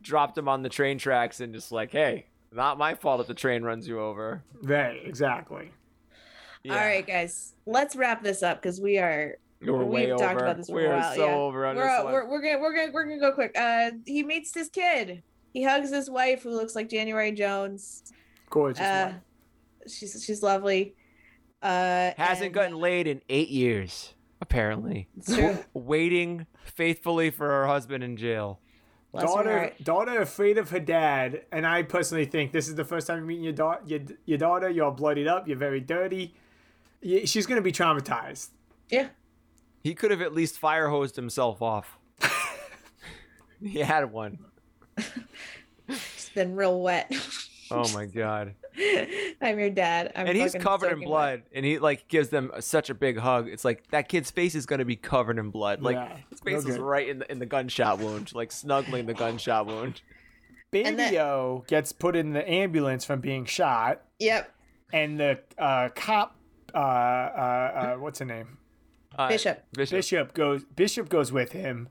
Speaker 1: dropped him on the train tracks and just like, hey, not my fault if the train runs you over.
Speaker 4: Right, exactly.
Speaker 3: All right, guys, let's wrap this up because we are
Speaker 1: We're way
Speaker 3: we've talked
Speaker 1: over.
Speaker 3: about this for
Speaker 1: We're
Speaker 3: a while.
Speaker 1: so
Speaker 3: yeah.
Speaker 1: over on
Speaker 3: we're,
Speaker 1: this
Speaker 3: uh,
Speaker 1: one.
Speaker 3: we're, we're gonna we're gonna we're gonna go quick. Uh, he meets this kid. He hugs his wife, who looks like January Jones.
Speaker 4: Gorgeous.
Speaker 3: Uh,
Speaker 4: one.
Speaker 3: she's she's lovely. Uh,
Speaker 1: Hasn't
Speaker 3: and-
Speaker 1: gotten laid in eight years, apparently.
Speaker 3: It's true.
Speaker 1: Waiting faithfully for her husband in jail.
Speaker 3: Bless her
Speaker 4: daughter
Speaker 3: heart.
Speaker 4: daughter afraid of her dad and i personally think this is the first time you're meeting your, da- your, your daughter you're all bloodied up you're very dirty Y- she's going to be traumatized
Speaker 3: Yeah.
Speaker 1: He could have at least fire hosed himself off. he had one.
Speaker 3: It's been real wet.
Speaker 1: Oh my god.
Speaker 3: I'm your dad. I'm
Speaker 1: And he's
Speaker 3: fucking
Speaker 1: covered in
Speaker 3: soaking wet.
Speaker 1: blood and he like gives them such a big hug. It's like that kid's face is going to be covered in blood. Like
Speaker 4: Yeah,
Speaker 1: his face
Speaker 4: no
Speaker 1: is
Speaker 4: good.
Speaker 1: right in the, in the gunshot wound, like snuggling the gunshot wound.
Speaker 3: And that-
Speaker 4: baby o gets put in the ambulance from being shot
Speaker 3: Yep.
Speaker 4: and the uh, cop uh, uh, uh, what's her name
Speaker 1: Uh,
Speaker 3: Bishop.
Speaker 1: Bishop.
Speaker 4: bishop goes bishop goes with him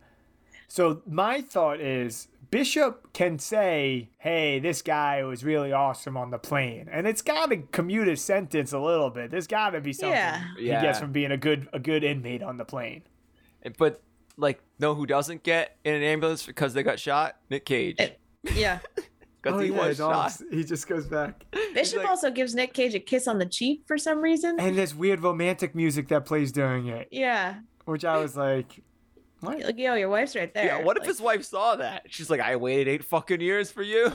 Speaker 4: so my thought is bishop can say hey this guy was really awesome on the plane and it's got to commute his sentence a little bit there's got to be something
Speaker 3: Yeah.
Speaker 4: he gets
Speaker 1: Yeah.
Speaker 4: from being a good a good inmate on the plane
Speaker 1: But like know who doesn't get in an ambulance because they got shot? Nick Cage.
Speaker 3: Oh, Yeah.
Speaker 1: Because he was shot.
Speaker 4: he just goes back
Speaker 3: Bishop
Speaker 1: like-
Speaker 3: also gives Nick Cage a kiss on the cheek for some reason.
Speaker 4: and there's weird romantic music that plays during it
Speaker 3: yeah.
Speaker 4: which i was like what
Speaker 3: Like, yo, your wife's right there.
Speaker 1: Yeah, what if
Speaker 3: Like-
Speaker 1: his wife saw that? She's like, I waited eight fucking years for you.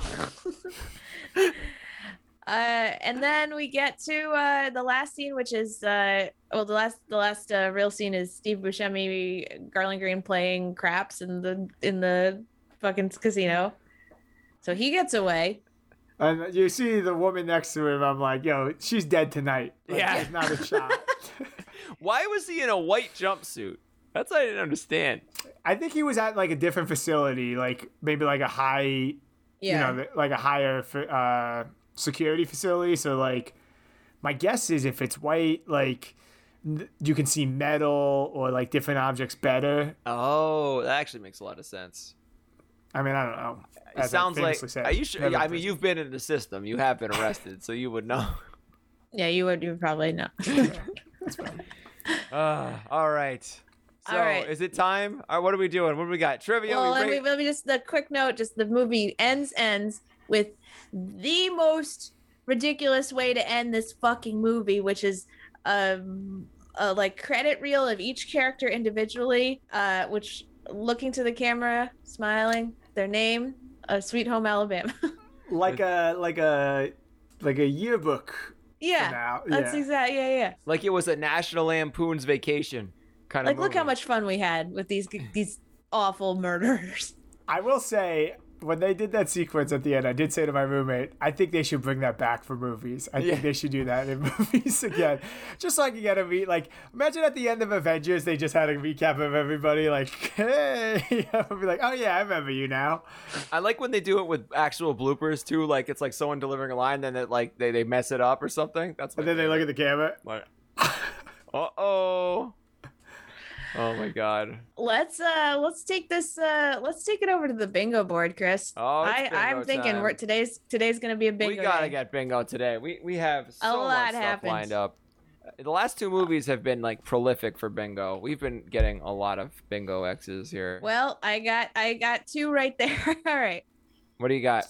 Speaker 3: Uh, and then we get to uh, the last scene, which is uh, well, the last the last uh, real scene is Steve Buscemi, Garland Green playing craps in the in the fucking casino. So he gets away.
Speaker 4: and you see the woman next to him i'm like yo she's dead tonight Like,
Speaker 1: Yeah.
Speaker 4: there's not a shot
Speaker 1: Why was he in a white jumpsuit? That's what I didn't understand.
Speaker 4: I think he was at like a different facility, like maybe like a high,
Speaker 3: Yeah.
Speaker 4: you know, like a higher uh, security facility. So like, my guess is if it's white, like n- you can see metal or like different objects better.
Speaker 1: Oh, that actually makes a lot of sense.
Speaker 4: I mean, I don't know.
Speaker 1: It sounds like are you sure? I mean,
Speaker 4: you.
Speaker 1: you've been in the system. You have been arrested, so you would know.
Speaker 3: yeah, you would you would probably know.
Speaker 1: Uh, all right. So,
Speaker 3: All right.
Speaker 1: is it time? Or what are we doing? What do we got? Trivia.
Speaker 3: well,
Speaker 1: we
Speaker 3: and we,
Speaker 1: rate-
Speaker 3: let me just the quick note. Just the movie ends ends with the most ridiculous way to end this fucking movie, which is um a like credit reel of each character individually, uh, which looking to the camera, smiling, their name, uh, Sweet Home Alabama.
Speaker 4: like a like a like a yearbook.
Speaker 3: yeah,
Speaker 4: now,
Speaker 3: that's
Speaker 4: yeah.
Speaker 3: exact. Yeah, yeah.
Speaker 1: Like it was a National Lampoon's Vacation kind
Speaker 3: Like,
Speaker 1: of.
Speaker 3: look how
Speaker 1: movie.
Speaker 3: much fun we had with these these awful murders.
Speaker 4: I will say when they did that sequence at the end, I did say to my roommate, I think they should bring that back for movies. I think they should do that in movies again. Just like you gotta be like imagine at the end of Avengers they just had a recap of everybody like, hey I'll be like, Oh yeah, I remember you now.
Speaker 1: I like when they do it with actual bloopers too. Like it's like someone delivering a line, then it like they, they mess it up or something. That's my
Speaker 4: And then they look at the camera.
Speaker 1: Uh oh. Oh my god.
Speaker 3: Let's uh let's take this uh let's take it over to the bingo board, Chris.
Speaker 1: Oh, it's
Speaker 3: I
Speaker 1: bingo
Speaker 3: I'm thinking we're
Speaker 1: time.
Speaker 3: today's today's gonna be a bingo.
Speaker 1: we gotta
Speaker 3: day.
Speaker 1: get bingo today. We we have so
Speaker 3: A lot
Speaker 1: much stuff
Speaker 3: happened.
Speaker 1: lined up. Uh, The last two movies have been like prolific for bingo. We've been getting a lot of bingo X's here.
Speaker 3: Well, I got I got two right there. All right.
Speaker 1: What do you got?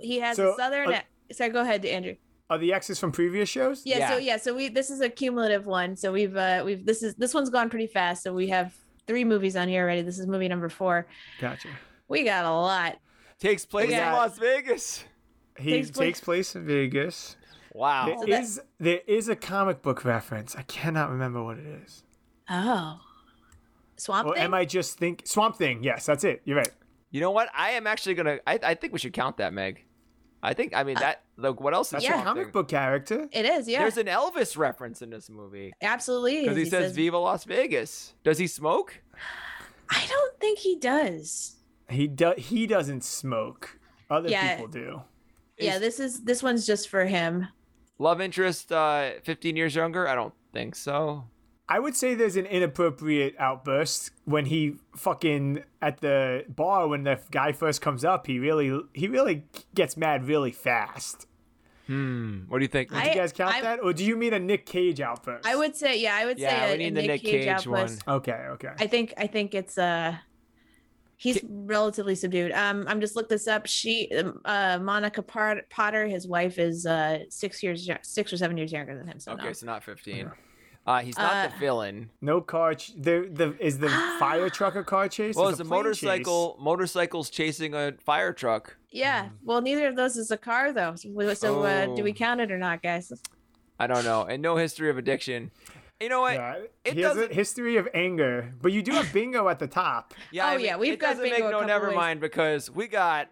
Speaker 3: He has
Speaker 4: So,
Speaker 3: a southern.
Speaker 4: uh,
Speaker 3: sorry, go ahead, Andrew.
Speaker 4: Are the X's from previous shows?
Speaker 3: Yeah, So yeah. So we this is a cumulative one. So we've uh we've this is this one's gone pretty fast. So we have three movies on here already. This is movie number four.
Speaker 4: Gotcha.
Speaker 3: We got a lot.
Speaker 1: Takes place
Speaker 3: Yeah.
Speaker 1: in Las Vegas.
Speaker 4: He
Speaker 3: Takes
Speaker 4: takes
Speaker 3: place-
Speaker 4: place, in Vegas. There
Speaker 1: Wow.
Speaker 4: is
Speaker 3: So that-
Speaker 4: there is a comic book reference. I cannot remember what it is.
Speaker 3: Oh, Swamp
Speaker 4: Or
Speaker 3: Thing.
Speaker 4: am I just think Swamp Thing? Yes, that's it. You're right.
Speaker 1: You know what? I am actually gonna. I, I think we should count that, Meg. I think. I mean that. Like, what else is
Speaker 4: That's
Speaker 3: Uh, Yeah.
Speaker 4: a
Speaker 1: Swamp
Speaker 4: comic
Speaker 1: Thing?
Speaker 4: book character.
Speaker 3: it is. Yeah.
Speaker 1: There's an Elvis reference in this movie
Speaker 3: Absolutely.
Speaker 1: because he, says, "Viva Las Vegas." Does he smoke?
Speaker 3: I don't think he does.
Speaker 4: He do- he doesn't smoke. Other
Speaker 3: Yeah.
Speaker 4: people do.
Speaker 3: yeah, this is this one's just for him.
Speaker 1: Love interest, uh, 15 years younger. I don't think so.
Speaker 4: I would say there's an inappropriate outburst when he fucking at the bar when the guy first comes up. He really he really gets mad really fast.
Speaker 1: Hmm. What do you think?
Speaker 4: Do
Speaker 3: I-
Speaker 4: you guys count
Speaker 3: I-
Speaker 4: that, or do you mean a Nick Cage outburst?
Speaker 3: I would say, yeah, I would
Speaker 1: Yeah,
Speaker 3: say
Speaker 1: we
Speaker 3: a,
Speaker 1: need
Speaker 3: a
Speaker 1: the Nick Cage
Speaker 3: outburst.
Speaker 1: one.
Speaker 4: Okay, okay.
Speaker 3: I think I think it's uh he's relatively subdued. Um, I'm just looked this up. She, um, uh, Monica Par- Potter, his wife is uh six years, yo- six or seven years younger than him. So
Speaker 1: okay,
Speaker 3: no.
Speaker 1: so not 15. Uh, he's not the
Speaker 3: Uh,
Speaker 1: villain.
Speaker 4: No car. Ch- the the is the fire truck a car chase?
Speaker 1: Well,
Speaker 4: There's
Speaker 1: it's a
Speaker 4: plane
Speaker 1: motorcycle. Motorcycles chasing a fire truck.
Speaker 3: yeah. Well, neither of those is a car though. So, we- so, uh, do we
Speaker 1: Oh.
Speaker 3: count it or not, guys?
Speaker 1: I don't know, and no history of addiction. You know what?
Speaker 4: chase. Yeah,
Speaker 1: It
Speaker 4: he has
Speaker 1: doesn't-
Speaker 4: a history of anger, but you do have bingo at the top.
Speaker 1: Yeah,
Speaker 3: Oh,
Speaker 1: I mean,
Speaker 3: yeah, we've
Speaker 1: it
Speaker 3: got
Speaker 1: doesn't
Speaker 3: bingo a
Speaker 1: make no
Speaker 3: couple
Speaker 1: never
Speaker 3: ways.
Speaker 1: mind because we got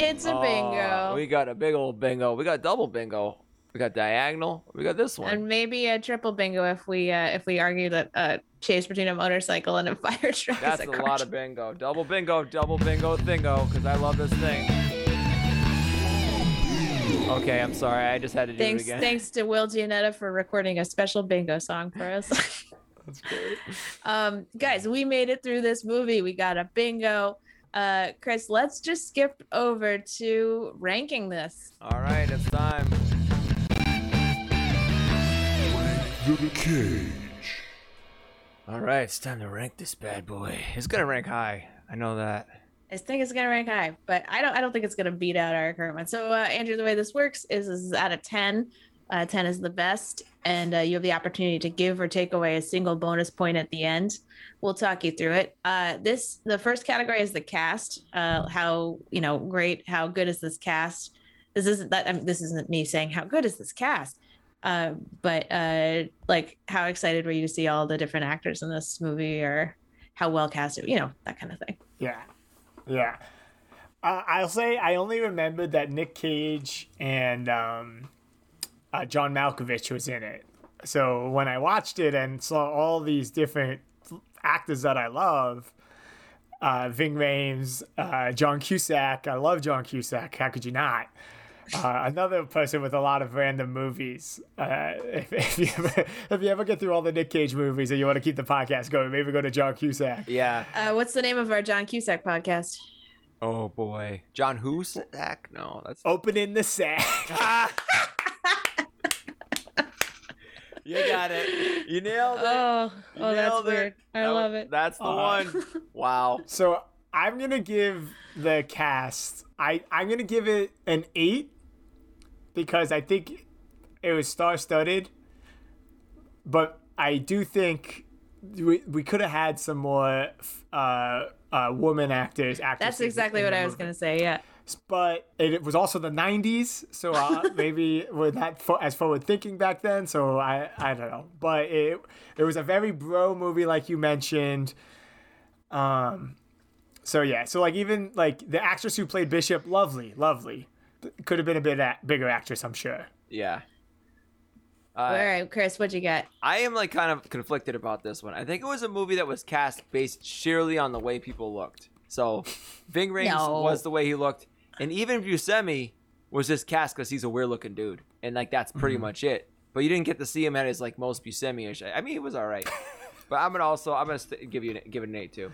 Speaker 3: It's a bingo.
Speaker 1: Uh, we got a big old bingo. We got double bingo. We got diagonal. We got this one.
Speaker 3: and maybe a triple bingo if we uh, if we argue that uh, chase between a motorcycle and a fire truck.
Speaker 1: That's
Speaker 3: is
Speaker 1: a
Speaker 3: a, car
Speaker 1: lot of bingo. Double bingo, double bingo, thingo, because I love this thing. Okay, I'm sorry. I just had to do
Speaker 3: Thanks,
Speaker 1: it again.
Speaker 3: thanks to Will Gianetta for recording a special bingo song for us. That's great. Um, guys, we made it through this movie. We got a bingo. Uh, Chris, let's just skip over to ranking this.
Speaker 1: All right, it's time. All right, it's time to rank this bad boy. It's gonna rank high. I know that.
Speaker 3: I think it's gonna rank high, but I don't. I don't think it's gonna beat out our current one. So, uh, Andrew, the way this works is, is out of ten, uh, ten is the best, and uh, you have the opportunity to give or take away a single bonus point at the end. We'll talk you through it. Uh, this the first category is the cast. Uh, how you know great? How good is this cast? This isn't that. I mean, this isn't me saying how good is this cast, uh, but uh, like how excited were you to see all the different actors in this movie, or how well cast it? You know that kind of thing.
Speaker 4: Yeah, yeah. Uh, I'll say I only remembered that Nick Cage and um, uh, John Malkovich was in it. So when I watched it and saw all these different actors that I love, uh, Ving Rhames, uh, John Cusack. I love John Cusack. How could you not? Uh, another person with a lot of random movies. Uh, if, if, you ever, if you ever get through all the Nick Cage movies and you want to keep the podcast going, maybe go to John Cusack.
Speaker 1: Yeah.
Speaker 3: Uh, what's the name of our John Cusack podcast?
Speaker 1: Oh boy. John Who's Zach? No, that's.
Speaker 4: Opening the sack.
Speaker 1: You got it. You nailed it.
Speaker 3: Oh,
Speaker 1: You
Speaker 3: oh, that's
Speaker 1: nailed it.
Speaker 3: weird. I
Speaker 1: That was-
Speaker 3: love it.
Speaker 1: That's the one. Wow.
Speaker 4: So I'm gonna give the cast. I I'm gonna give it an eight because I think it was star studded, but I do think we, we could have had some more f- uh, uh, woman actors.
Speaker 3: That's exactly what I was gonna say. Yeah.
Speaker 4: But it, it was also the 90s, so uh, maybe we're that fo- as forward thinking back then. So I, I don't know. But it, it was a very bro movie, like you mentioned. Um, so yeah, so like even like the actress who played Bishop, lovely, lovely, could have been a bit a- bigger actress, I'm sure.
Speaker 1: Yeah.
Speaker 3: All
Speaker 1: Uh,
Speaker 3: right, Chris, what you got?
Speaker 1: I am like kind of conflicted about this one. I think it was a movie that was cast based sheerly on the way people looked. So, Ving Rhames
Speaker 3: No.
Speaker 1: was the way he looked, and even Buscemi was just cast because he's a weird looking dude, and like that's pretty
Speaker 3: Mm-hmm.
Speaker 1: much it. But you didn't get to see him at his like most Buscemi-ish. I I mean, he was all right. but I'm gonna also I'm gonna st- give you an, give it an eight too.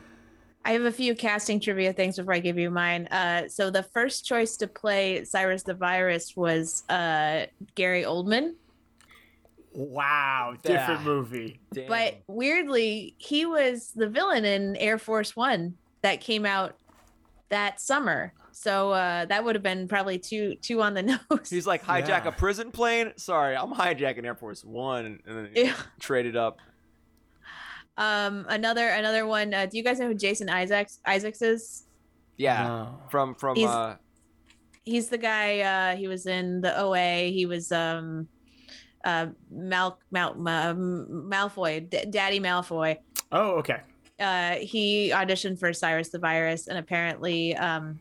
Speaker 3: I have a few casting trivia things before I give you mine. Uh, so the first choice to play Cyrus the Virus was uh, Gary Oldman,
Speaker 4: Wow, different
Speaker 1: Yeah.
Speaker 4: movie.
Speaker 1: Damn.
Speaker 3: but weirdly, he was the villain in Air Force One that came out that summer. So uh, that would have been probably two two on the nose.
Speaker 1: he's like hijack
Speaker 4: Yeah.
Speaker 1: a prison plane. Sorry, I'm hijacking Air Force One, and then he
Speaker 3: Yeah.
Speaker 1: traded up.
Speaker 3: Um, another another one. Uh, do you guys know who Jason Isaacs Isaacs is?
Speaker 1: Yeah,
Speaker 4: Oh,
Speaker 1: from from
Speaker 3: He's-
Speaker 1: uh,
Speaker 3: He's the guy. Uh, he was in the OA. He was um, uh, Mal Mal Ma- Malfoy, D- Daddy Malfoy.
Speaker 4: Oh, okay.
Speaker 3: Uh, he auditioned for Cyrus the Virus, and apparently, um,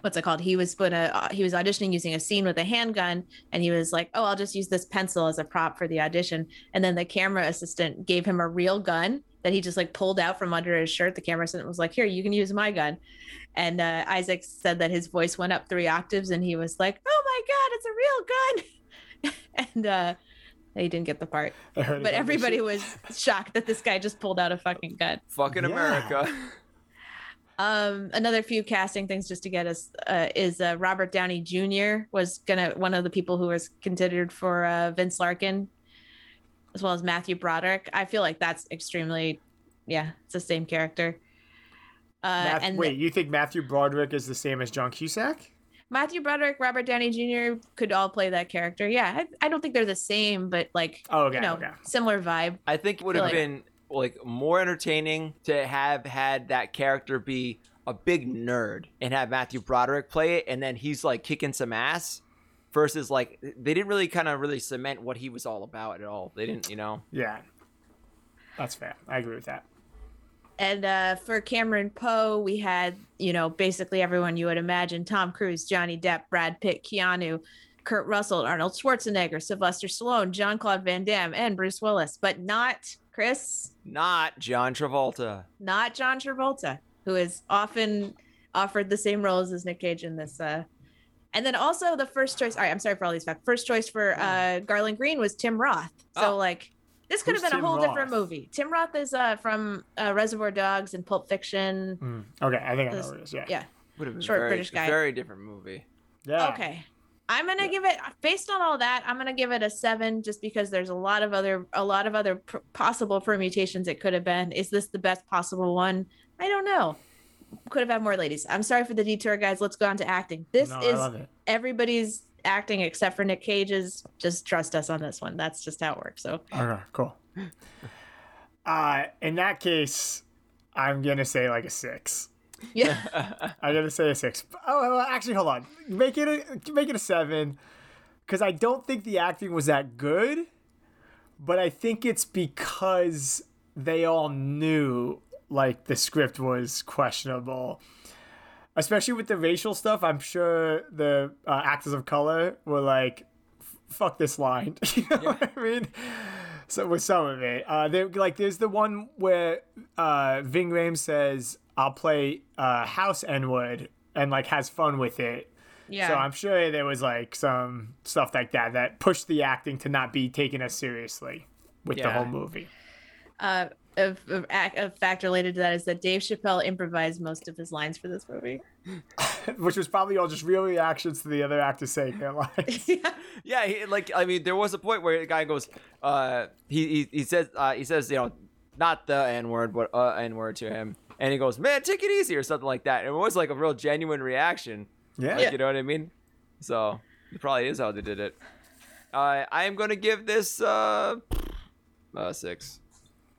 Speaker 3: what's it called? He was gonna uh, he was auditioning using a scene with a handgun, and he was like, "Oh, I'll just use this pencil as a prop for the audition." And then the camera assistant gave him a real gun that he just like pulled out from under his shirt. The camera assistant was like, "Here, you can use my gun." And uh, Isaac said that his voice went up three octaves, and he was like, "Oh my god, it's a real gun!" and uh, he didn't get the part,
Speaker 4: I heard
Speaker 3: but
Speaker 4: about this.
Speaker 3: everybody was shocked that this guy just pulled out a fucking gun.
Speaker 1: fucking
Speaker 4: Yeah.
Speaker 1: America.
Speaker 3: Um, another few casting things just to get us uh, is uh, Robert Downey Jr. was gonna one of the people who was considered for uh, Vince Larkin, as well as Matthew Broderick. I feel like that's extremely, yeah, it's the same character. Uh,
Speaker 4: Math-
Speaker 3: and
Speaker 4: wait, you think Matthew Broderick is the same as John Cusack?
Speaker 3: Matthew Broderick, Robert Downey Jr. could all play that character. Yeah, I, I don't think they're the same, but like,
Speaker 4: Oh, okay,
Speaker 3: you know,
Speaker 4: okay.
Speaker 3: similar vibe.
Speaker 1: I think it would
Speaker 3: feel
Speaker 1: have
Speaker 3: like-
Speaker 1: been like more entertaining to have had that character be a big nerd and have Matthew Broderick play it, and then he's like kicking some ass. Versus like they didn't really kind of really cement what he was all about at all. They didn't, you know.
Speaker 4: Yeah, that's fair. I agree with that.
Speaker 3: And uh, for Cameron Poe, we had, you know, basically everyone you would imagine Tom Cruise, Johnny Depp, Brad Pitt, Keanu, Kurt Russell, Arnold Schwarzenegger, Sylvester Stallone, John Claude Van Damme, and Bruce Willis, but not Chris,
Speaker 1: Not John Travolta.
Speaker 3: not John Travolta, who is often offered the same roles as Nick Cage in this. Uh... And then also the first choice, all right, I'm sorry for all these facts. First choice for uh, Garland Green was Tim Roth. So,
Speaker 1: Oh.
Speaker 3: like, this could
Speaker 4: Mm. Who's
Speaker 3: have been
Speaker 4: Tim
Speaker 3: a whole different
Speaker 4: Roth?
Speaker 3: movie. Tim Roth is uh, from uh, Reservoir Dogs and Pulp Fiction.
Speaker 4: Mm. Okay, I think I know
Speaker 3: Those-
Speaker 4: who it is. Yeah.
Speaker 3: yeah.
Speaker 1: Would have been
Speaker 3: Short
Speaker 1: very,
Speaker 3: British guy.
Speaker 1: Very different movie.
Speaker 4: Yeah.
Speaker 3: Okay. I'm gonna give it based on all that. I'm gonna give it a seven, just because there's a lot of other a lot of other pr- possible permutations it could have been. Is this the best possible one? I don't know. Could have had more ladies. I'm sorry for the detour, guys. Let's go on to acting. This
Speaker 4: No, I love
Speaker 3: is
Speaker 4: it.
Speaker 3: everybody's acting except for Nick Cage's. Just trust us on this one. That's just how it works. So
Speaker 4: Okay, cool. Uh, in that case, I'm gonna say like a six.
Speaker 3: yeah,
Speaker 4: I'm gonna say a six. Oh, well, actually, hold on. Make it a make it a seven, because I don't think the acting was that good, but I think it's because they all knew like the script was questionable, especially with the racial stuff. I'm sure the uh, actors of color were like, "F- "Fuck this line," you know what I mean? So with some of it, uh, there like there's the one where uh, Ving Rhames says, "I'll play uh, House N word," and like has fun with it.
Speaker 3: yeah.
Speaker 4: So I'm sure there was like some stuff like that that pushed the acting to not be taken as seriously with the
Speaker 1: Yeah.
Speaker 4: whole movie.
Speaker 3: uh, a, a, a fact related to that is that Dave Chappelle improvised most of his lines for this movie.
Speaker 4: which was probably all just real reactions to the other actors saying their lines.
Speaker 1: Yeah, he, like I mean, there was a point where the guy goes, uh, he he, he says uh, he says you know, not the n word, but uh, n word to him, and he goes, man, take it easy or something like that. And it was like a real genuine reaction.
Speaker 4: Yeah.
Speaker 1: Like, You know what I mean? So it probably is how they did it. Uh, I am gonna give this uh, uh six,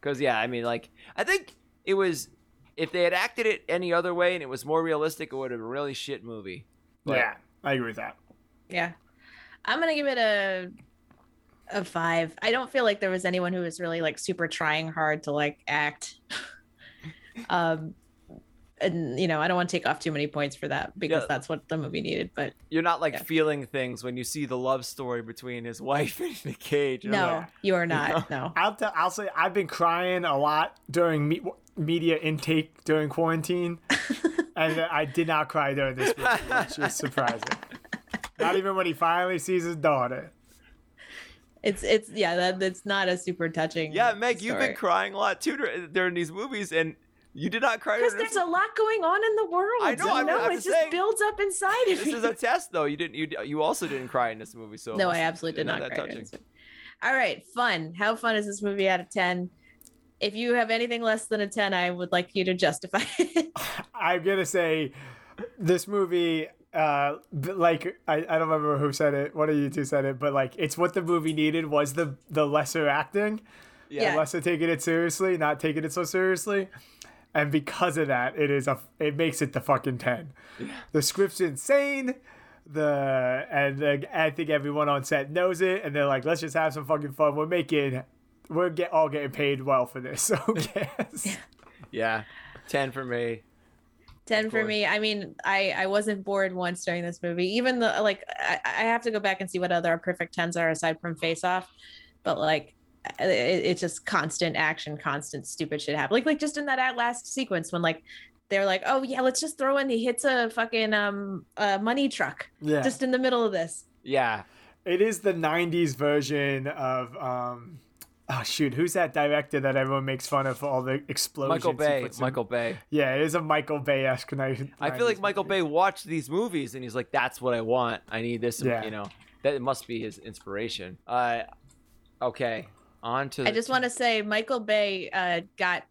Speaker 1: because yeah, I mean, like I think it was if they had acted it any other way and it was more realistic, it would have been a really shit movie. But
Speaker 4: yeah, I agree with that.
Speaker 3: Yeah. I'm gonna give it a a five. I don't feel like there was anyone who was really like super trying hard to like act. um and you know, I don't want to take off too many points for that because
Speaker 1: Yeah.
Speaker 3: that's what the movie needed. But
Speaker 1: You're not like
Speaker 3: Yeah.
Speaker 1: feeling things when you see the love story between his wife and the cage. You're
Speaker 3: no,
Speaker 1: like,
Speaker 3: you are not. No.
Speaker 4: I'll tell, I'll say I've been crying a lot during me- media intake during quarantine, and I did not cry during this movie, which is surprising. Not even when he finally sees his daughter.
Speaker 3: It's it's yeah, that that's not a super touching.
Speaker 1: yeah, Meg, you've been
Speaker 3: story.
Speaker 1: crying a lot too dur- during these movies, and you did not cry.
Speaker 3: Because
Speaker 1: during this
Speaker 3: there's a lot going on in the world.
Speaker 1: I know,
Speaker 3: you
Speaker 1: I'm- I'm
Speaker 3: it
Speaker 1: just
Speaker 3: just
Speaker 1: saying,
Speaker 3: builds up inside of
Speaker 1: this
Speaker 3: you.
Speaker 1: is a test though. You didn't. You you also didn't cry in this movie. So
Speaker 3: no, I
Speaker 1: it's
Speaker 3: absolutely did
Speaker 1: not
Speaker 3: not.
Speaker 1: that
Speaker 3: cry
Speaker 1: touching.
Speaker 3: during this movie. All right, fun. How fun is this movie out of ten? If you have anything less than a ten, I would like you to justify it.
Speaker 4: I'm gonna say this movie. Uh, b- like I, I don't remember who said it. One of you two said it, but like it's what the movie needed was the the lesser acting,
Speaker 3: yeah,
Speaker 4: lesser taking it seriously, not taking it so seriously, and because of that, it is a it makes it the fucking ten. The script's insane. The and like, I think everyone on set knows it, and they're like, let's just have some fucking fun. We're making. We're get all getting paid well for this, so yes.
Speaker 1: yeah, ten for me.
Speaker 3: ten for
Speaker 1: course.
Speaker 3: me. I mean, I I wasn't bored once during this movie. Even the like, I, I have to go back and see what other perfect tens are aside from Face Off, but like. It, it's just constant action, constant stupid shit happen. Like, like just in that at- last sequence when like they're like, oh yeah, let's just throw in he hits a fucking um uh, money truck
Speaker 4: Yeah.
Speaker 3: just in the middle of this.
Speaker 1: Yeah,
Speaker 4: It is the '90s version of um, oh shoot, who's that director that everyone makes fun of for all the explosions?
Speaker 1: Michael Bay.
Speaker 4: sequences?
Speaker 1: Michael Bay.
Speaker 4: Yeah, it is a Michael Bay-esque. ni-
Speaker 1: I feel
Speaker 4: 90s
Speaker 1: like Michael Bay watched these movies and he's like, "That's what I want. I need this."
Speaker 4: Yeah.
Speaker 1: You know, that it must be his inspiration. Uh, okay, on to.
Speaker 3: I just want to say Michael Bay uh, got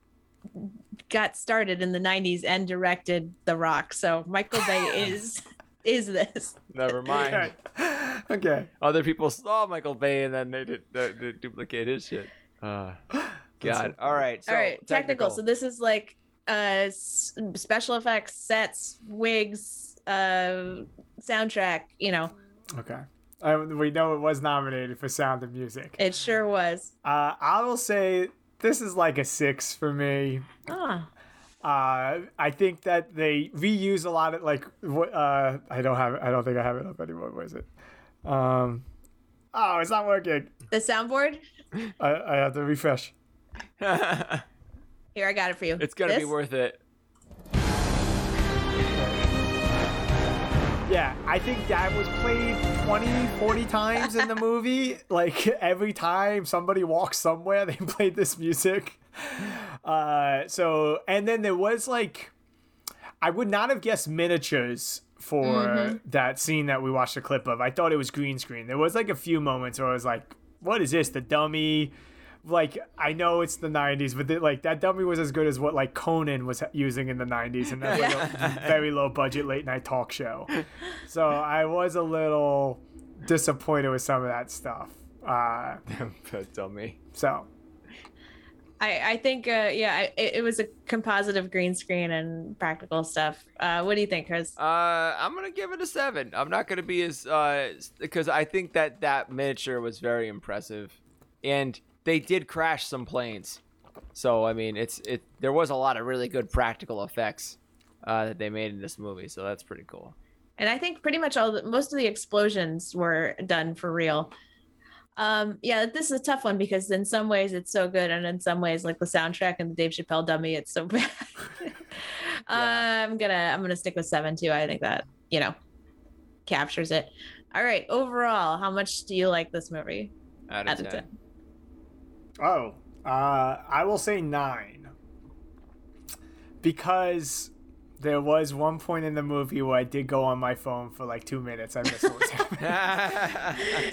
Speaker 3: got started in the '90s and directed The Rock, so Michael Bay is is this.
Speaker 1: Never mind.
Speaker 4: Okay. okay.
Speaker 1: Other people saw Michael Bay and then they did they, they duplicate his shit. Uh, God. All right. So
Speaker 3: All right, technical. So this is like uh, s- special effects, sets, wigs, uh, soundtrack. You know,
Speaker 4: Okay. I, we know it was nominated for Sound of Music.
Speaker 3: it sure was.
Speaker 4: Uh, I will say this is like a six for me.
Speaker 3: Ah,
Speaker 4: Uh, I think that they reuse a lot of like. wh- Uh, I don't have. I don't think I have it up anymore. Where is it? Um, oh, it's not working.
Speaker 3: the soundboard.
Speaker 4: I, I have to refresh.
Speaker 3: Here, I got it for you.
Speaker 1: it's gonna be
Speaker 3: This?
Speaker 1: worth it.
Speaker 4: Yeah, I think that was played 20, 40 times in the movie. Like every time somebody walks somewhere, they played this music. Uh, so, and then there was like, I would not have guessed miniatures for that scene that we watched a clip of. I thought it was green screen. There was like a few moments where I was like, what is this? The dummy? Like I know it's the '90s, but the, like that dummy was as good as what like Conan was using in the '90s, and that's like a very low budget late night talk show. So I was a little disappointed with some of that stuff. Uh,
Speaker 1: Dummy.
Speaker 4: so
Speaker 3: I, I think uh, yeah, I, it, it was a composite of green screen and practical stuff. Uh, what do you think, Chris?
Speaker 1: Uh, I'm gonna give it a seven. I'm not gonna be as uh because I think that that miniature was very impressive, and they did crash some planes. So I mean, it's it. There was a lot of really good practical effects uh, that they made in this movie, so that's pretty cool.
Speaker 3: and I think pretty much all the, most of the explosions were done for real. Um, yeah, this is a tough one because in some ways it's so good, and in some ways, like the soundtrack and the Dave Chappelle dummy, it's so bad. I'm gonna I'm gonna stick with seven too. I think that you know captures it. All right, overall, how much do you like this movie?
Speaker 1: Out
Speaker 3: Out
Speaker 1: of
Speaker 3: of
Speaker 1: ten.
Speaker 4: Oh, uh, I will say nine. Because there was one point in the movie where I did go on my phone for like two minutes. I missed what was happening.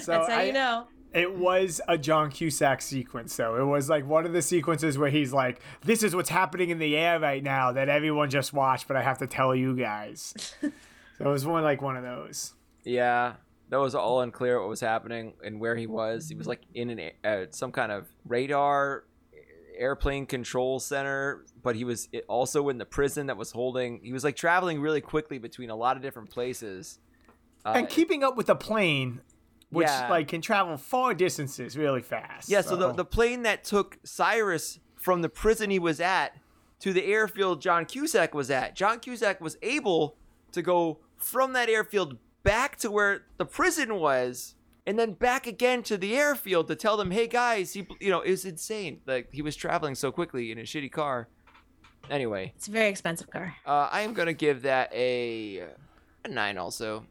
Speaker 4: So
Speaker 3: That's how
Speaker 4: I-
Speaker 3: you know.
Speaker 4: It was a John Cusack sequence, though. It was like one of the sequences where he's like, "This is what's happening in the air right now that everyone just watched, but I have to tell you guys." so it was one like one of those.
Speaker 1: yeah, that was all unclear what was happening and where he was. He was like in an a- uh, some kind of radar airplane control center, but he was i- also in the prison that was holding. He was like traveling really quickly between a lot of different places. Uh,
Speaker 4: and keeping up with the plane, which
Speaker 14: Yeah.
Speaker 4: like can travel far distances really fast.
Speaker 1: Yeah, so the, the plane that took Cyrus from the prison he was at to the airfield John Cusack was at, John Cusack was able to go from that airfield back to where the prison was and then back again to the airfield to tell them, "Hey guys, he you know, it's insane. Like he was traveling so quickly in a shitty car." Anyway,
Speaker 3: It's a very expensive car.
Speaker 1: uh, I am going to give that a, a 9 also.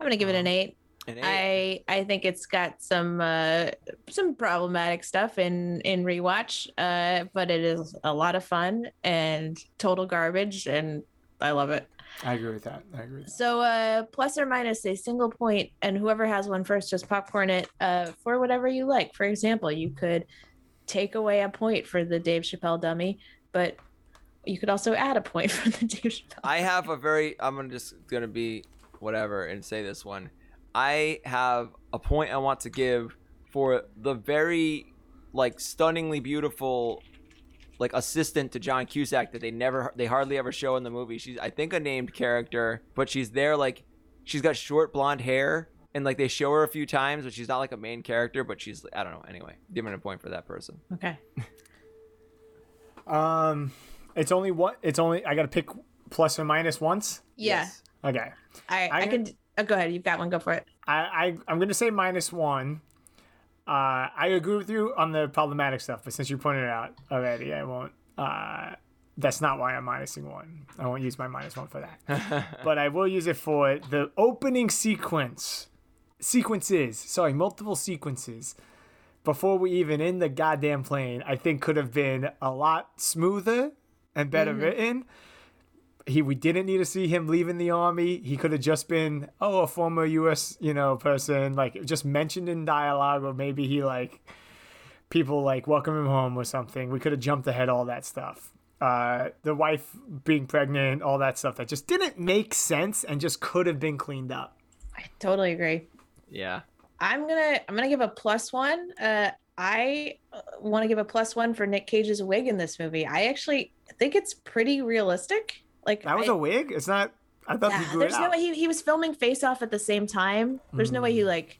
Speaker 3: I'm gonna give it an
Speaker 1: Oh.
Speaker 3: eight.
Speaker 1: An eight.
Speaker 3: I I think it's got some uh, some problematic stuff in in rewatch, uh, but it is a lot of fun and total garbage, and I love it.
Speaker 4: I agree with that. I agree with that.
Speaker 3: So uh, plus or minus a single point, and whoever has one first, just popcorn it uh, for whatever you like. For example, you could take away a point for the Dave Chappelle dummy, but you could also add a point for the Dave Chappelle.
Speaker 1: I have a very. I'm gonna just gonna be whatever and say this one. I have a point I want to give for the very like stunningly beautiful like assistant to John Cusack that they never they hardly ever show in the movie. She's I think a named character, but she's there like she's got short blonde hair and like they show her a few times, but she's not like a main character, but she's I don't know. Anyway, giving a point for that person.
Speaker 3: Okay.
Speaker 4: Um, it's only one. It's only I got to pick plus or minus once.
Speaker 3: Yeah.
Speaker 1: Yes.
Speaker 4: Okay.
Speaker 3: I I,
Speaker 4: I-
Speaker 3: can. Oh, go ahead. You've got one. Go for it.
Speaker 4: I, I I'm gonna say minus one. Uh, I agree with you on the problematic stuff, but since you pointed it out already, I won't. Uh, that's not why I'm minusing one. I won't use my minus one for that. but I will use it for the opening sequence, sequences. Sorry, multiple sequences. Before we even in the goddamn plane, I think could have been a lot smoother and better written he we didn't need to see him leaving the army. He could have just been oh a former U.S. you know person like just mentioned in dialogue or maybe he like people like welcome him home or something. We could have jumped ahead all that stuff. Uh, the wife being pregnant, all that stuff that just didn't make sense and just could have been cleaned up.
Speaker 3: I totally agree.
Speaker 1: Yeah.
Speaker 3: I'm gonna I'm gonna give a plus one. Uh, I want to give a plus one for Nick Cage's wig in this movie. I actually think it's pretty realistic. Like
Speaker 4: That was
Speaker 3: I-
Speaker 4: a wig. It's not. I thought
Speaker 3: Yeah,
Speaker 4: he grew it
Speaker 3: there's no
Speaker 4: out.
Speaker 3: way he, he was filming Face Off at the same time. There's no way
Speaker 4: Mm.
Speaker 3: he like.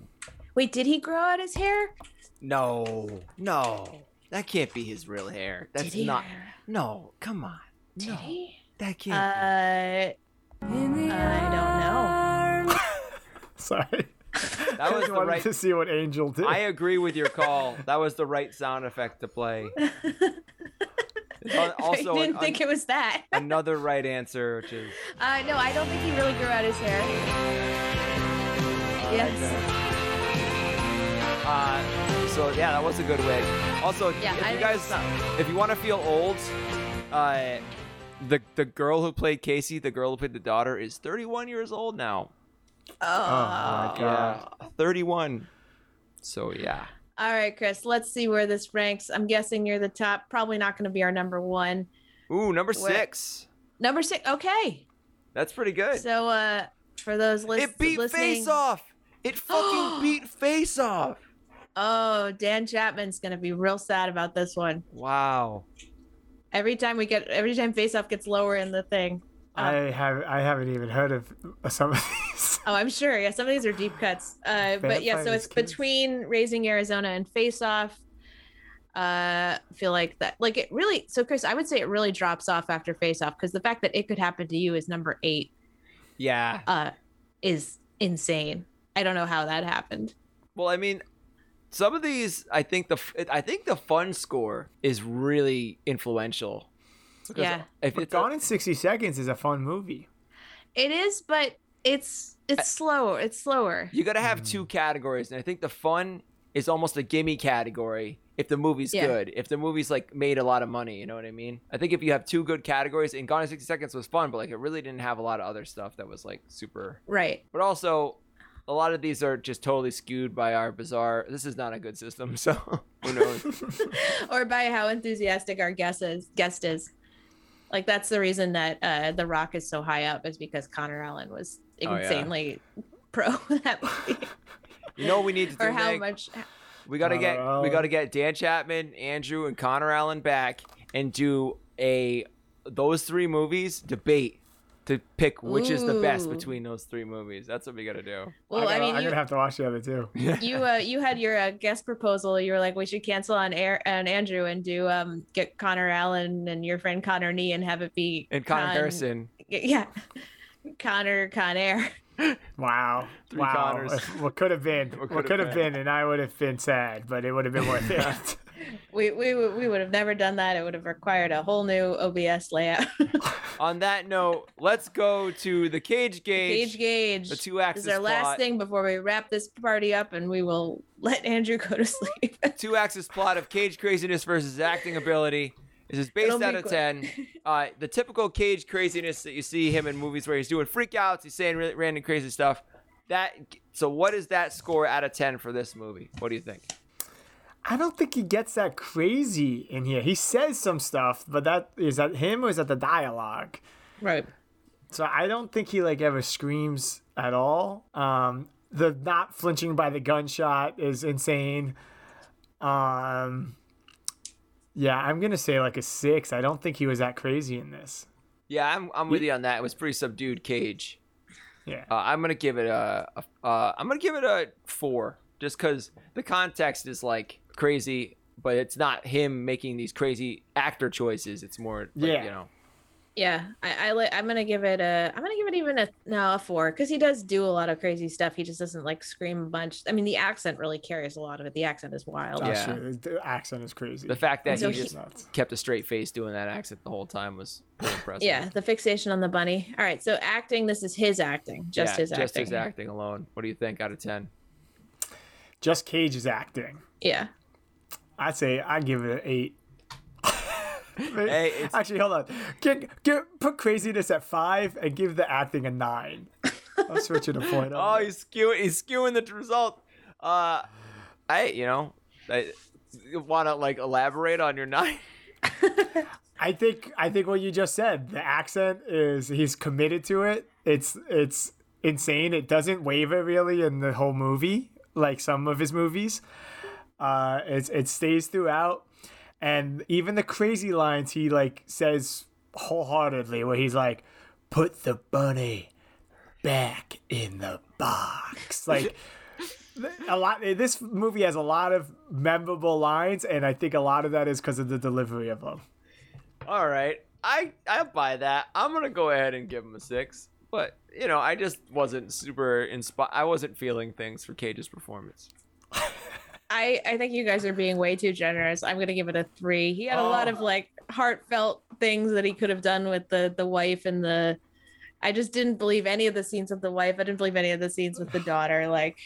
Speaker 3: Wait, did he grow out his hair?
Speaker 1: No. No. That can't be his real hair. Oh, That's
Speaker 3: Did he?
Speaker 1: not. No. Come on.
Speaker 3: Did
Speaker 1: no.
Speaker 3: he?
Speaker 1: That
Speaker 3: Uh,
Speaker 1: can't.
Speaker 3: I don't know.
Speaker 4: Sorry.
Speaker 1: be. That was
Speaker 4: I
Speaker 1: the
Speaker 4: wanted
Speaker 1: right.
Speaker 4: to see what Angel
Speaker 3: Uh,
Speaker 4: did.
Speaker 1: I uh, agree with your call. That was the right sound effect to play. It's al- Uh, also,
Speaker 3: I
Speaker 1: an-
Speaker 3: didn't think
Speaker 1: an-
Speaker 3: it was that.
Speaker 1: another right answer, which is
Speaker 3: Uh, no, I don't think he really grew out his hair. Yes.
Speaker 1: Uh, so yeah, that was a good wig. Also,
Speaker 3: Yeah,
Speaker 1: if
Speaker 3: I
Speaker 1: you
Speaker 3: think
Speaker 1: guys, if you want to feel old, uh, the the girl who played Casey, the girl who played the daughter, is 31 years old now. Uh,
Speaker 4: Oh my god.
Speaker 1: Yeah, 31. So yeah.
Speaker 3: All right, Chris. Let's see where this ranks. I'm guessing you're the top. Probably not going to be our number one.
Speaker 1: Ooh, number
Speaker 3: Where-
Speaker 1: six.
Speaker 3: Number six. Okay.
Speaker 1: That's pretty good.
Speaker 3: So uh, for those lis-
Speaker 1: it beat
Speaker 3: listening,
Speaker 1: Face Off. It fucking beat Face Off.
Speaker 3: Oh, Dan Chapman's going to be real sad about this one.
Speaker 1: Wow.
Speaker 3: Every time we get, every time Face Off gets lower in the thing.
Speaker 4: I have. I haven't even heard of uh, some of these.
Speaker 3: Oh, I'm sure. Yeah, some of these are deep cuts. Uh, but yeah, so
Speaker 4: Vampire's
Speaker 3: it's
Speaker 4: Kiss.
Speaker 3: between Raising Arizona and Face Off. Uh, I feel like that, like it really. So Chris, I would say it really drops off after Face Off because the fact that it could happen to you is number eight.
Speaker 1: Yeah.
Speaker 3: Uh, is insane. I don't know how that happened.
Speaker 1: Well, I mean, some of these, I think the f- I think the fun score is really influential. Because
Speaker 3: Yeah.
Speaker 1: If
Speaker 4: But
Speaker 1: it's
Speaker 4: Gone in 60 Seconds is a fun movie.
Speaker 3: It is, but it's it's slower. It's slower.
Speaker 1: you got to have two categories, and I think the fun is almost a gimme category if the movie's
Speaker 3: Yeah.
Speaker 1: good. If the movie's like made a lot of money, you know what I mean? I think if you have two good categories, and Gone in 60 Seconds was fun, but like it really didn't have a lot of other stuff that was like super
Speaker 3: Right.
Speaker 1: but also a lot of these are just totally skewed by our bizarre this is not a good system so who knows
Speaker 3: Or by how enthusiastic our guest is. Guest is. Like that's the reason that uh, The Rock is so high up is because Connor Allen was
Speaker 1: Oh, yeah.
Speaker 3: insanely pro that movie.
Speaker 1: you know what we need to do
Speaker 3: or how
Speaker 1: Meg?
Speaker 3: much
Speaker 1: we gotta get
Speaker 4: Connor
Speaker 1: we
Speaker 4: Allen.
Speaker 1: gotta get dan chapman andrew and connor allen back and do a those three movies debate to pick which is the best
Speaker 3: Ooh.
Speaker 1: between those three movies. That's what we got to do.
Speaker 3: Well,
Speaker 4: I
Speaker 3: I, mean,
Speaker 4: am
Speaker 3: you,
Speaker 4: gonna have to watch the other two.
Speaker 3: you uh, you had your uh, guest proposal. You were like, we should cancel on air on Andrew and do um get Connor Allen and your friend Connor Nee and have it be
Speaker 1: And Con
Speaker 3: Con-
Speaker 1: Harrison,
Speaker 3: Yeah, Connor Conair.
Speaker 4: Wow,
Speaker 1: Three
Speaker 4: wow.
Speaker 1: Connors.
Speaker 4: What could have been?
Speaker 1: What could've
Speaker 4: What could have
Speaker 1: been.
Speaker 4: been? And I would have been sad, but it would have been worth it.
Speaker 3: We we would- we would have never done that. It would have required a whole new OBS layout.
Speaker 1: On that note, let's go to the cage gauge.
Speaker 3: Gage Gage.
Speaker 1: The
Speaker 3: This
Speaker 1: two axis
Speaker 3: is our last
Speaker 1: plot.
Speaker 3: thing before we wrap this party up, and we will let Andrew go to sleep.
Speaker 1: two axis plot of cage craziness versus acting ability. This is
Speaker 3: It'll
Speaker 1: based
Speaker 3: be
Speaker 1: out of
Speaker 3: quick.
Speaker 1: 10. Uh, the typical cage craziness that you see him in movies where he's doing freakouts, he's saying really random crazy stuff. That so what is that score out of 10 for this movie? What do you think?
Speaker 4: I don't think he gets that crazy in here. He says some stuff, but that is that him or is that the dialogue?
Speaker 3: right.
Speaker 4: So I don't think he like ever screams at all. Um, the not flinching by the gunshot is insane. Um, yeah, I'm gonna say like a six. I don't think he was that crazy in this.
Speaker 1: Yeah, I'm, I'm with you on that. It was pretty subdued cage.
Speaker 4: Yeah.
Speaker 1: Uh, I'm gonna give it a, a uh, I'm gonna give it a four, just because the context is like crazy, but it's not him making these crazy actor choices. It's more, like,
Speaker 4: Yeah.
Speaker 1: you know,
Speaker 3: Yeah, I, I li- I'm gonna give it a I'm gonna give it even a no a four because he does do a lot of crazy stuff. He just doesn't like scream a bunch. I mean, the accent really carries a lot of it. The accent is wild.
Speaker 1: Yeah.
Speaker 4: Oh, sure. The accent is crazy.
Speaker 1: the fact that
Speaker 3: So
Speaker 1: he
Speaker 3: he-
Speaker 1: just
Speaker 4: Nuts.
Speaker 1: kept a straight face doing that accent the whole time was pretty impressive.
Speaker 3: Yeah, the fixation on the bunny. All right, so acting. This is his acting, just
Speaker 1: Yeah,
Speaker 3: his acting.
Speaker 1: just his acting alone. What do you think out of ten?
Speaker 4: Just Cage is acting.
Speaker 3: Yeah.
Speaker 4: I'd say I give it an eight.
Speaker 1: Hey, it's-
Speaker 4: Actually, hold on. Get, get, put craziness at five and give the acting a nine. I'm switching a point.
Speaker 1: Oh,
Speaker 4: up.
Speaker 1: he's skewing. He's skewing the result. Uh, I you know, I want to like elaborate on your nine.
Speaker 4: I think I think what you just said. The accent is he's committed to it. It's it's insane. It doesn't waver really in the whole movie, like some of his movies. Uh, it's it stays throughout, and even the crazy lines he like says wholeheartedly, where he's like, "Put the bunny back in the box," like. A lot. This movie has a lot of memorable lines, and I think a lot of that is because of the delivery of them.
Speaker 1: All right, I I buy that. I'm gonna go ahead and give him a six. But you know, I just wasn't super inspired. I wasn't feeling things for Cage's performance.
Speaker 3: I, I think you guys are being way too generous. I'm gonna give it a three. He had a
Speaker 1: Oh.
Speaker 3: lot of like heartfelt things that he could have done with the the wife and the. I just didn't believe any of the scenes with the wife. I didn't believe any of the scenes with the daughter. Like,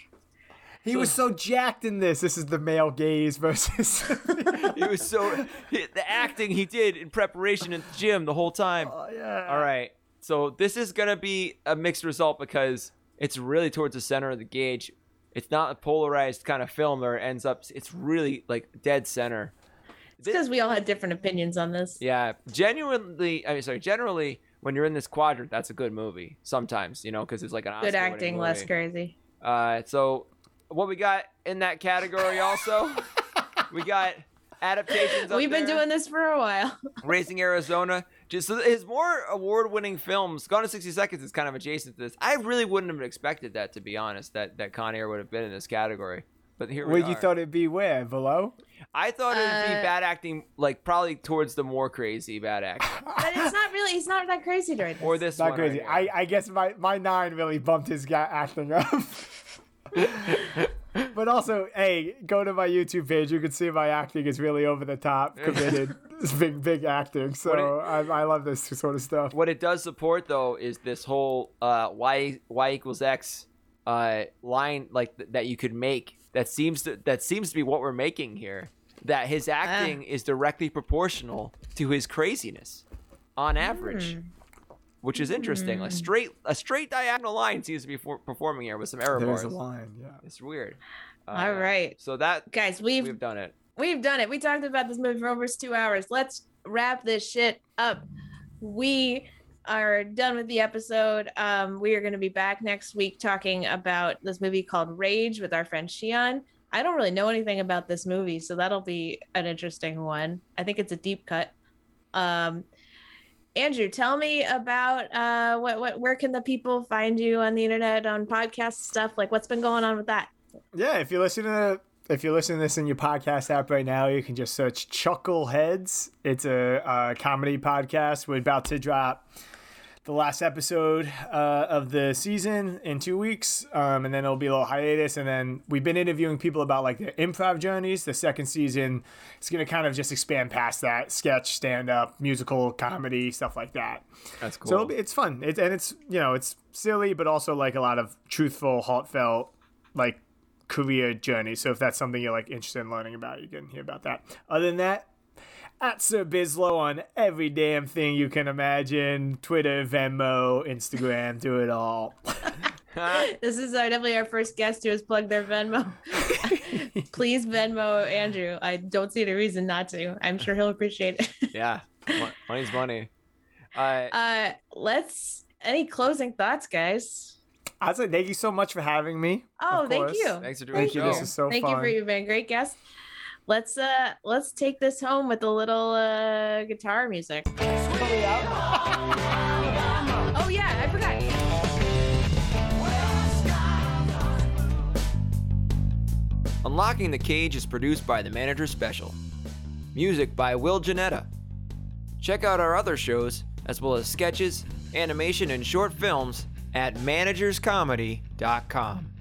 Speaker 4: He was so jacked in this. This is the male gaze versus.
Speaker 1: He was so the acting he did in preparation at the gym the whole time.
Speaker 3: Oh,
Speaker 4: yeah.
Speaker 1: All right. So this is gonna be a mixed result because it's really towards the center of the gauge. It's not a polarized kind of film where it ends up. It's really like dead center.
Speaker 3: it's because we all had different opinions on this.
Speaker 1: Yeah, genuinely. I mean, sorry. Generally, when you're in this quadrant, that's a good movie. Sometimes, you know, because it's like an
Speaker 3: Good
Speaker 1: Oscar-winning
Speaker 3: acting, less
Speaker 1: movie.
Speaker 3: crazy.
Speaker 1: Uh, so what we got in that category also? we got adaptations. up
Speaker 3: We've been
Speaker 1: there.
Speaker 3: doing this for a while.
Speaker 1: Raising Arizona. Just so his more award-winning films, Gone in 60 Seconds, is kind of adjacent to this. I really wouldn't have expected that, to be honest. That that Con Air would have been in this category. But here we
Speaker 4: Well, you
Speaker 1: are.
Speaker 4: thought it'd be where below?
Speaker 1: I thought it would be
Speaker 3: Uh,
Speaker 1: bad acting, like probably towards the more crazy bad acting,
Speaker 3: But it's not really. He's not that crazy during this.
Speaker 1: or this
Speaker 4: Not
Speaker 1: one
Speaker 4: crazy.
Speaker 1: right
Speaker 4: I,
Speaker 1: here.
Speaker 4: I guess my, my nine really bumped his guy acting up. but also, hey, go to my YouTube page. You can see my acting is really over the top, committed, It's big big acting. So I, I love this sort of stuff.
Speaker 1: what it does support though is this whole uh, y y equals x uh, line like th- that you could make that seems to that seems to be what we're making here that his
Speaker 3: Ah.
Speaker 1: acting is directly proportional to his craziness on
Speaker 3: Hmm.
Speaker 1: average which is interesting a straight a straight diagonal line seems to be for- performing here with some error
Speaker 4: There's
Speaker 1: bars
Speaker 4: a line. Yeah.
Speaker 1: it's weird Uh,
Speaker 3: All right,
Speaker 1: so that
Speaker 3: guys, we've
Speaker 1: we've done it
Speaker 3: We've done it. We talked about this movie for almost two hours. Let's wrap this shit up. We are done with the episode. Um, we are going to be back next week talking about this movie called Rage with our friend Shion. I don't really know anything about this movie, so that'll be an interesting one. I think it's a deep cut. Um, Andrew, tell me about uh, what, what, where can the people find you on the internet, on podcast stuff? Like, what's been going on with that?
Speaker 4: Yeah, if you're listening to if you're listening to this in your podcast app right now, you can just search Chuckleheads. It's a, a comedy podcast. We're about to drop the last episode uh, of the season in two weeks, um, and then it'll be a little hiatus. And then we've been interviewing people about like their improv journeys. The second season is going to kind of just expand past that sketch, stand up, musical, comedy, stuff like that.
Speaker 1: That's cool.
Speaker 4: So it'll be, it's fun. It's and it's you know it's silly, but also like a lot of truthful, heartfelt, like career journey. So if that's something you're like interested in learning about, you can hear about that. Other than that, at Sir Bislow on every damn thing you can imagine: Twitter, Venmo, Instagram, do it all.
Speaker 3: This is uh, definitely our first guest who has plugged their Venmo. Please Venmo Andrew. I don't see the reason not to. I'm sure he'll appreciate it.
Speaker 1: yeah, Mon- money's money. Uh,
Speaker 3: Uh, let's. Any closing thoughts, guys?
Speaker 4: I'd say thank you so much for having me.
Speaker 3: Oh,
Speaker 4: of
Speaker 3: thank
Speaker 4: course.
Speaker 3: you.
Speaker 1: thanks for doing
Speaker 4: Thank
Speaker 1: the
Speaker 4: you.
Speaker 1: show.
Speaker 4: This is so
Speaker 3: Thank
Speaker 4: fun.
Speaker 3: you for you being a great guest. Let's uh let's take this home with a little uh guitar music. oh yeah, I forgot.
Speaker 8: Unlocking the Cage is produced by The Manager Special. Music by Will Janetta. Check out our other shows, as well as sketches, animation, and short films at managerscomedy.com.